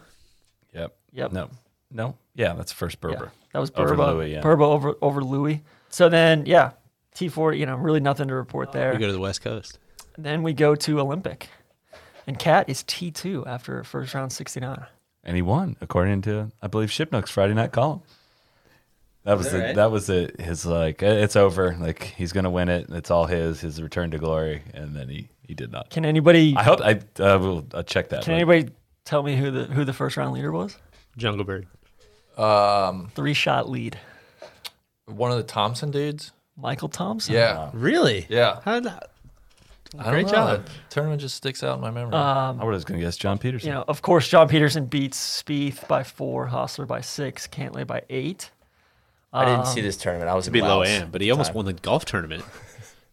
Speaker 4: Yep.
Speaker 5: Yep.
Speaker 4: No. No. Yeah, that's first Berber.
Speaker 5: That was
Speaker 4: Over
Speaker 5: Burba over
Speaker 4: Louis, yeah.
Speaker 5: Burba over over Louis. So then, yeah, T four. You know, really nothing to report there.
Speaker 7: We go to the West Coast.
Speaker 5: Then we go to Olympic, and Cat is T two after first round sixty nine.
Speaker 4: And he won, according to I believe Shipnook's Friday night column. That was the, that was the, his like "Eh, it's over like he's gonna win it it's all his his return to glory and then he he did not.
Speaker 5: Can anybody
Speaker 4: I hope I I will uh, check that.
Speaker 5: can
Speaker 4: but-
Speaker 5: anybody tell me who the who the first round leader was?
Speaker 7: Jungle Bird.
Speaker 8: Um,
Speaker 5: Three shot lead,
Speaker 8: one of the Thompson dudes.
Speaker 5: Michael Thompson.
Speaker 7: Uh-huh.
Speaker 8: Yeah,
Speaker 7: Really?
Speaker 8: yeah.
Speaker 7: How did that-
Speaker 8: I don't
Speaker 7: Great
Speaker 8: know.
Speaker 7: job.
Speaker 8: That tournament just sticks out in my memory.
Speaker 4: I was gonna guess John Peterson.
Speaker 5: You know, of course, John Peterson beats Spieth by four, Hostler by six, Cantley by eight.
Speaker 6: I didn't see this tournament. I was in
Speaker 7: Beat Um, low
Speaker 6: Laos.
Speaker 7: am, but he almost won the golf tournament.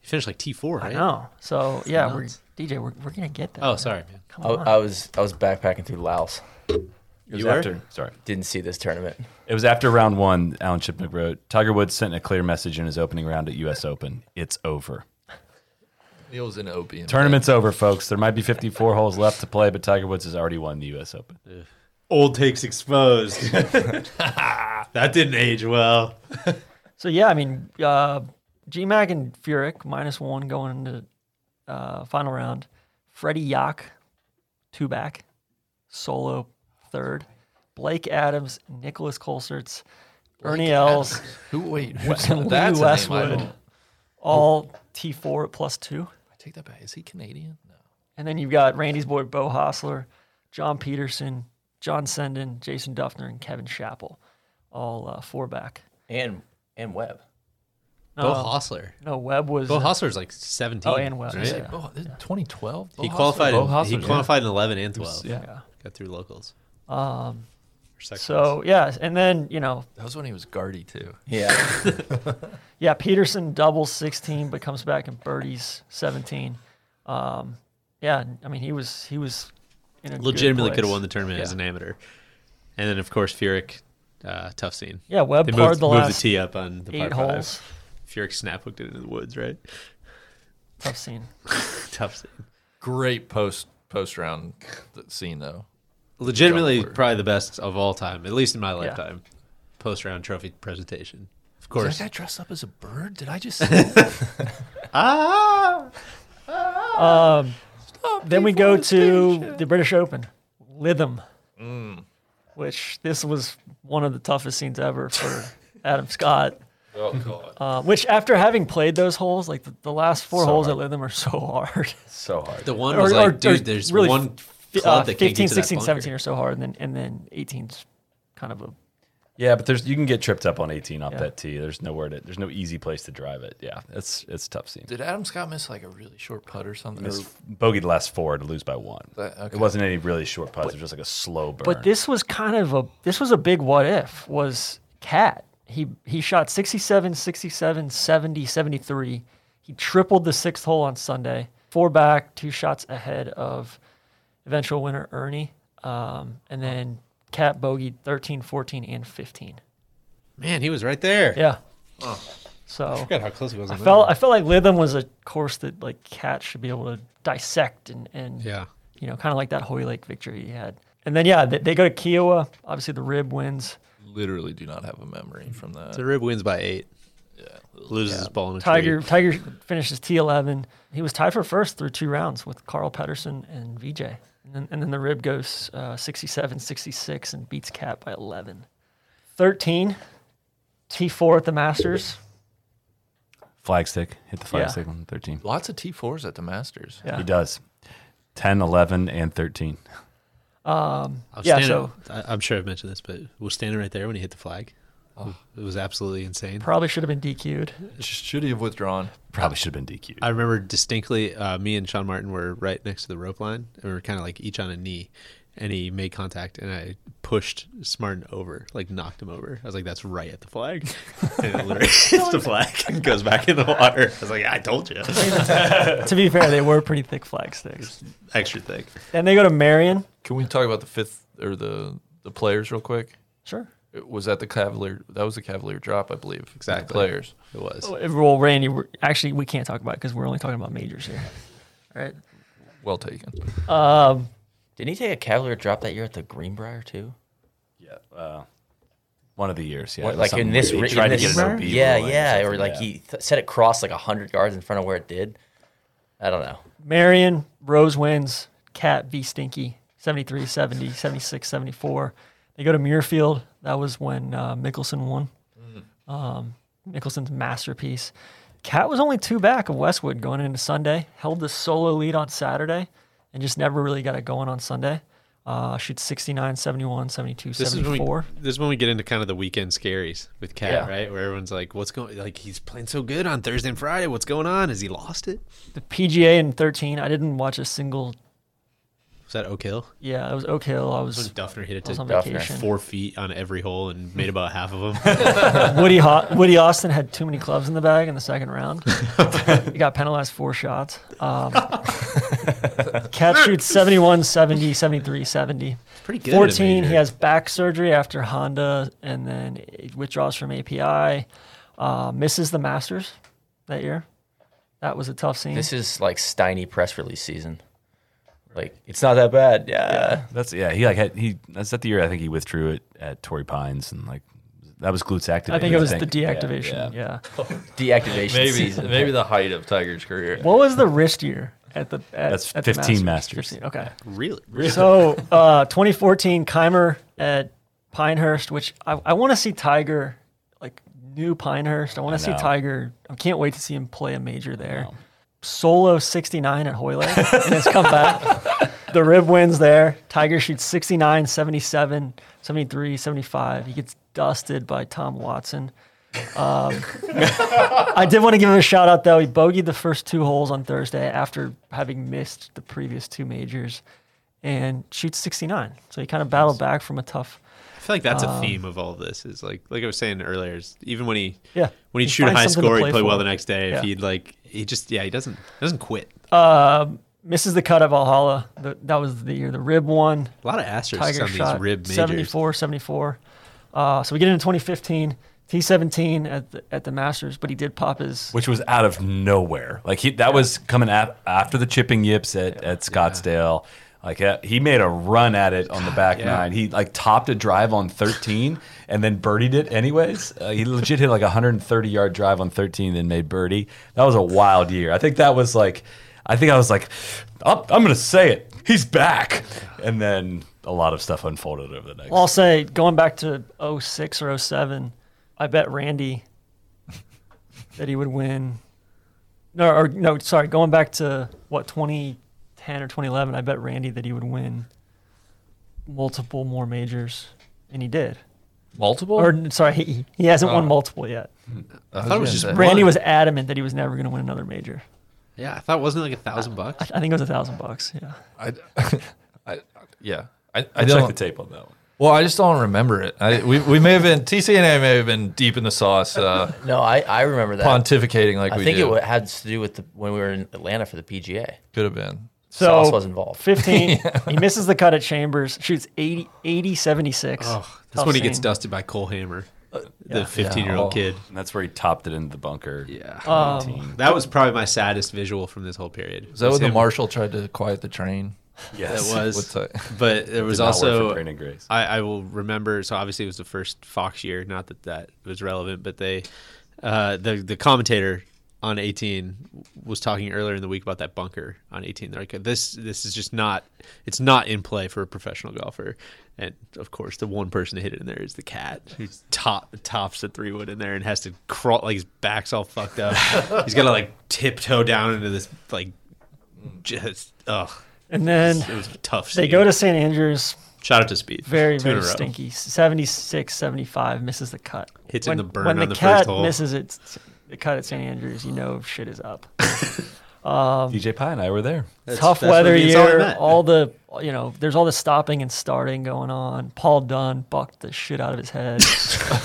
Speaker 7: He finished like T four, right?
Speaker 5: I know. So yeah, we're, DJ, we're, we're gonna get that.
Speaker 7: Oh, sorry, man.
Speaker 6: I, I was I was backpacking through Laos.
Speaker 4: It was
Speaker 7: you were?
Speaker 4: after sorry.
Speaker 6: Didn't see this tournament.
Speaker 4: It was after round one. Alan Shipnook wrote Tiger Woods sent a clear message in his opening round at U.S. Open. It's over.
Speaker 8: Neil was in Opium.
Speaker 4: Tournament's over, folks. There might be 54 holes left to play, but Tiger Woods has already won the U.S. Open.
Speaker 7: Old takes exposed. that didn't age well.
Speaker 5: So yeah, I mean, uh, GMAC and Furyk minus one going into uh, final round. Freddie Yak, two back, solo third. Blake Adams, Nicholas Kolserts, Ernie Els,
Speaker 8: Who? Wait,
Speaker 5: That's
Speaker 8: who's
Speaker 5: a name I
Speaker 8: that's
Speaker 5: Westwood.
Speaker 8: I
Speaker 5: all T four at plus two.
Speaker 8: take that back. Is he Canadian? No.
Speaker 5: And then you've got Randy's boy Bo Hostler, John Peterson, John Senden, Jason Duffner, and Kevin Chappell, all uh, four back.
Speaker 6: And and Webb.
Speaker 7: Bo
Speaker 5: Uh,
Speaker 7: Hostler.
Speaker 5: No, Webb was
Speaker 7: Bo Hostler's like seventeen.
Speaker 5: Oh, and Wells,
Speaker 7: right?
Speaker 5: yeah.
Speaker 8: Oh, this- 2012.
Speaker 7: He qualified.
Speaker 8: Bo
Speaker 7: in,
Speaker 8: Hostler,
Speaker 7: he
Speaker 8: yeah.
Speaker 7: qualified in eleven and twelve.
Speaker 4: yeah.
Speaker 7: got through locals.
Speaker 5: um,
Speaker 7: Or sectionals.
Speaker 5: so yeah, and then you know
Speaker 8: That was when he was Guardy too.
Speaker 6: Yeah.
Speaker 5: Yeah, Peterson doubles 16, but comes back and birdies 17. Um, yeah, I mean he was he was in a good
Speaker 7: legitimately
Speaker 5: place.
Speaker 7: could have won the tournament as an amateur. And then of course Furyk, uh, tough scene.
Speaker 5: Yeah, Webb
Speaker 7: They
Speaker 5: parred
Speaker 7: moved,
Speaker 5: the
Speaker 7: moved the
Speaker 5: last
Speaker 7: tee up on the
Speaker 5: eight
Speaker 7: par five.
Speaker 5: holes.
Speaker 7: Furyk snap hooked it into the woods, right?
Speaker 5: Tough scene.
Speaker 7: tough scene.
Speaker 8: Great post post round th- scene though.
Speaker 7: Legitimately,
Speaker 8: Jumper.
Speaker 7: probably the best of all time, at least in my lifetime. Post round trophy presentation, of
Speaker 8: Is
Speaker 7: course.
Speaker 8: that guy dressed up as a bird? Did I just? see
Speaker 7: ah,
Speaker 5: Then we go to the British Open, Lytham,
Speaker 7: Mm.
Speaker 5: which this was one of the toughest scenes ever for Adam Scott.
Speaker 8: oh God.
Speaker 5: Uh, which after having played those holes, like the, the last four holes at Lytham are so hard.
Speaker 4: So hard.
Speaker 7: the one
Speaker 5: Or-
Speaker 7: was
Speaker 5: or-
Speaker 7: like,
Speaker 5: or
Speaker 7: dude, there's
Speaker 5: really
Speaker 7: one
Speaker 5: Fi-
Speaker 7: club
Speaker 5: uh,
Speaker 7: that can't
Speaker 5: 15,
Speaker 7: get to that
Speaker 5: 16,
Speaker 7: bunker.
Speaker 5: 17 are so hard, and then and then 18's kind of a
Speaker 4: Yeah, but there's you can get tripped up on 18 off
Speaker 5: Yeah.
Speaker 4: that tee. There's nowhere to. There's no easy place to drive it. Yeah, it's it's a tough scene.
Speaker 8: Did Adam Scott miss like a really short putt or something?
Speaker 4: It's
Speaker 8: Or-
Speaker 4: bogeyed the last four to lose by one.
Speaker 8: That- okay.
Speaker 4: It wasn't any really short putts. it was just like a slow burn.
Speaker 5: But this was kind of a this was a big what if was Cat. He he shot 67, 67, 70, 73. He tripled the sixth hole on Sunday. Four back, two shots ahead of eventual winner Ernie. Um, and then Cat bogeyed 13, 14, and 15.
Speaker 7: Man, he was right there.
Speaker 5: Yeah. So
Speaker 7: forgot how close he was.
Speaker 5: I felt I felt like Lytham was a course that like Cat should be able to dissect and and
Speaker 7: Yeah.
Speaker 5: you know, kind of like that Hoy Lake victory he had. And then, yeah, they, they go to Kiowa. Obviously, the rib wins.
Speaker 8: Literally, do not have a memory from that.
Speaker 7: The rib wins by eight. Loses his ball in a
Speaker 5: Tiger
Speaker 7: tree.
Speaker 5: Tiger finishes T11. He was tied for first through two rounds with Carl Pedersen and VJ. And then, and then the rib goes uh, 67 66 and beats Cat by 11. 13, T4 at the Masters.
Speaker 4: flagstick hit the
Speaker 5: Yeah.
Speaker 4: flagstick on 13.
Speaker 8: Lots of T4s at the Masters.
Speaker 5: Yeah.
Speaker 4: He does. 10, 11, and 13.
Speaker 7: I was
Speaker 5: Yeah,
Speaker 7: standing- I, am sure I've mentioned this, but was standing right there when he hit the flag. It was absolutely insane.
Speaker 5: Probably should have been DQ'd.
Speaker 8: Should he have withdrawn?
Speaker 4: Probably should have been DQ'd.
Speaker 7: I remember distinctly uh, me and Sean Martin were right next to the rope line. And we were kind of like each on a knee, and he made contact, and I pushed Martin over, like knocked him over. I was like, "That's right at the flag," and it literally hits the flag and goes back in the water. I was like, "I told you,
Speaker 5: to be fair, they were pretty thick flag sticks.
Speaker 7: extra thick."
Speaker 5: And they go to Marion.
Speaker 8: Can we talk about the fifth or the the players real quick?
Speaker 5: Sure.
Speaker 8: It- was that the Cavalier? That was the Cavalier drop, I believe. with the
Speaker 7: Exactly.
Speaker 8: players.
Speaker 7: It was.
Speaker 5: Well, Randy, we're, actually, we can't talk about it because we're only talking about majors here. All right.
Speaker 8: Well taken.
Speaker 5: Um,
Speaker 6: Didn't he take a Cavalier drop that year at the Greenbrier too?
Speaker 4: One of the years, yeah.
Speaker 6: What,
Speaker 4: It was
Speaker 6: like
Speaker 4: something
Speaker 6: in this,
Speaker 4: weird.
Speaker 6: re-
Speaker 4: he tried
Speaker 6: in
Speaker 4: to
Speaker 6: this-
Speaker 4: get an OB.
Speaker 6: Yeah,
Speaker 4: ruling
Speaker 6: yeah, or
Speaker 4: something,
Speaker 6: like
Speaker 4: yeah.
Speaker 6: he th- set it cross like hundred yards in front of where it did. I don't know.
Speaker 5: Marion, Rose wins, Cat v Stinky, 73 70, 76 74. They go to Muirfield. That was when uh, Mickelson won.
Speaker 7: Mm.
Speaker 5: Um, Mickelson's masterpiece. Cat was only two back of Westwood going into Sunday, held the solo lead on Saturday, and just never really got it going on Sunday. Uh, shoots 69, 71, 72,
Speaker 7: This is, when
Speaker 5: 74.
Speaker 7: we, this is when we get into kind of the weekend scaries with Cat,
Speaker 6: Yeah.
Speaker 7: right? Where everyone's like, what's going Like, he's playing so good on Thursday and Friday. What's going on? Has he lost it?
Speaker 5: The PGA in 13, I didn't watch a single.
Speaker 7: Was that Oak Hill?
Speaker 5: Yeah, it was Oak Hill. I
Speaker 7: That's
Speaker 5: was,
Speaker 7: when Duffner hit it
Speaker 5: I was on
Speaker 7: to
Speaker 6: Duffner.
Speaker 5: vacation.
Speaker 7: four feet on every hole and made about half of them.
Speaker 5: Woody Ho- Woody Austin had too many clubs in the bag in the second round. he got penalized four shots. Um, Cat shoots 71, 70, 73, 70.
Speaker 7: Pretty good. at a
Speaker 5: 14, he
Speaker 7: major.
Speaker 5: has back surgery after Honda and then it withdraws from API. Uh, misses the Masters that year. That was a tough scene.
Speaker 6: This is like Steiny press release season. Like it's not that bad. Yeah.
Speaker 4: That's yeah. He like had he. That's that the year I think he withdrew it at Torrey Pines and like that was glutes activated.
Speaker 5: I think it was the
Speaker 4: Yeah,
Speaker 5: deactivation.
Speaker 4: yeah.
Speaker 5: yeah.
Speaker 6: Deactivation
Speaker 8: Maybe
Speaker 6: season.
Speaker 8: maybe the height of Tiger's career.
Speaker 5: What was the wrist year at the at,
Speaker 4: That's
Speaker 5: at the
Speaker 4: 15 Masters.
Speaker 5: 15, Okay.
Speaker 7: really,
Speaker 5: So, uh, 2014, Keimer at Pinehurst, which I, I want to see Tiger, like new Pinehurst. I want to see
Speaker 4: know.
Speaker 5: Tiger. I can't wait to see him play a major there. Solo 69 at Hoyle and it's come back. The rib wins there. Tiger shoots 69, 77, 73, 75. He gets dusted by Tom Watson. I did want to give him a shout out though. He bogeyed the first two holes on Thursday after having missed the previous two majors and shoots 69. So he kind of battled back from a tough.
Speaker 7: I feel like that's
Speaker 5: Uh,
Speaker 7: a theme of all this. Is like like I was saying earlier. Is even when he
Speaker 5: Yeah.
Speaker 7: when he'd
Speaker 5: He
Speaker 7: shoot a
Speaker 5: finds
Speaker 7: high
Speaker 5: something to
Speaker 7: score, he'd
Speaker 5: play
Speaker 7: play well
Speaker 5: for.
Speaker 7: the next day.
Speaker 5: Yeah.
Speaker 7: If he'd like, he just yeah, he doesn't doesn't quit.
Speaker 5: Misses the cut at Valhalla. The, that was the year the rib won.
Speaker 7: A lot of asterisks
Speaker 5: Tiger
Speaker 7: on
Speaker 5: shot
Speaker 7: these rib majors.
Speaker 5: 74, 74. Uh, so we get into 2015, T17 at the, at the Masters, but he did pop his.
Speaker 4: which was out of nowhere. Like he, that was coming af after the chipping yips at, at Scottsdale. Like uh, he made a run at it on the back nine. He like topped a drive on 13 and then birdied it anyways. Uh, he legit hit like a 130 yard drive on 13 and then made birdie. That was a wild year. I think that was like, I think I was like, I'm, I'm gonna say it. He's back. And then a lot of stuff unfolded over the next.
Speaker 5: Well, I'll say going back to 06 or 07, I bet Randy that he would win. No, or no, sorry, going back to what 2010 or 2011, I bet Randy that he would win multiple more majors, and he did.
Speaker 8: Multiple?
Speaker 5: Or n- sorry, he, he hasn't won
Speaker 8: Oh.
Speaker 5: multiple yet.
Speaker 8: I
Speaker 7: thought it
Speaker 8: gonna
Speaker 7: was just
Speaker 8: say.
Speaker 5: Randy
Speaker 7: One.
Speaker 5: was adamant that he was never going to win another major.
Speaker 7: Yeah, I thought wasn't it like a thousand bucks.
Speaker 5: I think it was a thousand bucks. Yeah,
Speaker 8: I, I, yeah. I, I
Speaker 4: I checked the
Speaker 8: don't.
Speaker 4: tape on that one.
Speaker 8: well, I just don't remember it. I, we, we may have been TCNA may have been deep in the sauce, uh,
Speaker 6: No, I, I remember that.
Speaker 8: pontificating like
Speaker 6: I
Speaker 8: we
Speaker 6: think
Speaker 8: do.
Speaker 6: it it had to do with the, when we were in Atlanta for the PGA.
Speaker 8: could have been.
Speaker 5: so
Speaker 6: Sauce was involved.
Speaker 5: 15. He misses the cut at Chambers, shoots 80, 80 76.
Speaker 7: Oh, that's
Speaker 5: Tough
Speaker 7: when he gets
Speaker 5: scene.
Speaker 7: dusted by Cole Hammer,
Speaker 5: yeah.
Speaker 7: the 15 year old
Speaker 8: Oh. Uh,
Speaker 7: kid.
Speaker 4: And that's where he topped it into the bunker.
Speaker 7: Yeah,
Speaker 5: Um,
Speaker 7: that was probably my saddest visual from this whole period.
Speaker 8: Is that when the
Speaker 7: him.
Speaker 8: marshal tried to quiet the train?
Speaker 7: That
Speaker 4: Yes.
Speaker 8: What's
Speaker 7: was,
Speaker 8: that?
Speaker 7: but there was
Speaker 4: Did not work
Speaker 7: also
Speaker 4: for Brandon Grace.
Speaker 7: I, I will remember. So obviously it was the first Fox year. Not that that was relevant, but they, uh, the the commentator on 18 was talking earlier in the week about that bunker on 18. They're like, this this is just not it's not in play for a professional golfer. And of course, the one person to hit it in there is the cat who top tops the three wood in there and has to crawl like his back's all fucked up. He's got to like tiptoe down into this like just ugh.
Speaker 5: and then
Speaker 7: It was a tough.
Speaker 5: They
Speaker 7: scene.
Speaker 5: go to St. Andrews,
Speaker 7: shout out to Speed.
Speaker 5: very,
Speaker 7: Two in a
Speaker 5: very
Speaker 7: row.
Speaker 5: stinky. 76, 75, misses the cut.
Speaker 7: Hits in
Speaker 5: when,
Speaker 7: the burn
Speaker 5: When
Speaker 7: on
Speaker 5: the
Speaker 7: the
Speaker 5: cat
Speaker 7: first hole.
Speaker 5: misses it, the cut at St. Andrews, you know shit is up.
Speaker 4: DJ Pie and I were there.
Speaker 5: Tough
Speaker 7: that's
Speaker 5: weather
Speaker 7: what means all
Speaker 5: year,
Speaker 7: that.
Speaker 5: all the, you know, there's all the stopping and starting going on. Paul Dunn bucked the shit out of his head.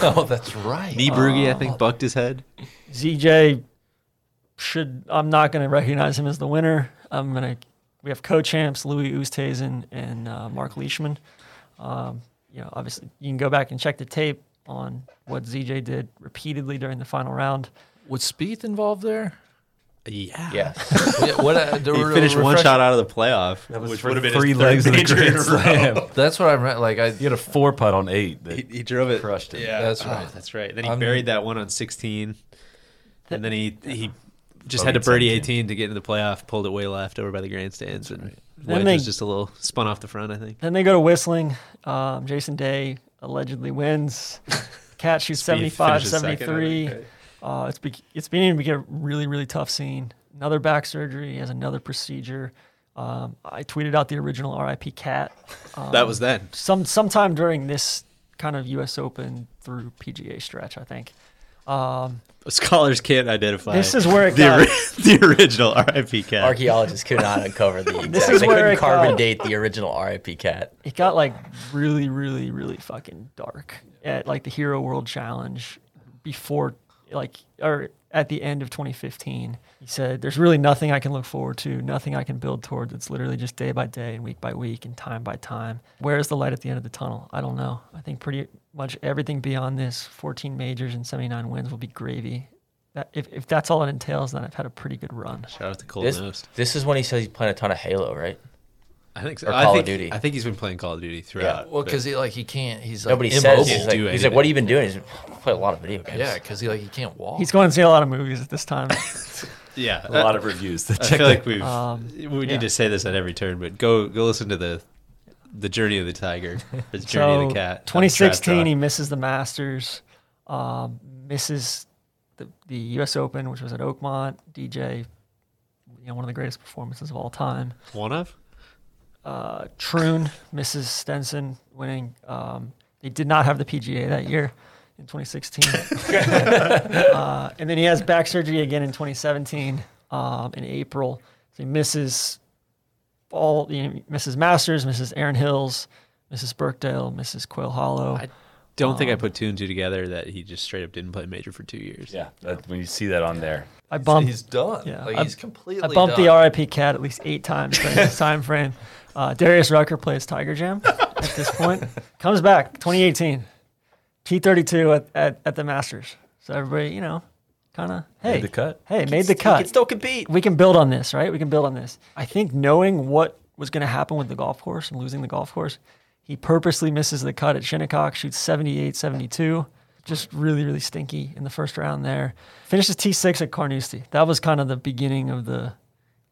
Speaker 8: Oh, that's right.
Speaker 7: Niebrugge, I
Speaker 5: Oh.
Speaker 7: think, bucked his head.
Speaker 5: ZJ should, I'm not going to recognize him as the winner. I'm going to, we have co-champs Louis Oosthuizen and uh, Mark Leishman. Um, you know, obviously you can go back and check the tape on what ZJ did repeatedly during the final round.
Speaker 8: Was Spieth involved there?
Speaker 7: Yeah.
Speaker 6: Yeah.
Speaker 8: Yeah, what, uh, there
Speaker 7: He
Speaker 8: were-
Speaker 7: finished one
Speaker 8: refresh-
Speaker 7: shot out of the playoff, which would have been
Speaker 4: three
Speaker 7: his
Speaker 4: legs of
Speaker 7: third
Speaker 4: the
Speaker 7: major in
Speaker 4: grand
Speaker 7: a
Speaker 4: slam.
Speaker 7: row.
Speaker 8: That's what I meant. Like I
Speaker 4: You had a four putt on eight. That
Speaker 7: He, he drove it.
Speaker 4: crushed it.
Speaker 7: Yeah,
Speaker 8: That's
Speaker 7: Oh,
Speaker 8: right.
Speaker 7: that's right. Then he
Speaker 8: I'm-
Speaker 7: buried that one on 16, and then he he just had
Speaker 4: Bogeyed
Speaker 7: to birdie
Speaker 4: 17.
Speaker 7: 18 to get into the playoff. Pulled it way left over by the grandstands, and wedge
Speaker 5: they-
Speaker 7: was just a little spun off the front. I think.
Speaker 5: Then they go to whistling. Um, Jason Day allegedly wins. Cat shoots
Speaker 7: Speed
Speaker 5: 75,
Speaker 7: finishes second, I think,
Speaker 5: 73.
Speaker 7: right?
Speaker 5: uh, it's, be- it's beginning to become a really, really tough scene. Another back surgery. He has another procedure. Um, I tweeted out the original RIP Cat. Um,
Speaker 7: that was then.
Speaker 5: some sometime during this kind of U.S. Open through PGA stretch, I think. Um,
Speaker 7: Scholars can't identify.
Speaker 5: this is where it
Speaker 7: the,
Speaker 5: got.
Speaker 7: ori- the original RIP cat.
Speaker 6: Archaeologists could not uncover the exact.
Speaker 5: is
Speaker 6: they
Speaker 5: where
Speaker 6: couldn't
Speaker 5: it
Speaker 6: carbon
Speaker 5: got-
Speaker 6: date the original RIP cat.
Speaker 5: it got like really, really, really fucking dark at like the Hero World Challenge before, like, or at the end of 2015. He said, There's really nothing I can look forward to, nothing I can build towards. It's literally just day by day and week by week and time by time. Where is the light at the end of the tunnel? I don't know. I think pretty much everything beyond this 14 majors and 79 wins will be gravy. That, if, if that's all it entails, then I've had a pretty good run.
Speaker 7: Shout out to Cold
Speaker 6: This,
Speaker 7: Nose.
Speaker 6: this is when he says he's playing a ton of Halo, right?
Speaker 7: I think so.
Speaker 6: Or
Speaker 7: I
Speaker 6: Call of
Speaker 7: think,
Speaker 6: Duty.
Speaker 7: I think he's been playing Call of Duty throughout.
Speaker 8: well because he like he can't. He's like
Speaker 6: Nobody
Speaker 8: immobile.
Speaker 6: says he's like,
Speaker 7: do
Speaker 6: he's like,
Speaker 7: anything.
Speaker 6: what have you been doing? He's like, "I play a lot of video games.
Speaker 8: yeah, because he like he can't walk.
Speaker 5: He's going to see a lot of movies at this time.
Speaker 7: yeah,
Speaker 4: A lot of reviews. that
Speaker 7: I
Speaker 4: check
Speaker 7: feel
Speaker 4: that.
Speaker 7: like we've we
Speaker 5: Um,
Speaker 7: need
Speaker 5: yeah.
Speaker 7: to say this at every turn, but go go listen to the the journey of the tiger, the journey of the cat. on the trap
Speaker 5: 2016,
Speaker 7: draw.
Speaker 5: he misses the Masters, um, misses the, the U.S. Open, which was at Oakmont. DJ, you know, one of the greatest performances of all time.
Speaker 7: one of
Speaker 5: Uh, Troon misses Stenson winning. Um, they did not have the PGA that year in 2016, uh, and then he has back surgery again in 2017 um, in April. So he misses all the misses Masters, misses Aaron Hills, misses Burkdale, misses Quail Hollow.
Speaker 7: I don't think I
Speaker 5: Um,
Speaker 7: put two and two together that he just straight up didn't play major for two years.
Speaker 4: Yeah, that, when you see that on there.
Speaker 5: I bumped.
Speaker 8: he's done.
Speaker 5: Yeah,
Speaker 8: like,
Speaker 5: I-
Speaker 8: he's completely.
Speaker 5: I bumped
Speaker 8: done.
Speaker 5: the RIP cat at least eight times during this time frame. Uh, Darius Rucker plays Tiger Jam at this point. Comes back 2018, T32 at, at, at the Masters. So everybody, you know, kind of hey,
Speaker 4: Made the cut.
Speaker 5: Hey, made the cut.
Speaker 6: He can still compete.
Speaker 5: we can build on this, right? We can build on this. I think knowing what was going to happen with the golf course and losing the golf course, he purposely misses the cut at Shinnecock, shoots 78 72. Just really, really stinky in the first round there. Finishes T6 at Carnoustie. That was kind of the beginning of the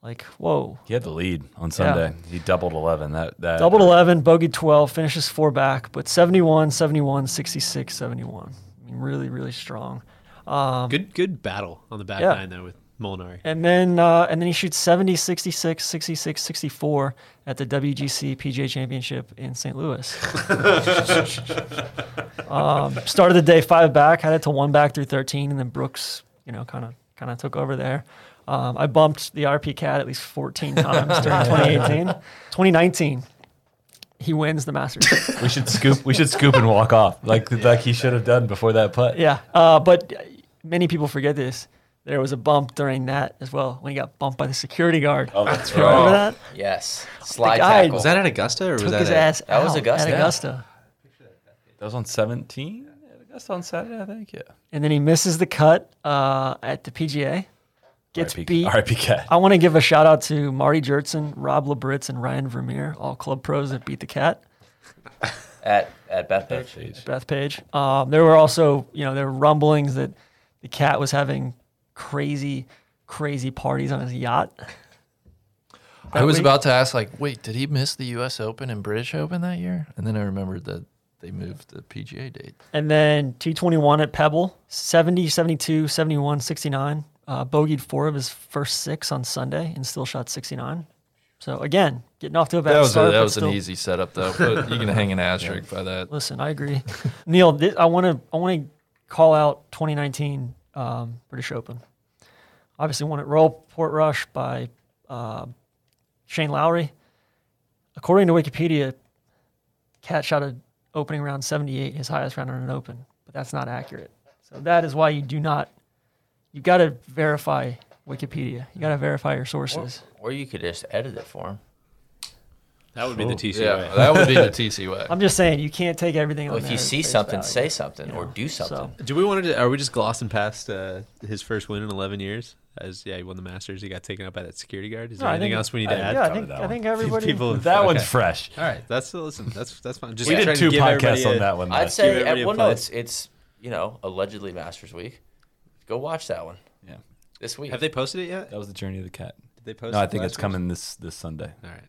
Speaker 5: like, whoa.
Speaker 4: He had the lead on Sunday. He doubled eleven. That that
Speaker 5: Doubled 11, bogey 12, finishes four back, but 71, 71, 66, 71. I mean, really, really strong. Um,
Speaker 7: Good good battle on the back
Speaker 5: Yeah.
Speaker 7: nine though with Molinari.
Speaker 5: And then uh, and then he shoots 70, 66, 66, 64 at the WGC PGA Championship in St. Louis. um, started the day five back, had it to one back through 13, and then Brooks, you know, kind of kind of took over there. Um, I bumped the RP Cat at least 14 times during 2018. 2019, he wins the Masters.
Speaker 4: We should scoop. We should scoop and walk off like like he should have done before that putt.
Speaker 5: yeah, uh, but many people forget this. There was a bump during that as well when he got bumped by the security guard.
Speaker 4: Oh, that's
Speaker 5: Do you remember
Speaker 6: Oh.
Speaker 5: that?
Speaker 6: Yes. Slide
Speaker 5: guy-
Speaker 6: tackle.
Speaker 7: Was that at Augusta or was
Speaker 5: took
Speaker 7: that
Speaker 5: his
Speaker 7: at,
Speaker 5: ass
Speaker 6: That was
Speaker 5: out
Speaker 6: Augusta.
Speaker 5: at Augusta.
Speaker 4: That was on seventeen. That's on Saturday, I think. Yeah.
Speaker 5: And then he misses the cut uh, at the PGA. Gets
Speaker 4: RIP
Speaker 5: beat.
Speaker 4: RIP cat.
Speaker 7: Oh,
Speaker 5: I want to give a shout out to Marty Jertson, Rob LeBritz, and Ryan Vermeer, all club pros that beat the cat.
Speaker 6: at at Bethpage.
Speaker 5: Beth Page. Um, there were also, you know, there were rumblings that the cat was having crazy, crazy parties on his yacht.
Speaker 8: I was
Speaker 5: week?
Speaker 8: about to ask like, wait, did he miss the U.S. Open and British Open that year? And then I remembered that they moved the PGA date.
Speaker 5: And then 221 at Pebble, 70, 72, 71, 69. Uh, bogeyed four of his first six on Sunday and still shot 69. So again, getting off to a bad
Speaker 8: That was a,
Speaker 5: start.
Speaker 8: that
Speaker 5: but
Speaker 8: was an
Speaker 5: still-
Speaker 8: easy setup though. But you can hang an asterisk by that.
Speaker 5: Listen, I agree. Neil, thi- I want to I want to call out 2019 um, British Open. Obviously, won at Royal Port Rush by uh, Shane Lowry. According to Wikipedia, Cat shot an opening round 78, his highest round on an Open, but that's not accurate. So that is why you do not. You got to verify Wikipedia. You got to verify your sources.
Speaker 6: Or you could just edit it for him.
Speaker 7: that would be the TC
Speaker 8: Yeah, that would be the TC way.
Speaker 5: I'm just saying you can't take everything.
Speaker 6: Well,
Speaker 5: on
Speaker 6: if
Speaker 5: there
Speaker 6: you
Speaker 5: at
Speaker 6: see
Speaker 5: Oh, face
Speaker 6: something,
Speaker 5: value.
Speaker 6: say something or do
Speaker 5: So-
Speaker 6: something.
Speaker 7: Do we want to? Are we just glossing past uh, his first win in eleven years? As yeah, he won the Masters. He got taken out by that security guard. Is
Speaker 5: No, I
Speaker 7: there anything
Speaker 5: think-
Speaker 7: else we need
Speaker 4: I-
Speaker 7: to
Speaker 4: yeah,
Speaker 7: add?
Speaker 5: Yeah, I
Speaker 4: covered
Speaker 5: think
Speaker 4: that
Speaker 5: I
Speaker 4: one.
Speaker 5: think everybody.
Speaker 7: People,
Speaker 4: That
Speaker 7: okay.
Speaker 4: one's fresh.
Speaker 7: All right, that's listen. That's that's fine. Just
Speaker 4: We did
Speaker 7: trying to
Speaker 4: two
Speaker 7: give everybody
Speaker 4: podcasts on
Speaker 7: a-
Speaker 4: that one.
Speaker 6: I'd
Speaker 4: last
Speaker 7: give
Speaker 6: say,
Speaker 7: everybody a
Speaker 6: well, no,
Speaker 7: plug.
Speaker 6: it's it's you know allegedly Masters Week. Go watch that one
Speaker 4: Yeah,
Speaker 6: this week.
Speaker 7: Have they posted it yet?
Speaker 4: that was the journey of the cat.
Speaker 7: Did they post?
Speaker 4: No, I
Speaker 7: it
Speaker 4: think
Speaker 7: last
Speaker 4: it's
Speaker 7: week?
Speaker 4: coming this this Sunday.
Speaker 7: All right.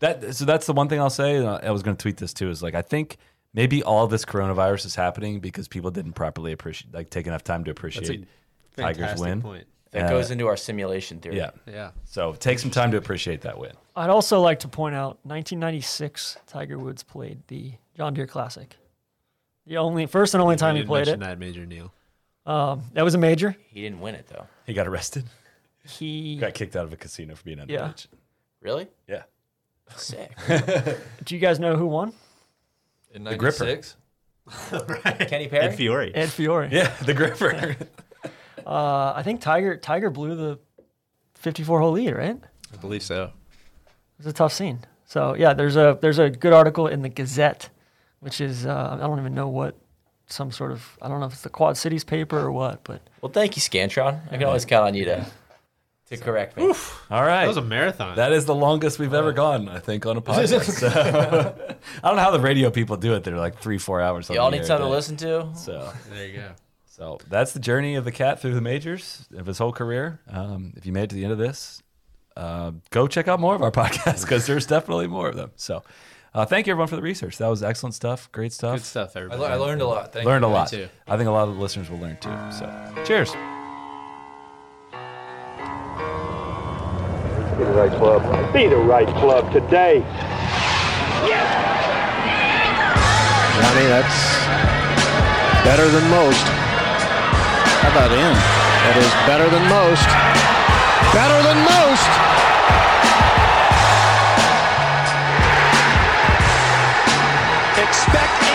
Speaker 4: That so that's the one thing I'll say. and I I was going to tweet this too. Is like I think maybe all this coronavirus is happening because people didn't properly appreciate, like, take enough time to appreciate Tigers
Speaker 7: Fantastic
Speaker 4: win.
Speaker 7: Point.
Speaker 6: that
Speaker 4: uh,
Speaker 6: goes into our simulation theory.
Speaker 4: Yeah.
Speaker 7: Yeah.
Speaker 4: So take some time to appreciate that win.
Speaker 5: I'd also like to point out 1996 Tiger Woods played the John Deere Classic. The only first and only time he
Speaker 7: You didn't
Speaker 5: played
Speaker 7: mention
Speaker 5: it.
Speaker 7: that major Neil.
Speaker 5: Um, that was a major.
Speaker 6: He didn't win it though.
Speaker 4: He got arrested.
Speaker 5: He
Speaker 4: Got kicked out of a casino for being underage.
Speaker 5: Yeah.
Speaker 6: Really?
Speaker 4: Yeah.
Speaker 6: Sick.
Speaker 5: Do you guys know who won?
Speaker 8: In
Speaker 4: The gripper.
Speaker 8: 96?
Speaker 6: Kenny Perry.
Speaker 7: Ed Fiore.
Speaker 5: Ed Fiore.
Speaker 4: Yeah, the gripper.
Speaker 5: Uh, I think Tiger Tiger blew the 54 hole lead, right? It
Speaker 7: I believe so.
Speaker 5: was a tough scene. So yeah, there's a there's a good article in the Gazette, which is uh, I don't even know what some sort of I don't know if it's the Quad Cities paper or what, but
Speaker 6: Well, thank you, Scantron. I can always count on you to to correct me.
Speaker 4: All right.
Speaker 7: That was a marathon.
Speaker 4: That is the longest we've ever gone, I think, on a podcast. So, I don't know how the radio people do it. They're like three, four hours. on
Speaker 6: Y'all
Speaker 4: the
Speaker 6: need
Speaker 4: air
Speaker 6: something
Speaker 4: a
Speaker 6: to
Speaker 4: day.
Speaker 6: listen to.
Speaker 4: So,
Speaker 7: there you go.
Speaker 4: so that's the journey of the cat through the majors of his whole career. Um, if you made it to the end of this, uh, go check out more of our podcast because there's definitely more of them. So, uh, thank you everyone for the research. That was excellent stuff. Great stuff.
Speaker 7: Good stuff,
Speaker 8: I,
Speaker 7: everybody.
Speaker 8: le- I learned a lot. Thank
Speaker 4: Learned
Speaker 8: you.
Speaker 4: a lot.
Speaker 7: too.
Speaker 4: I think a lot of the listeners will learn too. So, cheers.
Speaker 1: Be the right club. Be the right club today.
Speaker 2: Johnny, that's better than most. How about him? That is better than most. Better than most.
Speaker 3: Expect